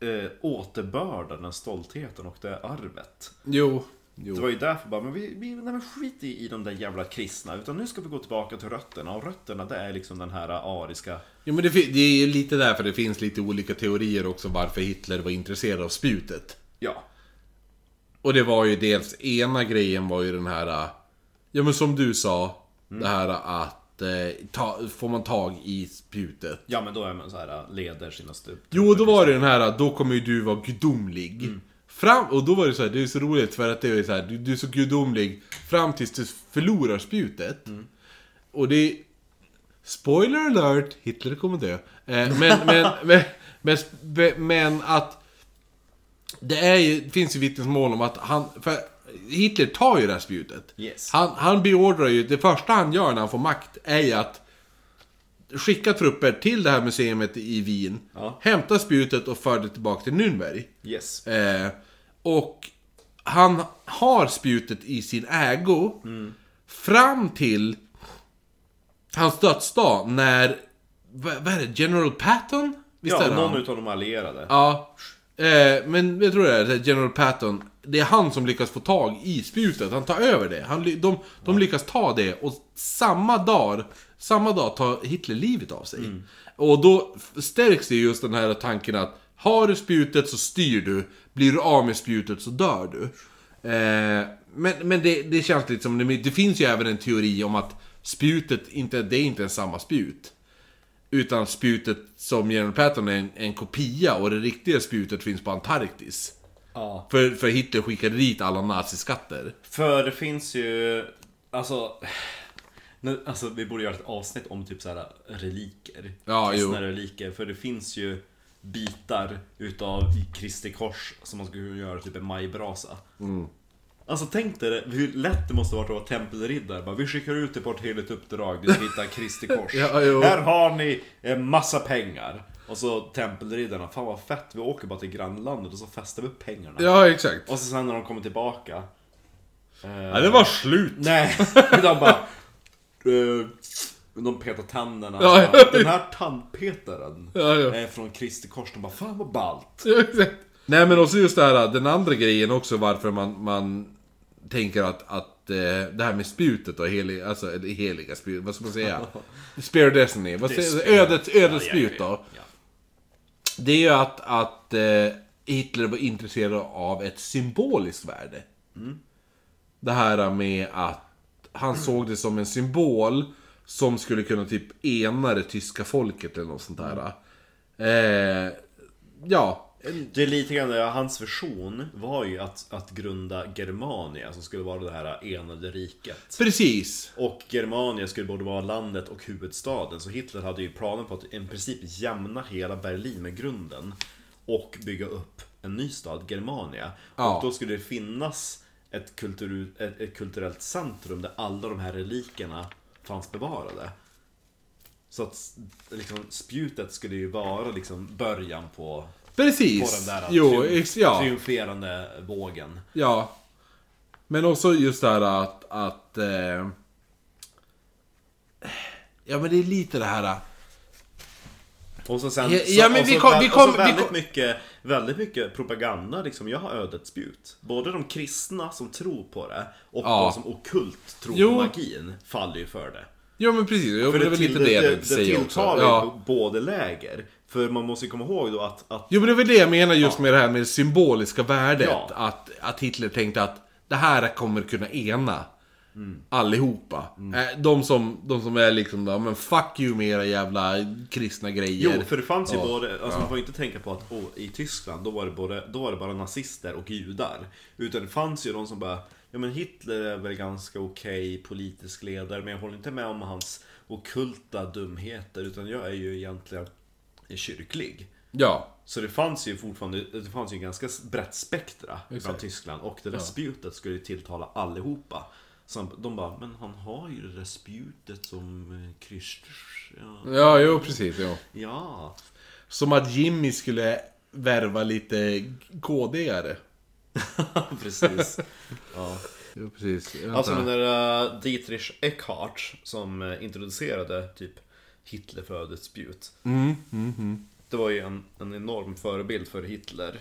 Speaker 3: eh, återbörda den stoltheten och det arvet.
Speaker 1: Jo. jo.
Speaker 3: Det var ju därför bara, men vi, vi nej, men skit i, i de där jävla kristna, utan nu ska vi gå tillbaka till rötterna. Och rötterna, det är liksom den här ariska...
Speaker 1: Jo men det, fi- det är ju lite därför det finns lite olika teorier också varför Hitler var intresserad av spjutet.
Speaker 3: Ja.
Speaker 1: Och det var ju dels, ena grejen var ju den här, äh, ja men som du sa, det här äh, att eh, ta, får man tag i spjutet.
Speaker 3: Ja, men då är man så här leder sina stup.
Speaker 1: Jo, då var det den här, då kommer ju du vara gudomlig. Fram, och då var det så här, det är så roligt för att det är så här, du, du är så gudomlig fram tills du förlorar spjutet. Och det är... Spoiler alert, Hitler kommer dö. Eh, men, men, men, men, men, men att... Det är ju, det finns ju vittnesmål om att han... För Hitler tar ju det här spjutet.
Speaker 3: Yes.
Speaker 1: Han, han beordrar ju, det första han gör när han får makt är ju att skicka trupper till det här museet i Wien,
Speaker 3: Ja.
Speaker 1: hämta spjutet och för det tillbaka till Nürnberg.
Speaker 3: Yes.
Speaker 1: Eh, och han har spjutet i sin ägo fram till hans dödsdag när, vad, vad är det, General Patton? Visst är
Speaker 3: Ja,
Speaker 1: det han?
Speaker 3: någon utav de allierade.
Speaker 1: Ja. Eh, men jag tror det är General Patton. Det är han som lyckas få tag i spjutet. Han tar över det. Han, ly- de, de lyckas ta det och samma dag, samma dag tar Hitler livet av sig. Och då f- stärks det just den här tanken att har du spjutet så styr du. Blir du av med spjutet så dör du. Eh, men men det, det känns lite som, det finns ju även en teori om att spjutet, inte, det är inte ens samma spjut. Utan spjutet som General Patton är en, en kopia och det riktiga spjutet finns på Antarktis.
Speaker 3: Ja.
Speaker 1: För, för Hitler skickade dit alla naziskatter.
Speaker 3: För det finns ju... Alltså... Nu, alltså, vi borde göra ett avsnitt om typ så här reliker.
Speaker 1: Ja,
Speaker 3: kristna
Speaker 1: jo.
Speaker 3: reliker. För det finns ju bitar utav Kristi kors som man skulle kunna göra typ en majbrasa.
Speaker 1: Mm.
Speaker 3: Alltså tänk dig det, hur lätt det måste varit att vara tempelriddare. Bara, vi skickar ut det på ett heligt uppdrag, vi ska hitta Kristi kors.
Speaker 1: Ja, jo.
Speaker 3: Här har ni en massa pengar. Och så tempelriddarna, fan vad fett, vi åker bara till grannlandet och så festar vi upp pengarna.
Speaker 1: Ja, exakt.
Speaker 3: Och så sen när de kommer tillbaka
Speaker 1: Ja, det var slut.
Speaker 3: Nej, de bara... eh, De petar tänderna.
Speaker 1: Ja,
Speaker 3: så bara,
Speaker 1: ja.
Speaker 3: Den här tandpetaren
Speaker 1: Ja, ja.
Speaker 3: är från Kristi kors. De bara, fan vad ballt.
Speaker 1: Nej men också just det här, den andra grejen också varför man, man tänker att, att eh, det här med spjutet och helig, alltså eller heliga spjut, vad ska man säga? Spear of Destiny, vad säger, ödets, ödets spjut då. Det är ju att, att eh, Hitler var intresserad av ett symboliskt värde. Det här med att han såg det som en symbol som skulle kunna typ ena det tyska folket eller något sånt där. Eh, ja,
Speaker 3: Det är lite grann, det, hans vision var ju att, att grunda Germania som skulle vara det här enade riket.
Speaker 1: precis.
Speaker 3: Och Germania skulle både vara landet och huvudstaden. Så Hitler hade ju planen på att i princip jämna hela Berlin med grunden. Och bygga upp en ny stad, Germania.
Speaker 1: Ja.
Speaker 3: Och då skulle det finnas ett, kultur, ett, ett kulturellt centrum där alla de här relikerna fanns bevarade. Så att s- liksom, spjutet skulle ju vara liksom början på, på
Speaker 1: Precis.
Speaker 3: den där alltså,
Speaker 1: jo,
Speaker 3: trium-
Speaker 1: ex- ja,
Speaker 3: triumferande vågen.
Speaker 1: ja. Men också just det här att... att eh... Ja men det är lite det
Speaker 3: äh,
Speaker 1: här...
Speaker 3: Och så sen,
Speaker 1: Ja,
Speaker 3: så,
Speaker 1: ja, men
Speaker 3: och
Speaker 1: vi
Speaker 3: så,
Speaker 1: kom-
Speaker 3: vä-
Speaker 1: vi
Speaker 3: och
Speaker 1: kom-
Speaker 3: så
Speaker 1: vi
Speaker 3: väldigt,
Speaker 1: kom-
Speaker 3: mycket, väldigt mycket propaganda liksom, jag har ödets spjut. Både de kristna som tror på det och
Speaker 1: Ja.
Speaker 3: de som okult tror
Speaker 1: Jo.
Speaker 3: på magin faller ju för det.
Speaker 1: Jo men precis, jo, men det är väl
Speaker 3: till-
Speaker 1: lite det,
Speaker 3: det,
Speaker 1: jag säger också.
Speaker 3: tilltalar ju
Speaker 1: Ja.
Speaker 3: b- både läger. För man måste ju komma ihåg då att, att
Speaker 1: Jo men det är väl det jag menar just med det här med det symboliska värdet.
Speaker 3: Ja.
Speaker 1: Att, att Hitler tänkte att det här kommer kunna ena
Speaker 3: Mm.
Speaker 1: allihopa. Eh, De, som, de som är liksom, ja men fuck you med era jävla kristna
Speaker 3: Jo,
Speaker 1: grejer.
Speaker 3: för det fanns ju
Speaker 1: Ja.
Speaker 3: både, alltså man får ju inte tänka på att oh, i Tyskland då var, det både, då var det bara nazister och judar. Utan det fanns ju de som bara, ja men Hitler är väl ganska okej politisk ledare men jag håller inte med om hans ockulta dumheter utan jag är ju egentligen kyrklig.
Speaker 1: Ja.
Speaker 3: Så det fanns ju fortfarande, det fanns ju ganska brett spektra bland Tyskland och det där spjutet skulle ju tilltala allihopa. Så de bara, men han har ju det där spjutet som eh, Kristus, ja.
Speaker 1: Ja, jo precis. Jo.
Speaker 3: ja.
Speaker 1: Som att Jimmy skulle värva lare KD-are.
Speaker 3: Precis. Ja.
Speaker 1: Jo, precis. Vänta.
Speaker 3: Alltså den där eh, Dietrich Eckhart som eh, introducerade typ Hitler för ödets spjut. Det var ju en, en enorm förebild för Hitler.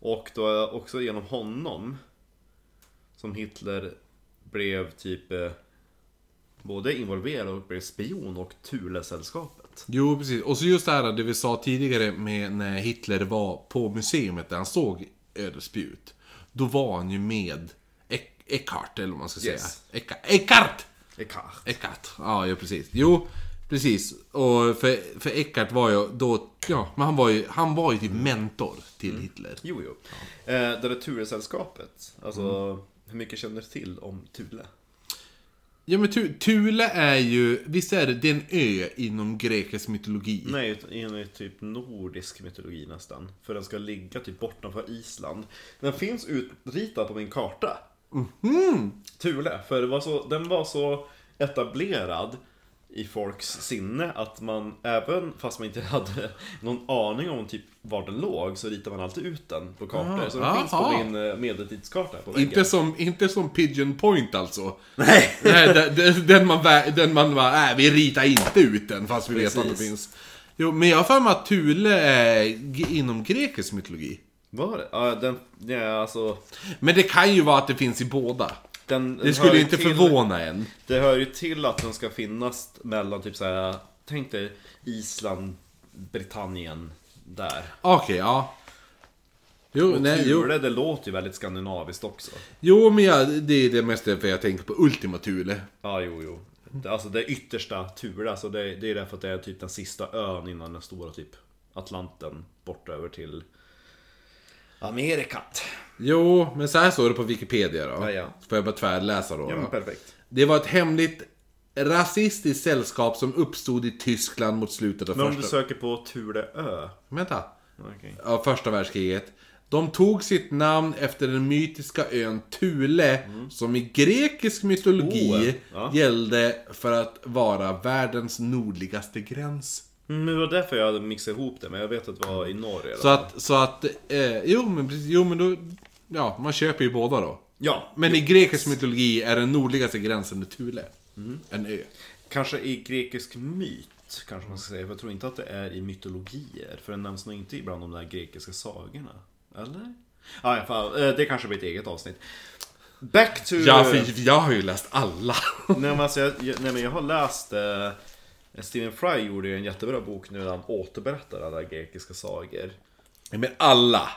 Speaker 3: Och det var också genom honom som Hitler blev typ eh, både involverad och blev spion och Thule-sällskapet.
Speaker 1: Jo, precis. Och så just det här det vi sa tidigare med när Hitler var på museet där han såg ödesspjut. Då var han ju med Eck- Eckhart, eller vad man ska säga.
Speaker 3: Yes.
Speaker 1: Ecka- Eckhart!
Speaker 3: Eckhart.
Speaker 1: Eckhart. Ja, ja, precis. Jo, precis. Och för, för Eckhart var ju då... Ja, men han var ju, han var ju typ mentor till
Speaker 3: Mm.
Speaker 1: Hitler.
Speaker 3: Jo, jo. Eh, det där Thule-sällskapet. Alltså, hur mycket känner du till om Thule?
Speaker 1: Ja men Tu- Thule är ju, visst är det, det är en ö inom grekisk mytologi?
Speaker 3: Nej, ut- enligt typ nordisk mytologi nästan. För den ska ligga typ bortanför Island. Den finns utritad på min karta.
Speaker 1: Mhm.
Speaker 3: Thule, för det var så, den var så etablerad i folks sinne att man även fast man inte hade någon aning om typ var den låg så ritade man alltid ut den på kartor. så den finns på
Speaker 1: Ah, aha.
Speaker 3: min eh, medeltidskarta här på väggen.
Speaker 1: Inte som, inte som Pigeon Point alltså. Nej. den, den- den man, vä- den man bara, nej vi ritar inte ut den fast vi vet att det
Speaker 3: Precis.
Speaker 1: finns. Jo, men jag har för mig att Thule är g- inom grekisk mytologi.
Speaker 3: Var det? Ja, den, ja, alltså,
Speaker 1: Men det kan ju vara att det finns i båda.
Speaker 3: den,
Speaker 1: Det
Speaker 3: den
Speaker 1: skulle
Speaker 3: hör
Speaker 1: ju
Speaker 3: ju
Speaker 1: inte
Speaker 3: till-
Speaker 1: förvåna en.
Speaker 3: Det hör ju till att den ska finnas mellan typ såhär, tänk dig Island, Britannien, där.
Speaker 1: Okej, ja. Jo,
Speaker 3: Och
Speaker 1: nej, jo.
Speaker 3: Thule, det låter ju väldigt skandinaviskt också.
Speaker 1: jo, men jag, det är det mest för jag tänker på Ultima Thule.
Speaker 3: Ja, jo, jo. Det- Alltså det yttersta Thule, alltså det, det är därför att det är typ den sista ön innan den stora typ Atlanten bort över till Amerikat.
Speaker 1: Jo, men så här står det på Wikipedia då.
Speaker 3: Ja, ja.
Speaker 1: Får jag bara tvärläsa då?
Speaker 3: Ja,
Speaker 1: då?
Speaker 3: men Mm, perfekt.
Speaker 1: Det var ett hemligt rasistiskt sällskap som uppstod i Tyskland mot slutet av
Speaker 3: Men om
Speaker 1: första...
Speaker 3: du söker på Thuleö.
Speaker 1: Vänta.
Speaker 3: Okej.
Speaker 1: Ja, första världskriget. De tog sitt namn efter den mytiska ön Thule, som i grekisk mytologi
Speaker 3: Oh, ja.
Speaker 1: gällde för att vara världens nordligaste gräns.
Speaker 3: Mm, Men det var därför jag hade mixat ihop det, men jag vet att det var i norr i alla
Speaker 1: Så
Speaker 3: fall.
Speaker 1: att, så att, eh, jo men precis, jo men då, ja, man köper ju båda då.
Speaker 3: Ja, Mm.
Speaker 1: Men i grekisk mytologi är den nordligaste gränsen Thule. En ö.
Speaker 3: Kanske i grekisk myt, kanske man ska säga. För jag tror inte att det är i mytologier. För den nämns nog inte bland de där grekiska sagorna. Eller? Ja, i alla fall. eh, Det kanske blir ett eget avsnitt. Back to...
Speaker 1: Ja, för jag har ju läst alla.
Speaker 3: Nej men, alltså, jag, jag, nej men jag har läst eh, Stephen Fry gjorde ju en jättebra bok nu där han återberättar alla grekiska sagor
Speaker 1: Men alla!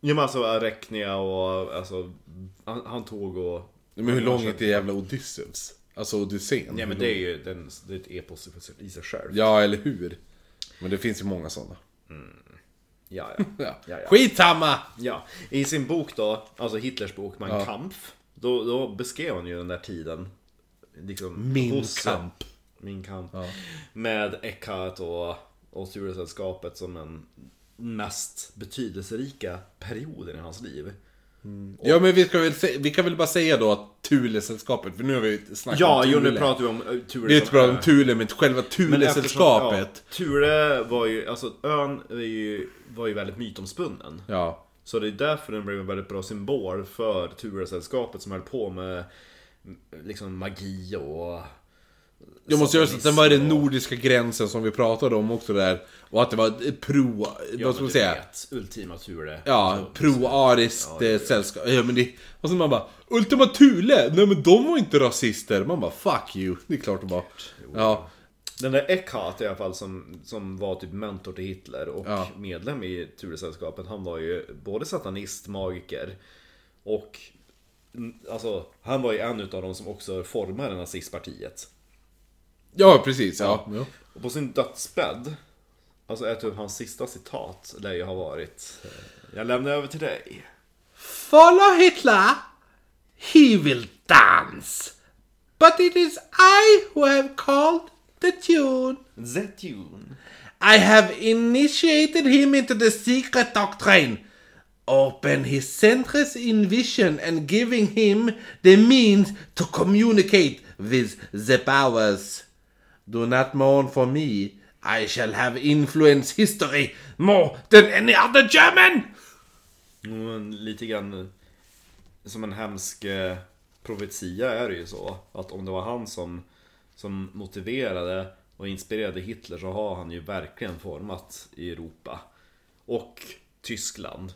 Speaker 3: Ja men alltså Arachnia och alltså Han, han tog och
Speaker 1: Men hur lång är det jävla Odysseus? Alltså Odysseen?
Speaker 3: Ja men det är ju den, det är ett epos i sig själv
Speaker 1: Ja, eller hur? Men det finns ju många sådana.
Speaker 3: ja, ja.
Speaker 1: Ja.
Speaker 3: Ja, ja.
Speaker 1: Skitsamma!
Speaker 3: Ja, i sin bok då, alltså Hitlers bok Mein
Speaker 1: Ja.
Speaker 3: Kampf, då, då beskrev han ju den där tiden. Liksom,
Speaker 1: Min kamp.
Speaker 3: Min kamp. Med Eckhart och, och Sturesällskapet som den mest betydelserika perioden i hans liv.
Speaker 1: Ja, men vi, ska väl se, vi kan väl bara säga då att Thule-sällskapet, för nu har vi snackat
Speaker 3: Ja,
Speaker 1: om
Speaker 3: jo
Speaker 1: Thule.
Speaker 3: nu pratar vi om eh, Ture
Speaker 1: Det är inte
Speaker 3: som
Speaker 1: bra
Speaker 3: ö.
Speaker 1: om Thule, men själva
Speaker 3: Men eftersom-
Speaker 1: Thule-sällskapet.
Speaker 3: Ja, Ture var ju, alltså ön är ju, var ju väldigt mytomspunnen.
Speaker 1: Ja.
Speaker 3: Så det är därför den blev en väldigt bra symbol för Turesällskapet som höll på med liksom magi och...
Speaker 1: Jag måste göra så att den var i den
Speaker 3: och-
Speaker 1: nordiska gränsen som vi pratade om också där. Och att det var ett pro... vad ska
Speaker 3: men
Speaker 1: man
Speaker 3: du
Speaker 1: säga?
Speaker 3: vet, Ultima Ture. Alltså,
Speaker 1: Ja, proariskt ja, sällskap. Ja, men det... Och sen man bara Ultima Thule! Nej men de var inte rasister. Man bara fuck you. Det är klart de var. Ja.
Speaker 3: Den där Eckhart i alla fall som, som var typ mentor till Hitler och
Speaker 1: Ja.
Speaker 3: medlem i Turesällskapet. Han var ju både satanist, magiker och... Alltså, han var ju en utav de som också formade nazistpartiet.
Speaker 1: Ja, precis. Ja. ja.
Speaker 3: Och på sin dödsbädd, alltså är typ hans sista citat, lär ju ha varit eh, Jag lämnar över till dig.
Speaker 2: Follow Hitler. He will dance. But it is I who have called the tune.
Speaker 3: Zetune.
Speaker 2: I have initiated him into the secret doctrine. Open his centers in vision and giving him the means to communicate with the powers. Do not mourn for me. I shall have influenced history more than any other German.
Speaker 3: Men lite grann eh, som en hemsk eh, profetia är det ju så. Att om det var han som, som motiverade och inspirerade Hitler så har han ju verkligen format i Europa. Och Tyskland.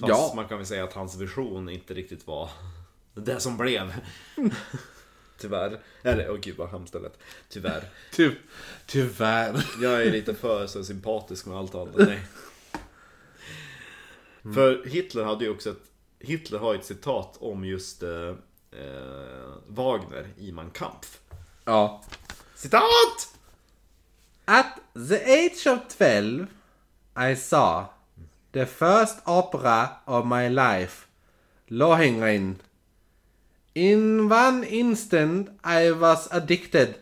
Speaker 3: Fast
Speaker 1: Ja.
Speaker 3: man kan väl säga att hans vision inte riktigt var det som blev. Tyvärr. Eller, åh gud vad hemskt det lät. Tyvärr.
Speaker 1: Ty... Tyvärr.
Speaker 3: Jag är lite för så sympatisk med allt annat. Nej. För Hitler hade ju också ett Hitler har ju ett citat om just eh, eh, Wagner i Mein Kampf.
Speaker 1: Ja.
Speaker 3: Citat!
Speaker 2: At the age of 12, I saw the first opera of my life, Lohengrin. In one instant, I was addicted.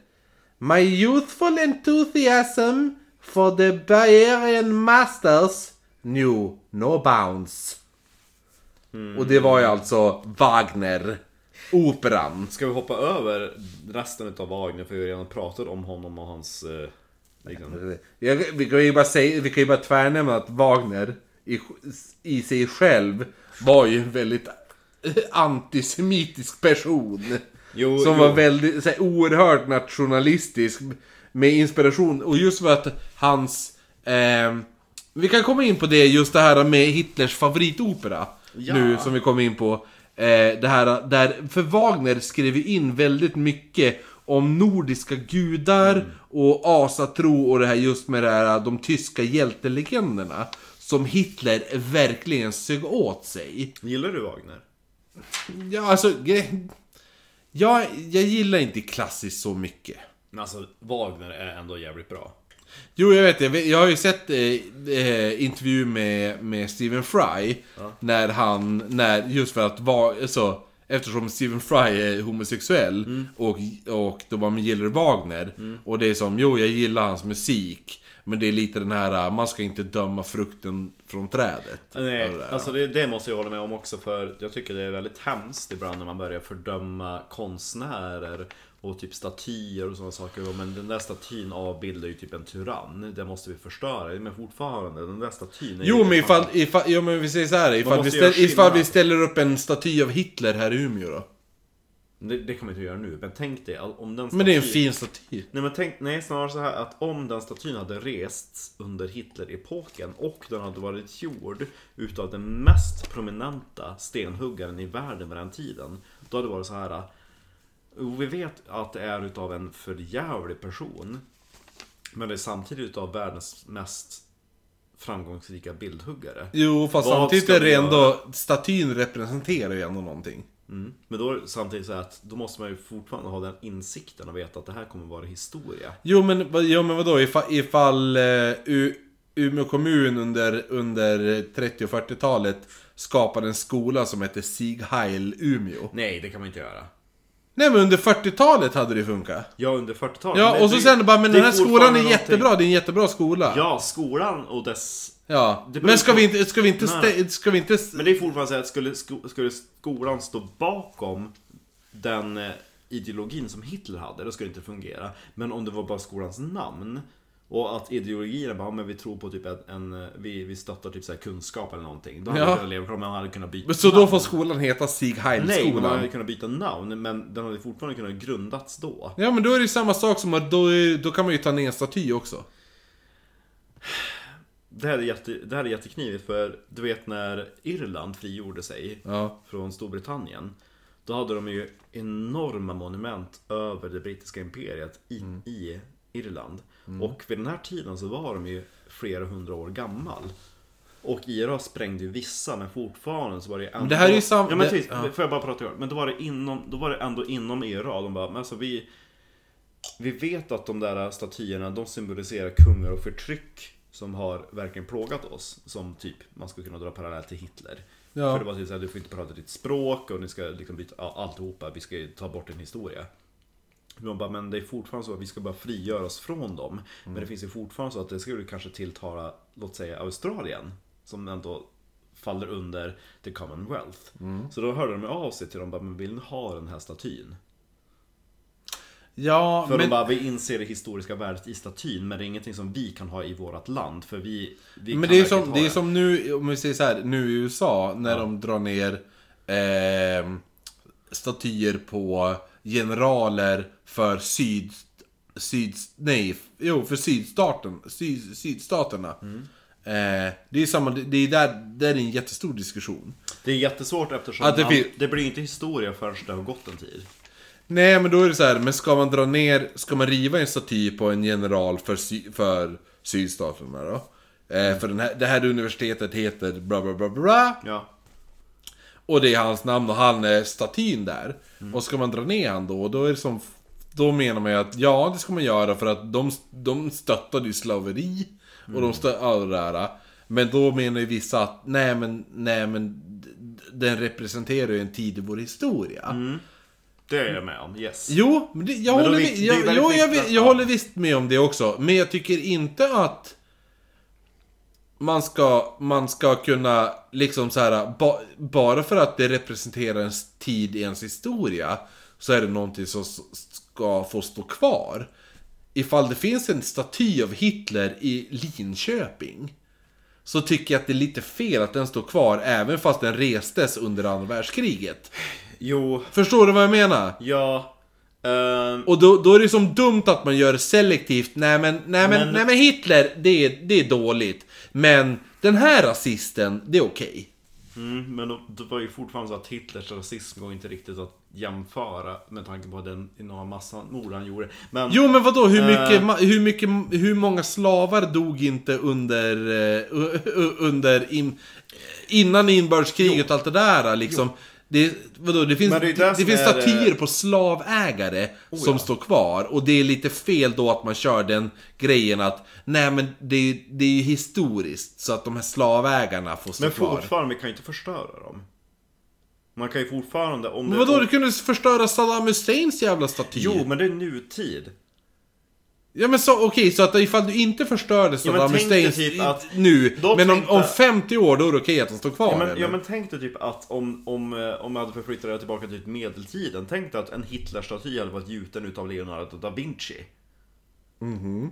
Speaker 2: My youthful enthusiasm for the Bavarian masters knew no bounds.
Speaker 1: Och det var ju alltså Wagner. Operan.
Speaker 3: Ska vi hoppa över resten av Wagner för vi har redan pratat om honom och hans... Eh, liksom.
Speaker 1: Jag, vi, kan ju bara säga, vi kan ju bara tvärnämna att Wagner i, i sig själv var ju en väldigt eh, antisemitisk person.
Speaker 3: Jo,
Speaker 1: som
Speaker 3: jo.
Speaker 1: var väldigt så här, oerhört nationalistisk med inspiration. Och just för att hans... ehm, vi kan komma in på det, just det här med Hitlers favoritopera. Nu som vi kom in på. Eh, det här där, för Wagner skrev ju in väldigt mycket om nordiska gudar
Speaker 3: Mm.
Speaker 1: och asatro och det här just med det här, de tyska hjältelegenderna. Som Hitler verkligen sög åt sig.
Speaker 3: Gillar du Wagner?
Speaker 1: Ja, alltså... gre- Jag, jag gillar inte klassiskt så mycket.
Speaker 3: Men alltså Wagner är ändå jävligt bra.
Speaker 1: Jo, jag vet det. Jag har ju sett eh, eh, intervju med, med Stephen Fry. När han, när, just för att vara, alltså, eftersom Stephen Fry är homosexuell
Speaker 3: Mm.
Speaker 1: och, och då bara, men gillar du Wagner? Och det är som, jo jag gillar hans musik. Men det är lite den här, eh, man ska inte döma frukten från trädet.
Speaker 3: Nej,
Speaker 1: Och det där.
Speaker 3: alltså det, det måste jag hålla med om också för jag tycker det är väldigt hemskt ibland när man börjar fördöma konstnärer och typ statyer och sådana saker. Men den där statyn avbildar ju typ en tyrann. Det måste vi förstöra. Men fortfarande, den där statyn är
Speaker 1: Jo
Speaker 3: ju
Speaker 1: men ifall, ifall, jo, men vi säger så här, ifall, vi,
Speaker 3: måste
Speaker 1: ställ,
Speaker 3: göra
Speaker 1: ifall vi
Speaker 3: skillnad.
Speaker 1: ställer upp en staty av Hitler här i Umeå då?
Speaker 3: Det, det kan man inte göra nu, men tänk dig all- om den
Speaker 1: Men det är en
Speaker 3: statyn-
Speaker 1: fin staty.
Speaker 3: Nej, men tänk, nej, snarare så här att om den statyn hade rests under Hitler-epoken och den hade varit gjord utav den mest prominenta stenhuggaren i världen vid den tiden. Då hade det varit så här. "Jo, Vi vet att det är utav en förjävlig person. Men det är samtidigt utav världens mest framgångsrika bildhuggare.
Speaker 1: Jo, fast
Speaker 3: Vad
Speaker 1: samtidigt
Speaker 3: ska
Speaker 1: är det
Speaker 3: vi
Speaker 1: ändå... Statyn representerar ju ändå någonting.
Speaker 3: Mm. Men då är det samtidigt så här att då måste man ju fortfarande ha den insikten och veta att det här kommer vara historia.
Speaker 1: Jo, men, vad- jo, men vadå? Ifall, ifall eh, U- Umeå kommun under, under 30 och 40-talet skapade en skola som hette Sieg Heil Umeå.
Speaker 3: Nej, det kan man inte göra.
Speaker 1: Nej, men under 40-talet hade det funkat.
Speaker 3: Ja, under 40-talet.
Speaker 1: Ja,
Speaker 3: Men
Speaker 1: och så
Speaker 3: det-
Speaker 1: sen bara, men
Speaker 3: det
Speaker 1: den här skolan
Speaker 3: fortfarande
Speaker 1: är jättebra,
Speaker 3: någonting-
Speaker 1: det är en jättebra skola. Ja.
Speaker 3: Ja, skolan och dess... Det beror
Speaker 1: Men ska
Speaker 3: på-
Speaker 1: vi inte, ska vi inte,
Speaker 3: Nej.
Speaker 1: stä- ska vi inte... s-
Speaker 3: Men det är fortfarande så här att skulle, sko- skulle skolan stå bakom den eh, ideologin som Hitler hade, då skulle det inte fungera. Men om det var bara skolans namn och att ideologierna bara, "Ja, men vi tror på typ en, en eh, vi, vi stöttar typ så här kunskap eller någonting. Då hade
Speaker 1: Ja.
Speaker 3: ja. elever men man hade kunnat byta
Speaker 1: Men Så då
Speaker 3: namn.
Speaker 1: får skolan heta Sieg
Speaker 3: Nej, man hade
Speaker 1: Heil-skolan?
Speaker 3: kunnat byta namn, men den hade fortfarande kunnat grundats då.
Speaker 1: Ja, men då är det ju samma sak som att då, är- då kan man ju ta ner en staty också.
Speaker 3: Det här, är jätte, det här är jätteknivigt för du vet när Irland frigjorde sig
Speaker 1: Ja.
Speaker 3: från Storbritannien Då hade de ju enorma monument över det brittiska imperiet i, i Irland Och vid den här tiden så var de ju flera hundra år gammal Och IRA sprängde ju vissa men fortfarande så var det ju ändå
Speaker 1: det här är ju sam-
Speaker 3: Ja men
Speaker 1: det-
Speaker 3: precis,
Speaker 1: ja.
Speaker 3: får jag bara prata klart? Men då var det, inom, då var det ändå inom IRA, de bara, men alltså vi vi vet att de där statyerna, de symboliserar kungar och förtryck som har verkligen plågat oss. Som typ, man skulle kunna dra parallell till Hitler.
Speaker 1: Ja.
Speaker 3: För det var typ såhär, du får inte prata ditt språk och ni ska liksom byta ja, alltihopa, vi ska ju ta bort din historia. Men Man bara, men det är fortfarande så att vi ska bara frigöra oss från dem. Men det finns ju fortfarande så att det skulle kanske tilltala, låt säga Australien. Som ändå faller under the Commonwealth. Så då hörde de av sig till dem, bara, men vill ni ha den här statyn?
Speaker 1: Ja,
Speaker 3: För
Speaker 1: men...
Speaker 3: de bara, vi inser det historiska värdet i statyn men det är ingenting som vi kan ha i vårt land för vi, vi
Speaker 1: Men
Speaker 3: kan
Speaker 1: det är,
Speaker 3: verkligen
Speaker 1: som,
Speaker 3: ha
Speaker 1: det är som nu, om vi säger så här, nu i USA när de drar ner ehm, statyer på generaler för syd... syd nej, jo, för sydstaten, syd, sydstaterna. Eh, det är samma, det det är där, där är en jättestor diskussion.
Speaker 3: Det är jättesvårt eftersom
Speaker 1: Att det
Speaker 3: det,
Speaker 1: fin-
Speaker 3: det blir inte historia förrän det har gått en tid.
Speaker 1: Nej, men då är det så här, men ska man dra ner, ska man riva en staty på en general för, sy, för sydstaterna då? Eh, för den här, det här universitetet heter bla bla bla bla.
Speaker 3: Ja.
Speaker 1: Och det är hans namn och han är statyn där. Och ska man dra ner han då, då är det som... Då menar man ju att ja, det ska man göra för att de, de stöttade ju slaveri. Och de stöttade allt det där. Men då menar ju vissa att nej men, nej men d- d- den representerar ju en tid i vår historia.
Speaker 3: Det är jag med om, yes.
Speaker 1: Jo, men det, jag,
Speaker 3: Men då
Speaker 1: håller,
Speaker 3: är
Speaker 1: vi-
Speaker 3: det viktigt-
Speaker 1: jag,
Speaker 3: det är väldigt
Speaker 1: jo jag,
Speaker 3: viktigt
Speaker 1: vi-
Speaker 3: att-
Speaker 1: jag
Speaker 3: ja.
Speaker 1: håller visst med om det också. Men jag tycker inte att man ska, man ska kunna liksom så här, ba, bara för att det representerar ens tid i ens historia så är det någonting som s- ska få stå kvar. Ifall det finns en staty av Hitler i Linköping så tycker jag att det är lite fel att den står kvar även fast den restes under andra världskriget.
Speaker 3: Jo,
Speaker 1: Förstår du vad jag menar?
Speaker 3: ja. ehm,
Speaker 1: Och då, då är det som dumt att man gör det selektivt. Nej men, nej men,
Speaker 3: Men-
Speaker 1: nej men Hitler, det är, det är dåligt. Men den här rasisten, det är okej.
Speaker 3: mm, men då, det var ju fortfarande så att Hitlers rasism går inte riktigt att jämföra med tanke på den enorma massan mord han gjorde. Men
Speaker 1: Jo men vadå, hur
Speaker 3: Eh.
Speaker 1: mycket, ma- hur mycket, hur många slavar dog inte under, eh, u- u- under in, innan inbördeskriget och allt det där liksom. Det, vadå, det finns,
Speaker 3: Men
Speaker 1: det
Speaker 3: det är ju det Oh, som
Speaker 1: finns
Speaker 3: är, eh,
Speaker 1: statyer på slavägare som står kvar. Och det är lite fel då att man kör den grejen att nej men det, är- det är ju historiskt så att de här slavägarna får stå
Speaker 3: men
Speaker 1: kvar.
Speaker 3: fortfarande, vi kan ju inte förstöra dem. Man kan ju fortfarande, om
Speaker 1: Men
Speaker 3: det-
Speaker 1: vadå, du kunde förstöra Saddam Husseins jävla staty?
Speaker 3: Jo, men det är nutid.
Speaker 1: Ja men så, okej, så att ifall du inte förstörde
Speaker 3: men
Speaker 1: Saddam
Speaker 3: tänk dig
Speaker 1: Husseins
Speaker 3: typ
Speaker 1: i-
Speaker 3: att-
Speaker 1: nu,
Speaker 3: då
Speaker 1: men om,
Speaker 3: tänkte-
Speaker 1: om 50 år då är det okej att de står kvar
Speaker 3: Ja men,
Speaker 1: eller?
Speaker 3: ja men tänk dig typ att om, om, eh, om jag hade förflyttat det tillbaka till typ medeltiden Tänk dig att en Hitlerstaty hade varit gjuten utav Leonardo da Vinci Mhm.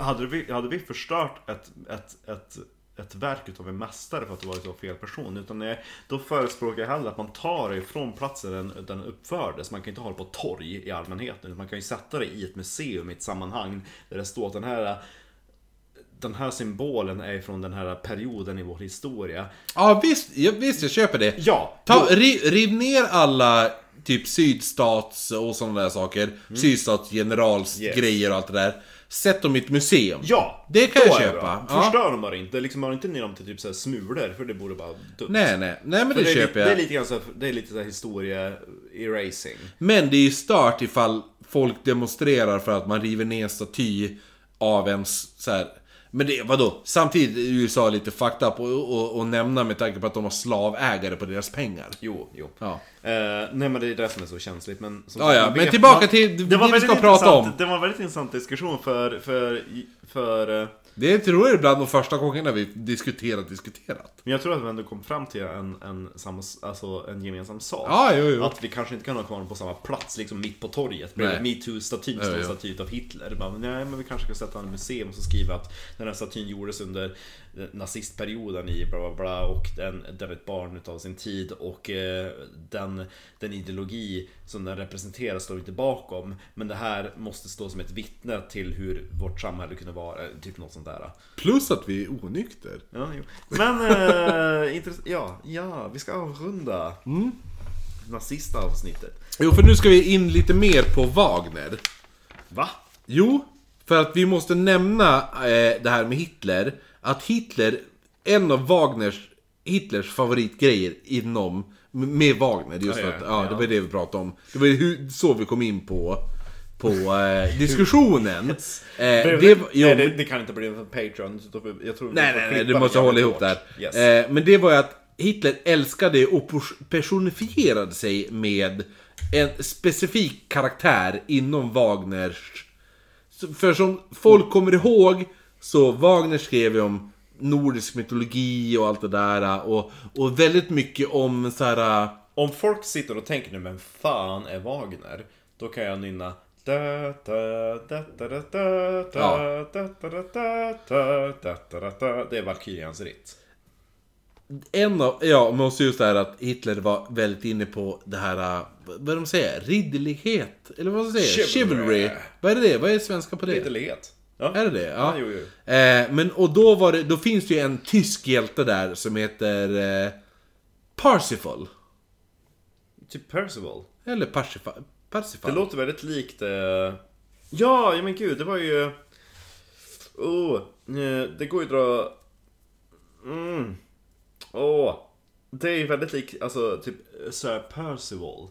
Speaker 3: Hade vi, hade vi förstört ett, ett, ett ett verk utav en mästare för att det var utav fel person. Utan eh, då förespråkar jag hellre att man tar det ifrån platsen den, den uppfördes. Man kan inte ha det på ett torg i allmänheten. utan Man kan ju sätta det i ett museum i ett sammanhang där det står att den här den här symbolen är från den här perioden i vår historia.
Speaker 1: Ja, visst, ja, visst jag köper det.
Speaker 3: Ja,
Speaker 1: Ta, riv, riv ner alla typ sydstats och sådana där saker.
Speaker 3: Mm.
Speaker 1: Sydstatsgeneralsgrejer grejer och allt det där. Sätt dem i ett museum.
Speaker 3: Ja!
Speaker 1: Det kan
Speaker 3: då
Speaker 1: jag
Speaker 3: är
Speaker 1: köpa.
Speaker 3: bra. Förstör dem bara inte. Liksom, har inte ner dem till typ så här smulor, för det borde bara dumt.
Speaker 1: Nej, nej, nej men
Speaker 3: För
Speaker 1: det,
Speaker 3: det, är
Speaker 1: köper jag.
Speaker 3: lite, det är lite grann så här, det är lite så här historia-erasing.
Speaker 1: Men det är ju stört ifall folk demonstrerar för att man river ner en staty av en s- så här. Men det, vadå? Samtidigt är USA lite fucked up och, och, och nämna med tanke på att de har slavägare på deras pengar.
Speaker 3: Jo, jo.
Speaker 1: Ja.
Speaker 3: Eh, nej men det är det som är så känsligt. Men som
Speaker 1: Ja, ja,
Speaker 3: man
Speaker 1: men
Speaker 3: vet-
Speaker 1: tillbaka
Speaker 3: man-
Speaker 1: till det vi
Speaker 3: väldigt
Speaker 1: ska prata
Speaker 3: intressant-
Speaker 1: om.
Speaker 3: Det var en väldigt intressant diskussion för... för, för eh,
Speaker 1: Det är tror jag ibland de första gångerna vi diskuterat, diskuterat.
Speaker 3: men jag tror att vi ändå kom fram till en, en, samma, alltså en gemensam sak.
Speaker 1: Ja, jo, jo.
Speaker 3: Att vi kanske inte kan ha kvar dem på samma plats, liksom mitt på torget. Bredvid
Speaker 1: Nej.
Speaker 3: metoo-statyn står
Speaker 1: Ja, ja.
Speaker 3: staty av Hitler. Bara, nej, men vi kanske ska sätta en museum och så skriva att den här statyn gjordes under eh, nazistperioden i bla bla bla och den, den är ett barn utav sin tid och eh, den, den ideologi som den representerar står inte bakom. Men det här måste stå som ett vittne till hur vårt samhälle kunde vara, eh, typ något sånt där.
Speaker 1: Plus att vi är onykter.
Speaker 3: Ja, jo. Men, eh, intress- ja, ja, vi ska avrunda
Speaker 1: Mm.
Speaker 3: nazistavsnittet.
Speaker 1: Jo, för nu ska vi in lite mer på Wagner.
Speaker 3: Va?
Speaker 1: Jo, för att vi måste nämna eh, det här med Hitler. Att Hitler, en av Wagners, Hitlers favoritgrejer inom, med Wagner. Just
Speaker 3: Ja,
Speaker 1: för
Speaker 3: ja,
Speaker 1: att, ja, det var det vi pratade om. Det var ju hur, så vi kom in på, på eh, diskussionen. Eh, det, var- jo,
Speaker 3: nej, det, det kan inte bli en Patreon. så då får- Jag tror vi
Speaker 1: Nej,
Speaker 3: får
Speaker 1: nej, nej, du
Speaker 3: klippa
Speaker 1: måste
Speaker 3: jävligt
Speaker 1: hålla ihop
Speaker 3: hårt.
Speaker 1: där.
Speaker 3: Yes.
Speaker 1: Eh, men det var ju att Hitler älskade och pers- personifierade sig med en specifik karaktär inom Wagners... Så- För som folk kommer ihåg så Wagner skrev ju om nordisk mytologi och allt det där eh, och, och väldigt mycket om så här... eh,
Speaker 3: Om folk sitter och tänker nu, men fan är Wagner? Då kan jag nynna... Da, da, da, da, da, da, da,
Speaker 1: Ja.
Speaker 3: da, da, da, da, da, da, da, da. Det är Valkyrians ritt.
Speaker 1: En av, ja, men också just det här att Hitler var väldigt inne på det här, eh, vad är det de säger? Ridderlighet? Eller vad de säger?
Speaker 3: Chivalry.
Speaker 1: Chivalry. Vad är det? Vad är svenska på det?
Speaker 3: Ytterlighet. Ja.
Speaker 1: Är det det? Ja.
Speaker 3: jo, jo.
Speaker 1: Eh, men och då, var det, då finns det ju en tysk hjälte där som heter eh, Parsifal.
Speaker 3: Typ Percival.
Speaker 1: Eller Parsifal. Parsifal.
Speaker 3: Det låter väldigt likt... Eh... Ja, ja, men gud, det var ju... Oh, eh, det går ju att dra... Mm. Åh. Det är ju väldigt likt, alltså typ Sir Percival.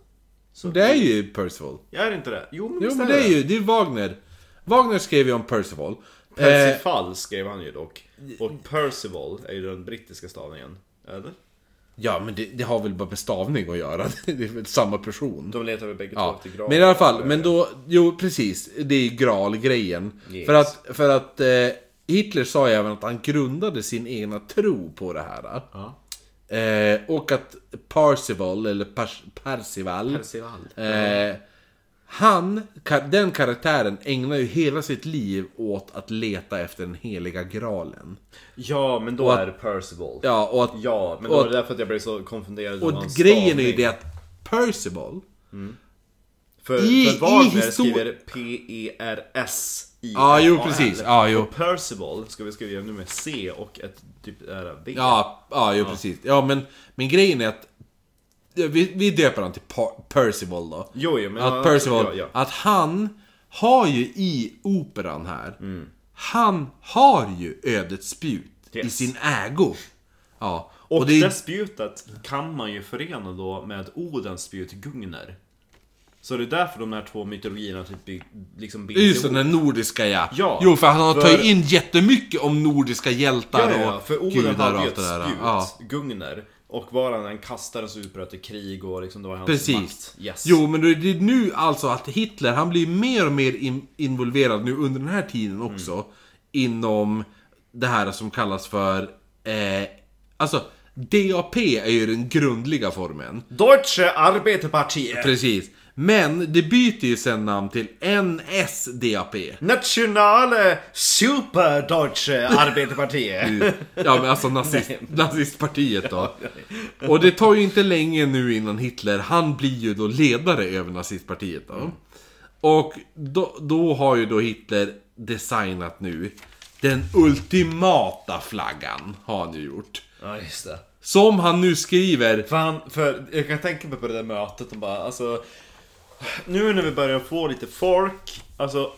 Speaker 3: Så,
Speaker 1: det är ju Percival.
Speaker 3: Är det inte det? Jo, men,
Speaker 1: Jo men det är ju det är Wagner. Wagner skrev ju om Percival. Eh,
Speaker 3: Percival skrev han ju dock. Och Percival är ju den brittiska stavningen. Eller?
Speaker 1: ja men det, det har väl bara med stavning att göra. Det är väl samma person.
Speaker 3: De letar väl bägge två
Speaker 1: Ja,
Speaker 3: efter graven.
Speaker 1: men i alla fall, men då, jo precis, det är Graal-grejen. För att, för att eh, Hitler sa ju även att han grundade sin egna tro på det här. Eh, och att Parzival, eller Pers Percival, Eh, han, ka- den karaktären ägnar ju hela sitt liv åt att leta efter den heliga graalen.
Speaker 3: Ja, men då
Speaker 1: Och att-
Speaker 3: är det Percival. Ja,
Speaker 1: Ja, och att
Speaker 3: men då
Speaker 1: och
Speaker 3: var det därför att jag blev så konfunderad. över
Speaker 1: och
Speaker 3: hans
Speaker 1: grejen är ju
Speaker 3: stavning.
Speaker 1: det att Percival,
Speaker 3: För,
Speaker 1: I-
Speaker 3: för Wagner
Speaker 1: i histori-
Speaker 3: skriver P-E-R-S-I-A-L.
Speaker 1: Ja, jo, precis. Ja, jo.
Speaker 3: Och Percival ska vi skriva nu med C och ett typ där V.
Speaker 1: Ja, ja, jo, precis. Ja, men, men grejen är att ja, vi, vi döper han till Par- Percival då.
Speaker 3: Jo, jo, men
Speaker 1: att
Speaker 3: ja,
Speaker 1: Percival,
Speaker 3: ja, ja.
Speaker 1: att han har ju i operan här,
Speaker 3: Mm.
Speaker 1: han har ju ödets spjut i
Speaker 3: Yes.
Speaker 1: sin ägo. Ja,
Speaker 3: Och,
Speaker 1: och, det är
Speaker 3: det spjutet kan man ju förena då med Odens spjut Gungner. Så det är därför de här två mytologierna typ by, liksom binds
Speaker 1: Just den
Speaker 3: ihop.
Speaker 1: här nordiska ja.
Speaker 3: Ja,
Speaker 1: jo, för han har
Speaker 3: för-
Speaker 1: tagit in jättemycket om nordiska
Speaker 3: Ja,
Speaker 1: hjältar
Speaker 3: ja, ja,
Speaker 1: och
Speaker 3: för Oden
Speaker 1: gudar och
Speaker 3: hade ju
Speaker 1: allt
Speaker 3: ett
Speaker 1: det där.
Speaker 3: spjut,
Speaker 1: Ja.
Speaker 3: Gungner. Och var han en kastare så utbröt det krig och liksom det var hans
Speaker 1: Precis.
Speaker 3: makt. Yes.
Speaker 1: Jo, men det är nu alltså att Hitler, han blir mer och mer in, involverad nu under den här tiden också. Inom det här som kallas för... Eh, alltså, DAP är ju den grundliga formen.
Speaker 3: Deutsche Arbeiterpartiet.
Speaker 1: Precis. Men det byter ju sen namn till NSDAP.
Speaker 3: Nationale Superdeutsche Arbetarpartiet.
Speaker 1: Ja men alltså nazist, nazistpartiet då. Och det tar ju inte länge nu innan Hitler, han blir ju då ledare över nazistpartiet då. Och då, då har ju då Hitler designat nu den ultimata flaggan, har han ju gjort.
Speaker 3: ja, just det.
Speaker 1: Som han nu skriver,
Speaker 3: Fan, för jag kan tänka mig på det där mötet och bara, alltså... Nu när vi börjar få lite folk, alltså...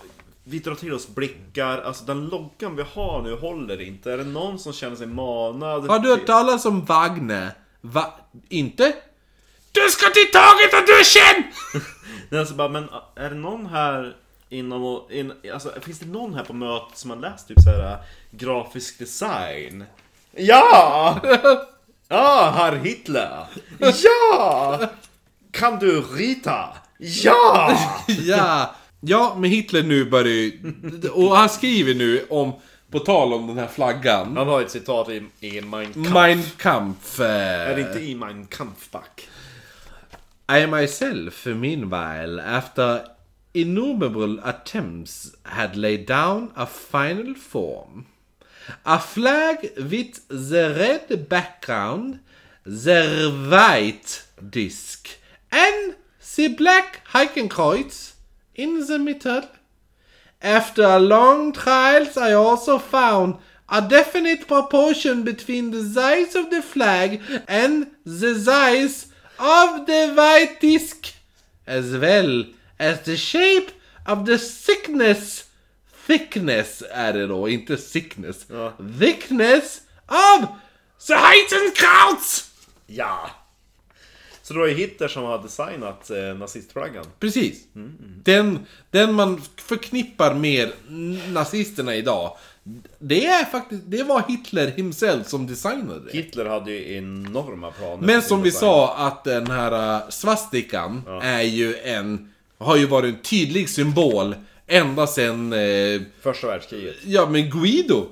Speaker 3: Vi drar till oss blickar, alltså den loggan vi har nu håller inte. Är det någon som känner sig manad?
Speaker 1: har du hört talas om Wagner? Va? Inte? Du ska till taget och duschen!
Speaker 3: Nej, alltså bara, men är det någon här inom och, in, alltså, finns det någon här på mötet som har läst typ så här grafisk design? Ja! Ja, herr Hitler! Ja! Kan du rita? Ja!
Speaker 1: Ja, ja men Hitler nu börjar ju... Och han skriver nu om, på tal om den här flaggan.
Speaker 3: Han har ett citat i, i Mein Kampf. Äh,
Speaker 1: Mein Kampf. eh,
Speaker 3: Är det inte i Mein Kampfback?
Speaker 1: I myself, meanwhile, after innumerable attempts had laid down a final form. A flag with the red background, the white disc, and the black Hakenkreuz in the middle. After a long trials, I also found a definite proportion between the size of the flag and the size of the white disc, as well as the shape of the thickness. Thickness är det då, inte sickness. Thickness of the Heizenkrauts!
Speaker 3: Ja! Så det var ju Hitler som har designat eh, nazistflaggan.
Speaker 1: Precis.
Speaker 3: Mm,
Speaker 1: Den, den man förknippar med nazisterna idag. Det är faktiskt, det var Hitler himself som designade det.
Speaker 3: Hitler hade ju enorma planer.
Speaker 1: Men
Speaker 3: på sin
Speaker 1: som vi
Speaker 3: design.
Speaker 1: sa att den här äh, svastikan är ju en, har ju varit en tydlig symbol ända sen, eh,
Speaker 3: Första världskriget.
Speaker 1: ja men Guido.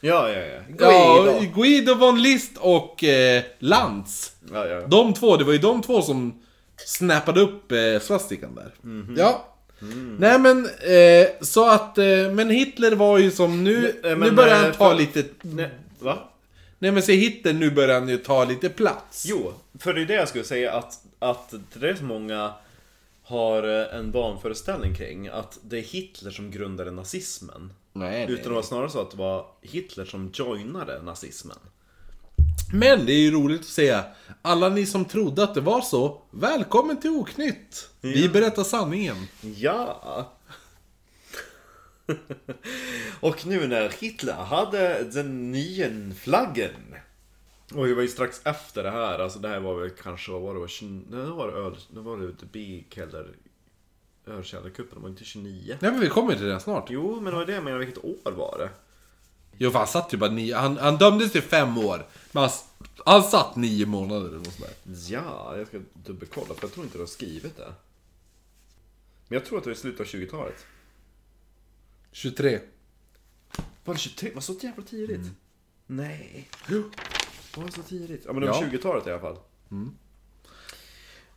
Speaker 3: Ja, ja, ja.
Speaker 1: Ja, Guido von List och eh, Lantz.
Speaker 3: Ja, ja.
Speaker 1: De två, det var ju de två som snappade upp eh, svastikan där.
Speaker 3: Mhm.
Speaker 1: Ja.
Speaker 3: Mm.
Speaker 1: Nej men, eh, så att, eh, men Hitler var ju som nu,
Speaker 3: Nej, men,
Speaker 1: nu börjar han
Speaker 3: eh,
Speaker 1: ta
Speaker 3: för-
Speaker 1: lite,
Speaker 3: Nej, va?
Speaker 1: nej men se Hitler, nu börjar han ju ta lite plats.
Speaker 3: Jo, för det är det jag skulle säga att, att det är så många har eh, en vanföreställning kring att det är Hitler som grundade nazismen.
Speaker 1: Nej, nej.
Speaker 3: Utan det var snarare så att det var Hitler som joinade nazismen.
Speaker 1: Men det är ju roligt att se, alla ni som trodde att det var så, välkommen till Oknytt! Vi berättar sanningen.
Speaker 3: Ja! och nu när Hitler hade den nya flaggen. Och det var ju strax efter det här, alltså det här var väl kanske, vad var det, var 20, nej, det var öl, det var det Bikeller, ölkällarcupen, det var inte 29.
Speaker 1: Nej men vi kommer till det snart.
Speaker 3: Jo, men det var det jag menade, vilket år var det?
Speaker 1: Jo för han satt ju bara nio, han, han dömdes till fem år. Men han, s- han satt nio månader eller nåt sånt där.
Speaker 3: Ja, jag ska dubbelkolla, för jag tror inte du har skrivit det. Men jag tror att det är slutet av 20-talet.
Speaker 1: 23.
Speaker 3: Var det 23? Var det så jävla tidigt? Nej. Var det så tidigt? Ja, men det
Speaker 1: Ja. Mm.
Speaker 3: var 20-talet i alla fall.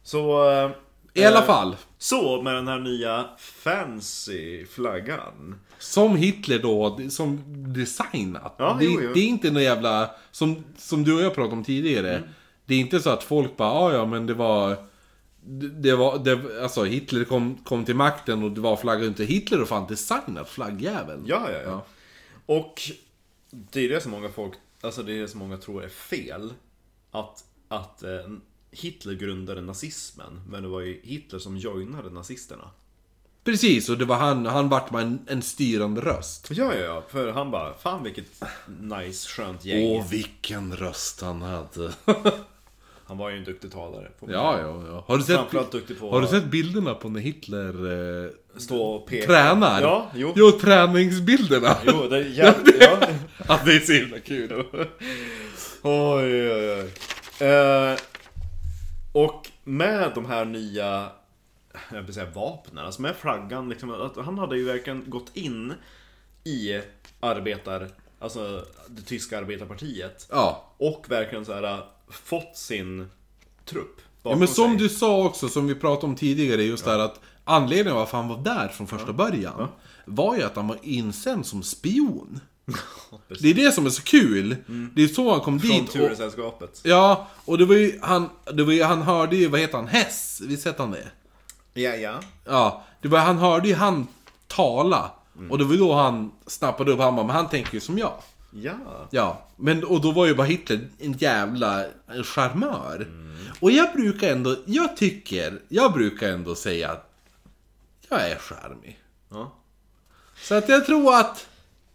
Speaker 3: Så... eh,
Speaker 1: I alla fall.
Speaker 3: Så, med den här nya fancy flaggan.
Speaker 1: Som Hitler då, som designat.
Speaker 3: Ja,
Speaker 1: det,
Speaker 3: jo, jo.
Speaker 1: det är inte någon jävla, som, som du och jag pratade om tidigare.
Speaker 3: Mm.
Speaker 1: Det är inte så att folk bara, "Ah, ja men det var... Det det var, det, alltså Hitler kom, kom till makten och det var flaggan inte Hitler och fan designat flaggjäveln.
Speaker 3: Ja, ja, ja. Och det är det som många folk, alltså det är det som många tror är fel. Att, att eh, Hitler grundade nazismen, men det var ju Hitler som joinade nazisterna.
Speaker 1: Precis, och det var han, han vart bara en, en styrande röst.
Speaker 3: Ja, ja, ja, för han bara, fan vilket nice skönt gäng.
Speaker 1: Åh, vilken röst han hade.
Speaker 3: Han var ju en duktig talare. får man
Speaker 1: ja, ja, ja. Har du
Speaker 3: Framförallt
Speaker 1: sett,
Speaker 3: duktig på-
Speaker 1: har du sett bilderna på när Hitler eh,
Speaker 3: Stå och peka.
Speaker 1: tränar?
Speaker 3: Ja, jo.
Speaker 1: Jo, träningsbilderna.
Speaker 3: Jo, det är jävligt... ja.
Speaker 1: Att det är så himla kul.
Speaker 3: Oj, oj, oj. Eh, och med de här nya jag vill säga vapnen, alltså med flaggan liksom, att han hade ju verkligen gått in i arbetar, alltså det tyska arbetarpartiet
Speaker 1: Ja,
Speaker 3: och verkligen så här fått sin eh, trupp
Speaker 1: Ja, men som du sa också, som vi pratade om tidigare, just där att anledningen varför han var där från första början var ju att han var insänd som spion. det är det som är så kul. Det är så han kom
Speaker 3: Från
Speaker 1: dit. Och,
Speaker 3: Turesällskapet.
Speaker 1: ja, och det var ju han, det var ju, han hörde ju, vad heter han, Hess? Visst hette han det?
Speaker 3: Ja, ja.
Speaker 1: Ja, det var, han hörde ju han tala. Och det var ju då han snappade upp, han bara, men han tänker ju som jag.
Speaker 3: Ja.
Speaker 1: Ja, men och då var ju bara Hitler en jävla charmör. Och jag brukar ändå, jag tycker, jag brukar ändå säga att jag är charmig.
Speaker 3: ja.
Speaker 1: Så att jag tror att,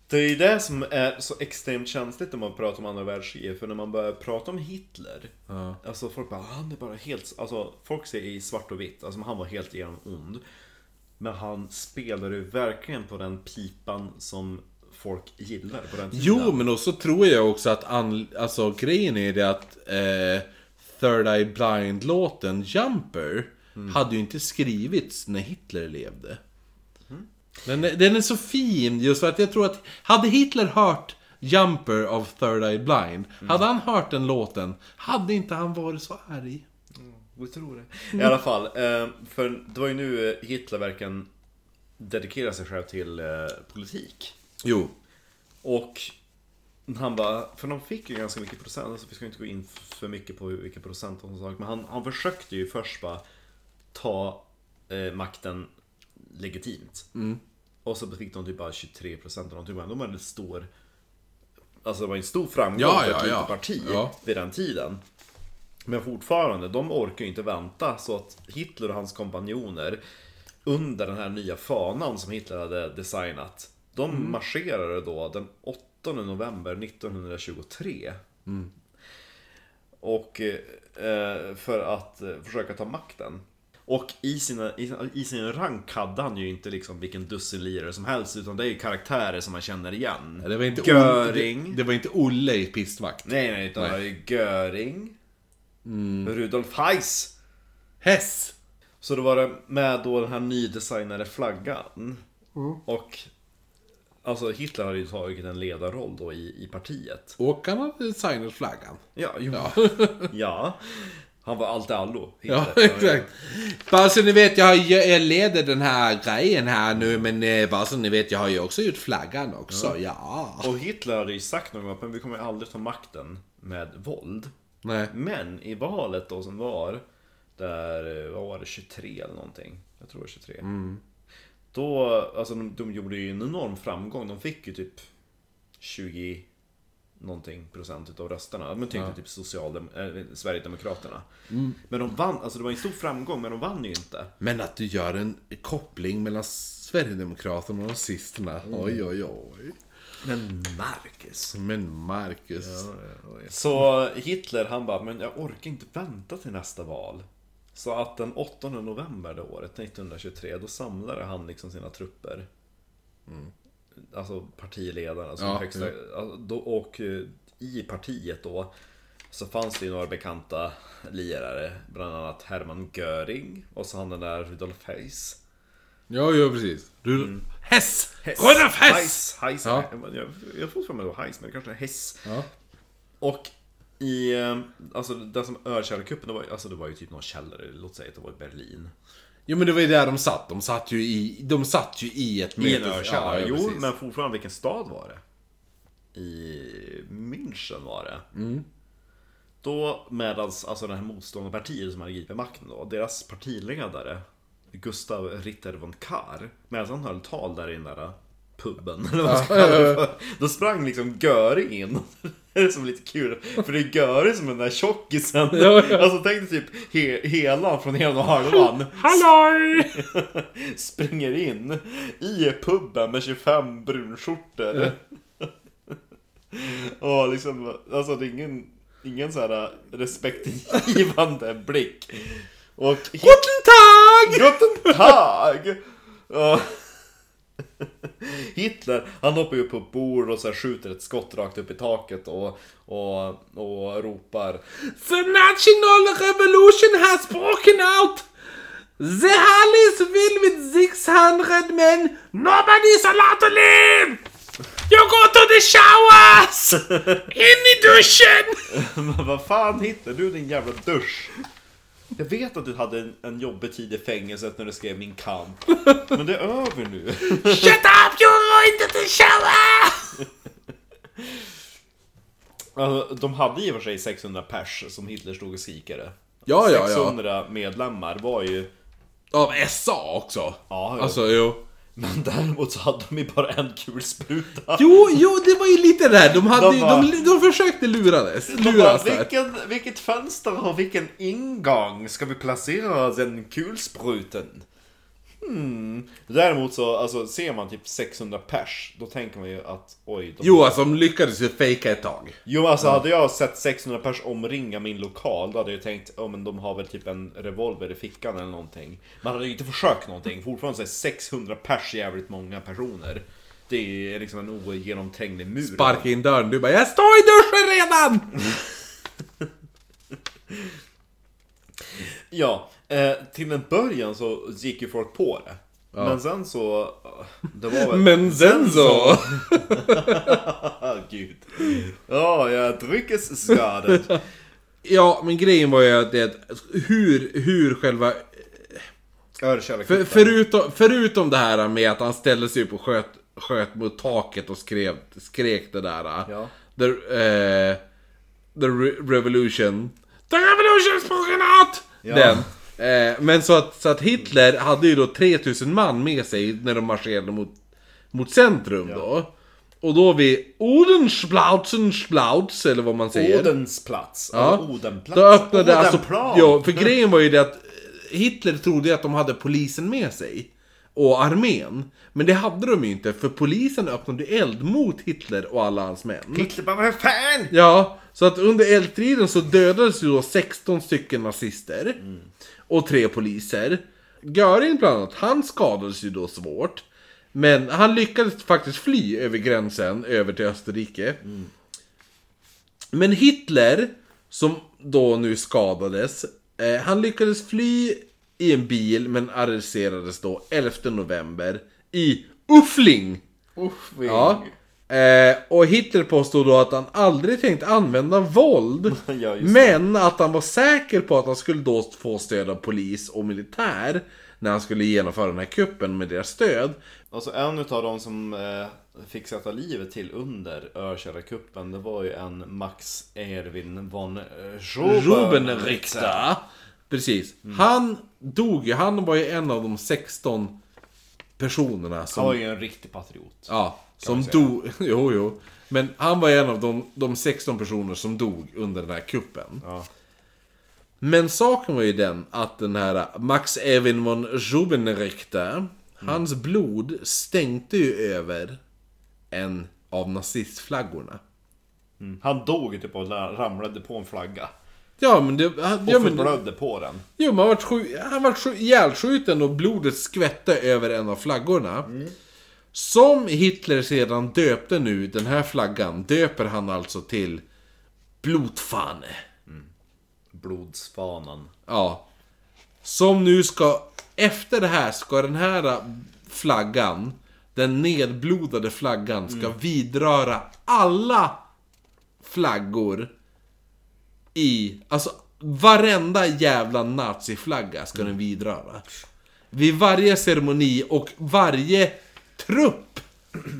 Speaker 3: Det är ju det som är så extremt känsligt när man pratar om andra världskriget, för när man börjar prata om Hitler, alltså folk bara han är bara helt, alltså folk ser i svart och vitt, alltså han var helt igenom ond. Men han spelade ju verkligen på den pipan som folk gillar på den tiden.
Speaker 1: jo men och så tror jag också att, an, alltså grejen är det att eh, Third Eye Blind-låten Jumper hade ju inte skrivits när Hitler levde. Den är, den är så fin just för att jag tror att hade Hitler hört Jumper av Third Eye Blind, hade han hört den låten, hade inte han varit så arg.
Speaker 3: Vi tror det. I alla fall, eh, för det var ju nu eh, Hitler verkligen dedikerade sig själv till eh, politik.
Speaker 1: Jo.
Speaker 3: Och han bara, för de fick ju ganska mycket procent, så vi ska inte gå in för mycket på vilka procent och sånt sak. Men han, han försökte ju först bara ta eh, makten legitimt.
Speaker 1: Mm.
Speaker 3: Och så fick de typ bara 23 procent och någonting. Men de hade en stor, alltså det var en stor framgång
Speaker 1: Ja,
Speaker 3: för
Speaker 1: ja,
Speaker 3: ett litet
Speaker 1: ja.
Speaker 3: parti
Speaker 1: Ja.
Speaker 3: vid den tiden. Men fortfarande, de orkar ju inte vänta så att Hitler och hans kompanjoner under den här nya fanan som Hitler hade designat. De
Speaker 1: Mm.
Speaker 3: marscherade då den 8 november 1923. Och eh, för att eh, försöka ta makten. Och i, sina, i, sin- i sin rank hade han ju inte liksom vilken dussinlirare som helst utan det är ju karaktärer som man känner igen.
Speaker 1: Det var inte
Speaker 3: Göring.
Speaker 1: Olle, det, det var inte Olle i pistvakt.
Speaker 3: Nej, nej, utan det är ju Göring.
Speaker 1: Mm.
Speaker 3: Rudolf Heiss.
Speaker 1: Hess!
Speaker 3: Så då var det med då den här nydesignade flaggan.
Speaker 1: Mm.
Speaker 3: Och alltså Hitler hade ju tagit en ledarroll då i, i partiet.
Speaker 1: Och han hade designat flaggan.
Speaker 3: Ja, jo. Ja. Han var allt i allo.
Speaker 1: Ja,
Speaker 3: Hitler.
Speaker 1: exakt. Bara så ni vet, jag, har, ju- jag leder den här grejen här nu, men eh, bara så ni vet, jag har ju också gjort flaggan också, ja.
Speaker 3: Och Hitler hade ju sagt någon gång att "Men vi kommer aldrig ta makten med våld.
Speaker 1: Nej.
Speaker 3: Men i valet då som var, där, eh, vad var det, 23 eller någonting? Jag tror det var 23. Då, alltså de, de gjorde ju en enorm framgång. De fick ju typ 20 någonting procent utav rösterna. Men tyckte typ Socialdem äh, Sverigedemokraterna. Men de vann, alltså det var en stor framgång men de vann ju inte.
Speaker 1: Men att du gör en koppling mellan Sverigedemokraterna och nazisterna.
Speaker 3: Mm.
Speaker 1: Oj, oj, oj.
Speaker 3: Men Marcus.
Speaker 1: Men Marcus.
Speaker 3: Så Hitler han bara, men jag orkar inte vänta till nästa val. Så att den 8 november det året, 1923, då samlade han liksom sina trupper. Alltså partiledarna, alltså
Speaker 1: Ja,
Speaker 3: högsta, alltså, då, och eh, i partiet då så fanns det ju några bekanta lirare, bland annat Hermann Göring och så han den där Rudolf Heiss.
Speaker 1: Ja, ja precis. Du... Hess!
Speaker 3: Mm. Hess.
Speaker 1: Rudolf Hess!
Speaker 3: Heiss! Heiss.
Speaker 1: Ja.
Speaker 3: Jag, jag, jag får för mig det var Heiss, men det kanske är Hess.
Speaker 1: Ja.
Speaker 3: Och i, eh, alltså den som Örkärrekuppen, det var, ju- alltså det var ju typ någon källare, låt säga att det var i Berlin.
Speaker 1: Jo, men det var ju där de satt. De satt ju i, de satt ju i ett
Speaker 3: I en
Speaker 1: mötes-
Speaker 3: ölkällare,
Speaker 1: ja,
Speaker 3: jo
Speaker 1: precis.
Speaker 3: men fortfarande vilken stad var det? I München var det.
Speaker 1: Mm.
Speaker 3: Då medans, alltså det här motståndarpartiet som hade gripit makten då, deras partiledare Gustav Ritter von Kahr, medan han höll tal där i den där äh, puben, eller vad man ska kalla det för, då sprang liksom Göring in. Det är som lite kul, för det är Göring som är den där tjockisen. Alltså tänk dig typ he- hela från hela och halvan springer in i puben med 25 brunskjortor. Och liksom, alltså det är ingen, ingen så här eh, respektingivande blick. Och Guten Tag! Guten Tag! Ja. Hitler, han hoppar ju upp på ett bord och så här skjuter ett skott rakt upp i taket och, och, och ropar
Speaker 2: The national revolution has broken out. The hall is filled with 600 men. Nobody's allowed to leave. You go to the showers. In the duschen.
Speaker 3: Men vad fan Hitler, du din jävla dusch! Jag vet att du hade en, en jobbig tid i fängelset när du skrev Min kamp. Men det är över nu.
Speaker 2: Shut up, you ruined the shower!
Speaker 3: Alltså, de hade i och för sig 600 pers som Hitler stod och skrikade.
Speaker 1: Ja, ja, ja.
Speaker 3: 600 medlemmar var ju...
Speaker 1: Av SA också.
Speaker 3: Ja, jo.
Speaker 1: Alltså, jo.
Speaker 3: Men däremot så hade de ju bara en kulspruta.
Speaker 1: Jo, jo, det var ju lite det där. De, hade,
Speaker 3: De
Speaker 1: ju-
Speaker 3: bara-
Speaker 1: de, de, försökte lurades,
Speaker 3: De bara,
Speaker 1: luras där.
Speaker 3: vilken, vilket fönster och vilken ingång ska vi placera den kulspruten? Hmm. Däremot så alltså, ser man typ 600 pers, då tänker man ju att oj. De...
Speaker 1: Jo, alltså de lyckades ju fejka ett tag.
Speaker 3: Jo, alltså hade jag sett 600 pers omringa min lokal, då hade jag tänkt ja men de har väl typ en revolver i fickan eller någonting. Man hade ju inte försökt någonting, fortfarande så är 600 pers jävligt många personer. Det är liksom en ogenomtränglig mur.
Speaker 1: Sparka in dörren, du bara 'Jag står i duschen redan!'
Speaker 3: Ja, eh, till en början så gick ju folk på det. Men sen så... Det var väl...
Speaker 1: Men sen så...
Speaker 3: Ah, Gud. Ja, jag är dryckesskadad.
Speaker 1: Ja, men grejen var ju att det, hur, hur själva... För,
Speaker 3: Ölkärlekutan.
Speaker 1: förutom, förutom det här med att han ställde sig upp och sköt, sköt mot taket och skrev, skrek det där. äh,
Speaker 3: Ja.
Speaker 1: The, eh, the Re- Revolution. The Revolution spoken out!
Speaker 3: Ja.
Speaker 1: Den. Eh, men så att, så att Hitler hade ju då 3000 man med sig när de marscherade mot, mot centrum då. Och då vid Odensplatzensplatz, eller vad man säger.
Speaker 3: Odensplats.
Speaker 1: Ja.
Speaker 3: Alltså Odenplats.
Speaker 1: Då öppnade alltså...
Speaker 3: Odenplan.
Speaker 1: Ja, för grejen var ju det att Hitler trodde ju att de hade polisen med sig. Och armén. Men det hade de ju inte, för polisen öppnade ju eld mot Hitler och alla hans män.
Speaker 3: Hitler bara, vad fan!
Speaker 1: Ja, så att under eldstriden så dödades ju då 16 stycken nazister. Och tre poliser. Göring bland annat, han skadades ju då svårt. Men han lyckades faktiskt fly över gränsen över till Österrike. Men Hitler, som då nu skadades, eh, han lyckades fly i en bil men arresterades då 11 november i Uffling.
Speaker 3: Uff,
Speaker 1: Ja. Eh, och Hitler påstod då att han aldrig tänkt använda våld.
Speaker 3: Ja, just det.
Speaker 1: men att han var säker på att han skulle då få stöd av polis och militär. När han skulle genomföra den här kuppen med deras stöd.
Speaker 3: Alltså en utav de som eh, fick sätta livet till under Örkärrakuppen, det var ju en Max Erwin von Rubenrichter.
Speaker 1: Rubenrichter. Precis. Han dog ju. Han var ju en av de 16 personerna som
Speaker 3: Han var ju en riktig patriot.
Speaker 1: Ja, som
Speaker 3: man säga.
Speaker 1: dog. Jo, jo. Men han var en av de, de 16 personer som dog under den här kuppen.
Speaker 3: Ja.
Speaker 1: Men saken var ju den att den här Max Evin von Rubenrichter,
Speaker 3: Mm.
Speaker 1: hans blod stänkte ju över en av nazistflaggorna. Mm.
Speaker 3: Han dog ju typ och la- ramlade på en flagga.
Speaker 1: Ja men det... Han,
Speaker 3: Och
Speaker 1: ja, men,
Speaker 3: förblödde på den.
Speaker 1: jo, men han vart sju- han vart sju- ihjälskjuten och blodet skvätte över en av flaggorna. Som Hitler sedan döpte nu, den här flaggan, döper han alltså till Blutfahne.
Speaker 3: Blodsfanan.
Speaker 1: Ja. Som nu ska, efter det här ska den här flaggan, den nedblodade flaggan, ska
Speaker 3: Mm.
Speaker 1: vidröra alla flaggor i, alltså varenda jävla naziflagga ska
Speaker 3: Mm.
Speaker 1: den vidröra. Vid varje ceremoni och varje trupp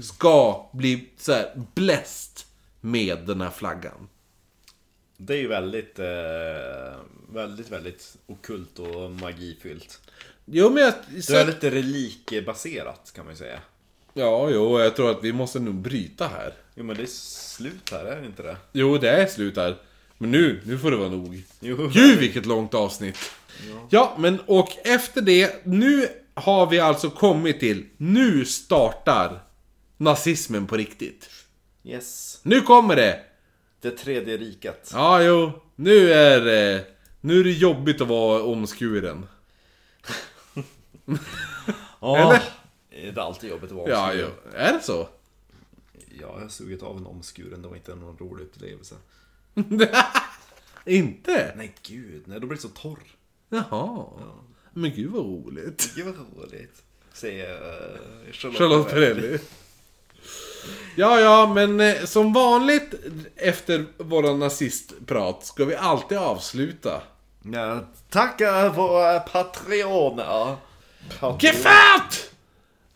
Speaker 1: ska bli så här bläst med den här flaggan.
Speaker 3: Det är ju väldigt, eh, väldigt, väldigt okult och magifyllt.
Speaker 1: Jo men jag...
Speaker 3: Det är lite relikbaserat kan man ju säga.
Speaker 1: Ja, jo, jag tror att vi måste nog bryta här.
Speaker 3: Jo men det är slut här, är det inte det?
Speaker 1: Jo, det är slut här. Men nu, nu får det vara nog.
Speaker 3: Jo.
Speaker 1: Gud, vilket långt avsnitt. Ja. men och efter det, nu har vi alltså kommit till, nu startar nazismen på riktigt.
Speaker 3: Yes.
Speaker 1: Nu kommer det!
Speaker 3: Det tredje riket.
Speaker 1: Ja, jo, nu är det, nu är det jobbigt att vara omskuren.
Speaker 3: Ja. Det är alltid jobbigt att vara
Speaker 1: Ja, jo,
Speaker 3: omskuren.
Speaker 1: är det så?
Speaker 3: Ja, jag har sugit av en omskuren. Det var inte någon rolig upplevelse.
Speaker 1: Inte?
Speaker 3: Nej, gud. Nej, då blir det så torr.
Speaker 1: Jaha. Men gud vad roligt.
Speaker 3: Gud vad roligt. Säger eh, Charlotte,
Speaker 1: Charlotte Perrelli. Ja, ja, men eh, som vanligt efter våra nazistprat ska vi alltid avsluta
Speaker 3: Jag tackar våra patroner.
Speaker 1: Gefärt!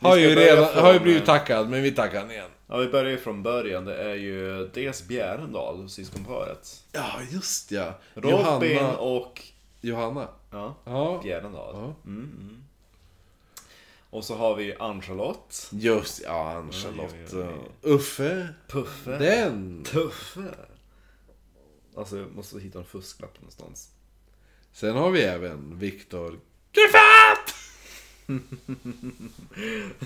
Speaker 1: Har
Speaker 3: Vi
Speaker 1: ju,
Speaker 3: ska börja
Speaker 1: redan,
Speaker 3: från- eh,
Speaker 1: har ju blivit tackad, men vi tackar han igen.
Speaker 3: Ja, vi börjar ju från början. Det är ju dels Bjärendal, syskonparet.
Speaker 1: Ja, just ja.
Speaker 3: Robin
Speaker 1: Johanna.
Speaker 3: och...
Speaker 1: Johanna.
Speaker 3: Ja,
Speaker 1: Ja.
Speaker 3: Bjärendal.
Speaker 1: Ja.
Speaker 3: Mm, mm. Och så har vi Ann-Charlotte.
Speaker 1: Just ja, Ann-Charlotte.
Speaker 3: Oj, oj,
Speaker 1: Uffe.
Speaker 3: Puffe.
Speaker 1: Den.
Speaker 3: Tuffe. Alltså, jag måste hitta en fusklapp någonstans.
Speaker 1: Sen har vi även Viktor.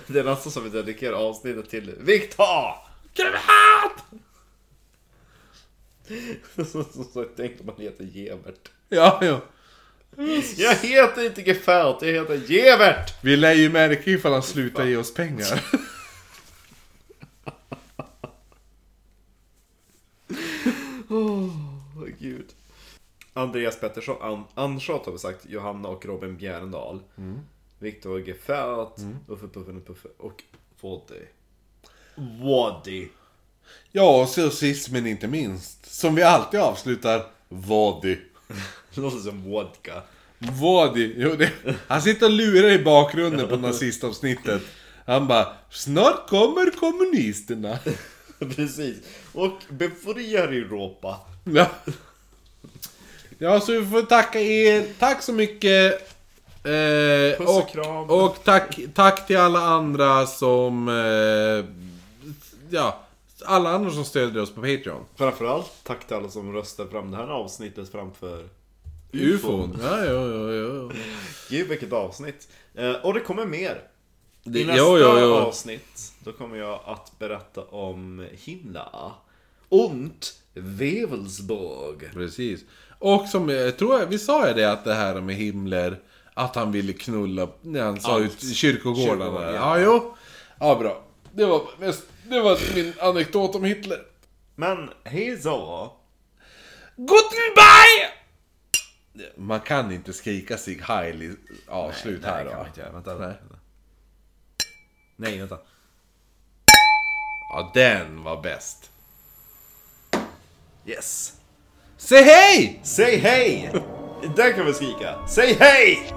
Speaker 3: Det är nästan som vi dedikerar avsnittet till Viktor! Som som sagt, tänk om man heter Gevert.
Speaker 1: Ja, ja.
Speaker 3: Jag heter inte Gefärt, jag heter Gevert!
Speaker 1: Vi lär ju märka ifall han slutar ge oss pengar.
Speaker 3: Åh, gud. Andreas Pettersson, An- Ann-Charlotte har vi sagt, Johanna och Robin Bjärendal. Viktor Gefärt, Uffe Puffen och Puffe och Waddy. Waddy.
Speaker 1: Ja, och så sist men inte minst. Som vi alltid avslutar. Vadi.
Speaker 3: Det låter som vodka.
Speaker 1: Vadi. Jo, det. Han sitter och lurar i bakgrunden på nazistavsnittet. Han bara, snart kommer kommunisterna.
Speaker 3: Precis. Och befriar Europa.
Speaker 1: Ja. ja, så vi får tacka er. Tack så mycket. Eh,
Speaker 3: Puss och
Speaker 1: och,
Speaker 3: kram.
Speaker 1: och tack, tack till alla andra som... Eh, ja, alla andra som stödjer oss på Patreon.
Speaker 3: Framförallt tack till alla som röstar fram det här avsnittet framför
Speaker 1: Ufon. Ja, ja, ja, ja.
Speaker 3: Gud vilket avsnitt! Eh, och det kommer mer!
Speaker 1: Det-
Speaker 3: I nästa
Speaker 1: jo, jo, jo.
Speaker 3: avsnitt då kommer jag att berätta om Himla und Wevelsborg.
Speaker 1: Precis. Och som jag tror, jag, vi sa ju det att det här med Himmler, att han ville knulla, när han sa ut kyrkogårdarna.
Speaker 3: Kyrkogård,
Speaker 1: Ja, jo. Ja, bra. Det var, mest, det var min anekdot om Hitler.
Speaker 3: Men hej så!
Speaker 1: Guten Bye! Man kan inte skrika sig Heil i avslut här
Speaker 3: kan
Speaker 1: va?
Speaker 3: man inte göra. Vänta,
Speaker 1: Nej.
Speaker 3: vänta. Nej, vänta.
Speaker 1: Ja, den var bäst.
Speaker 3: Yes!
Speaker 1: Säg hej!
Speaker 3: Säg hej! Där kan vi skrika. Säg hej!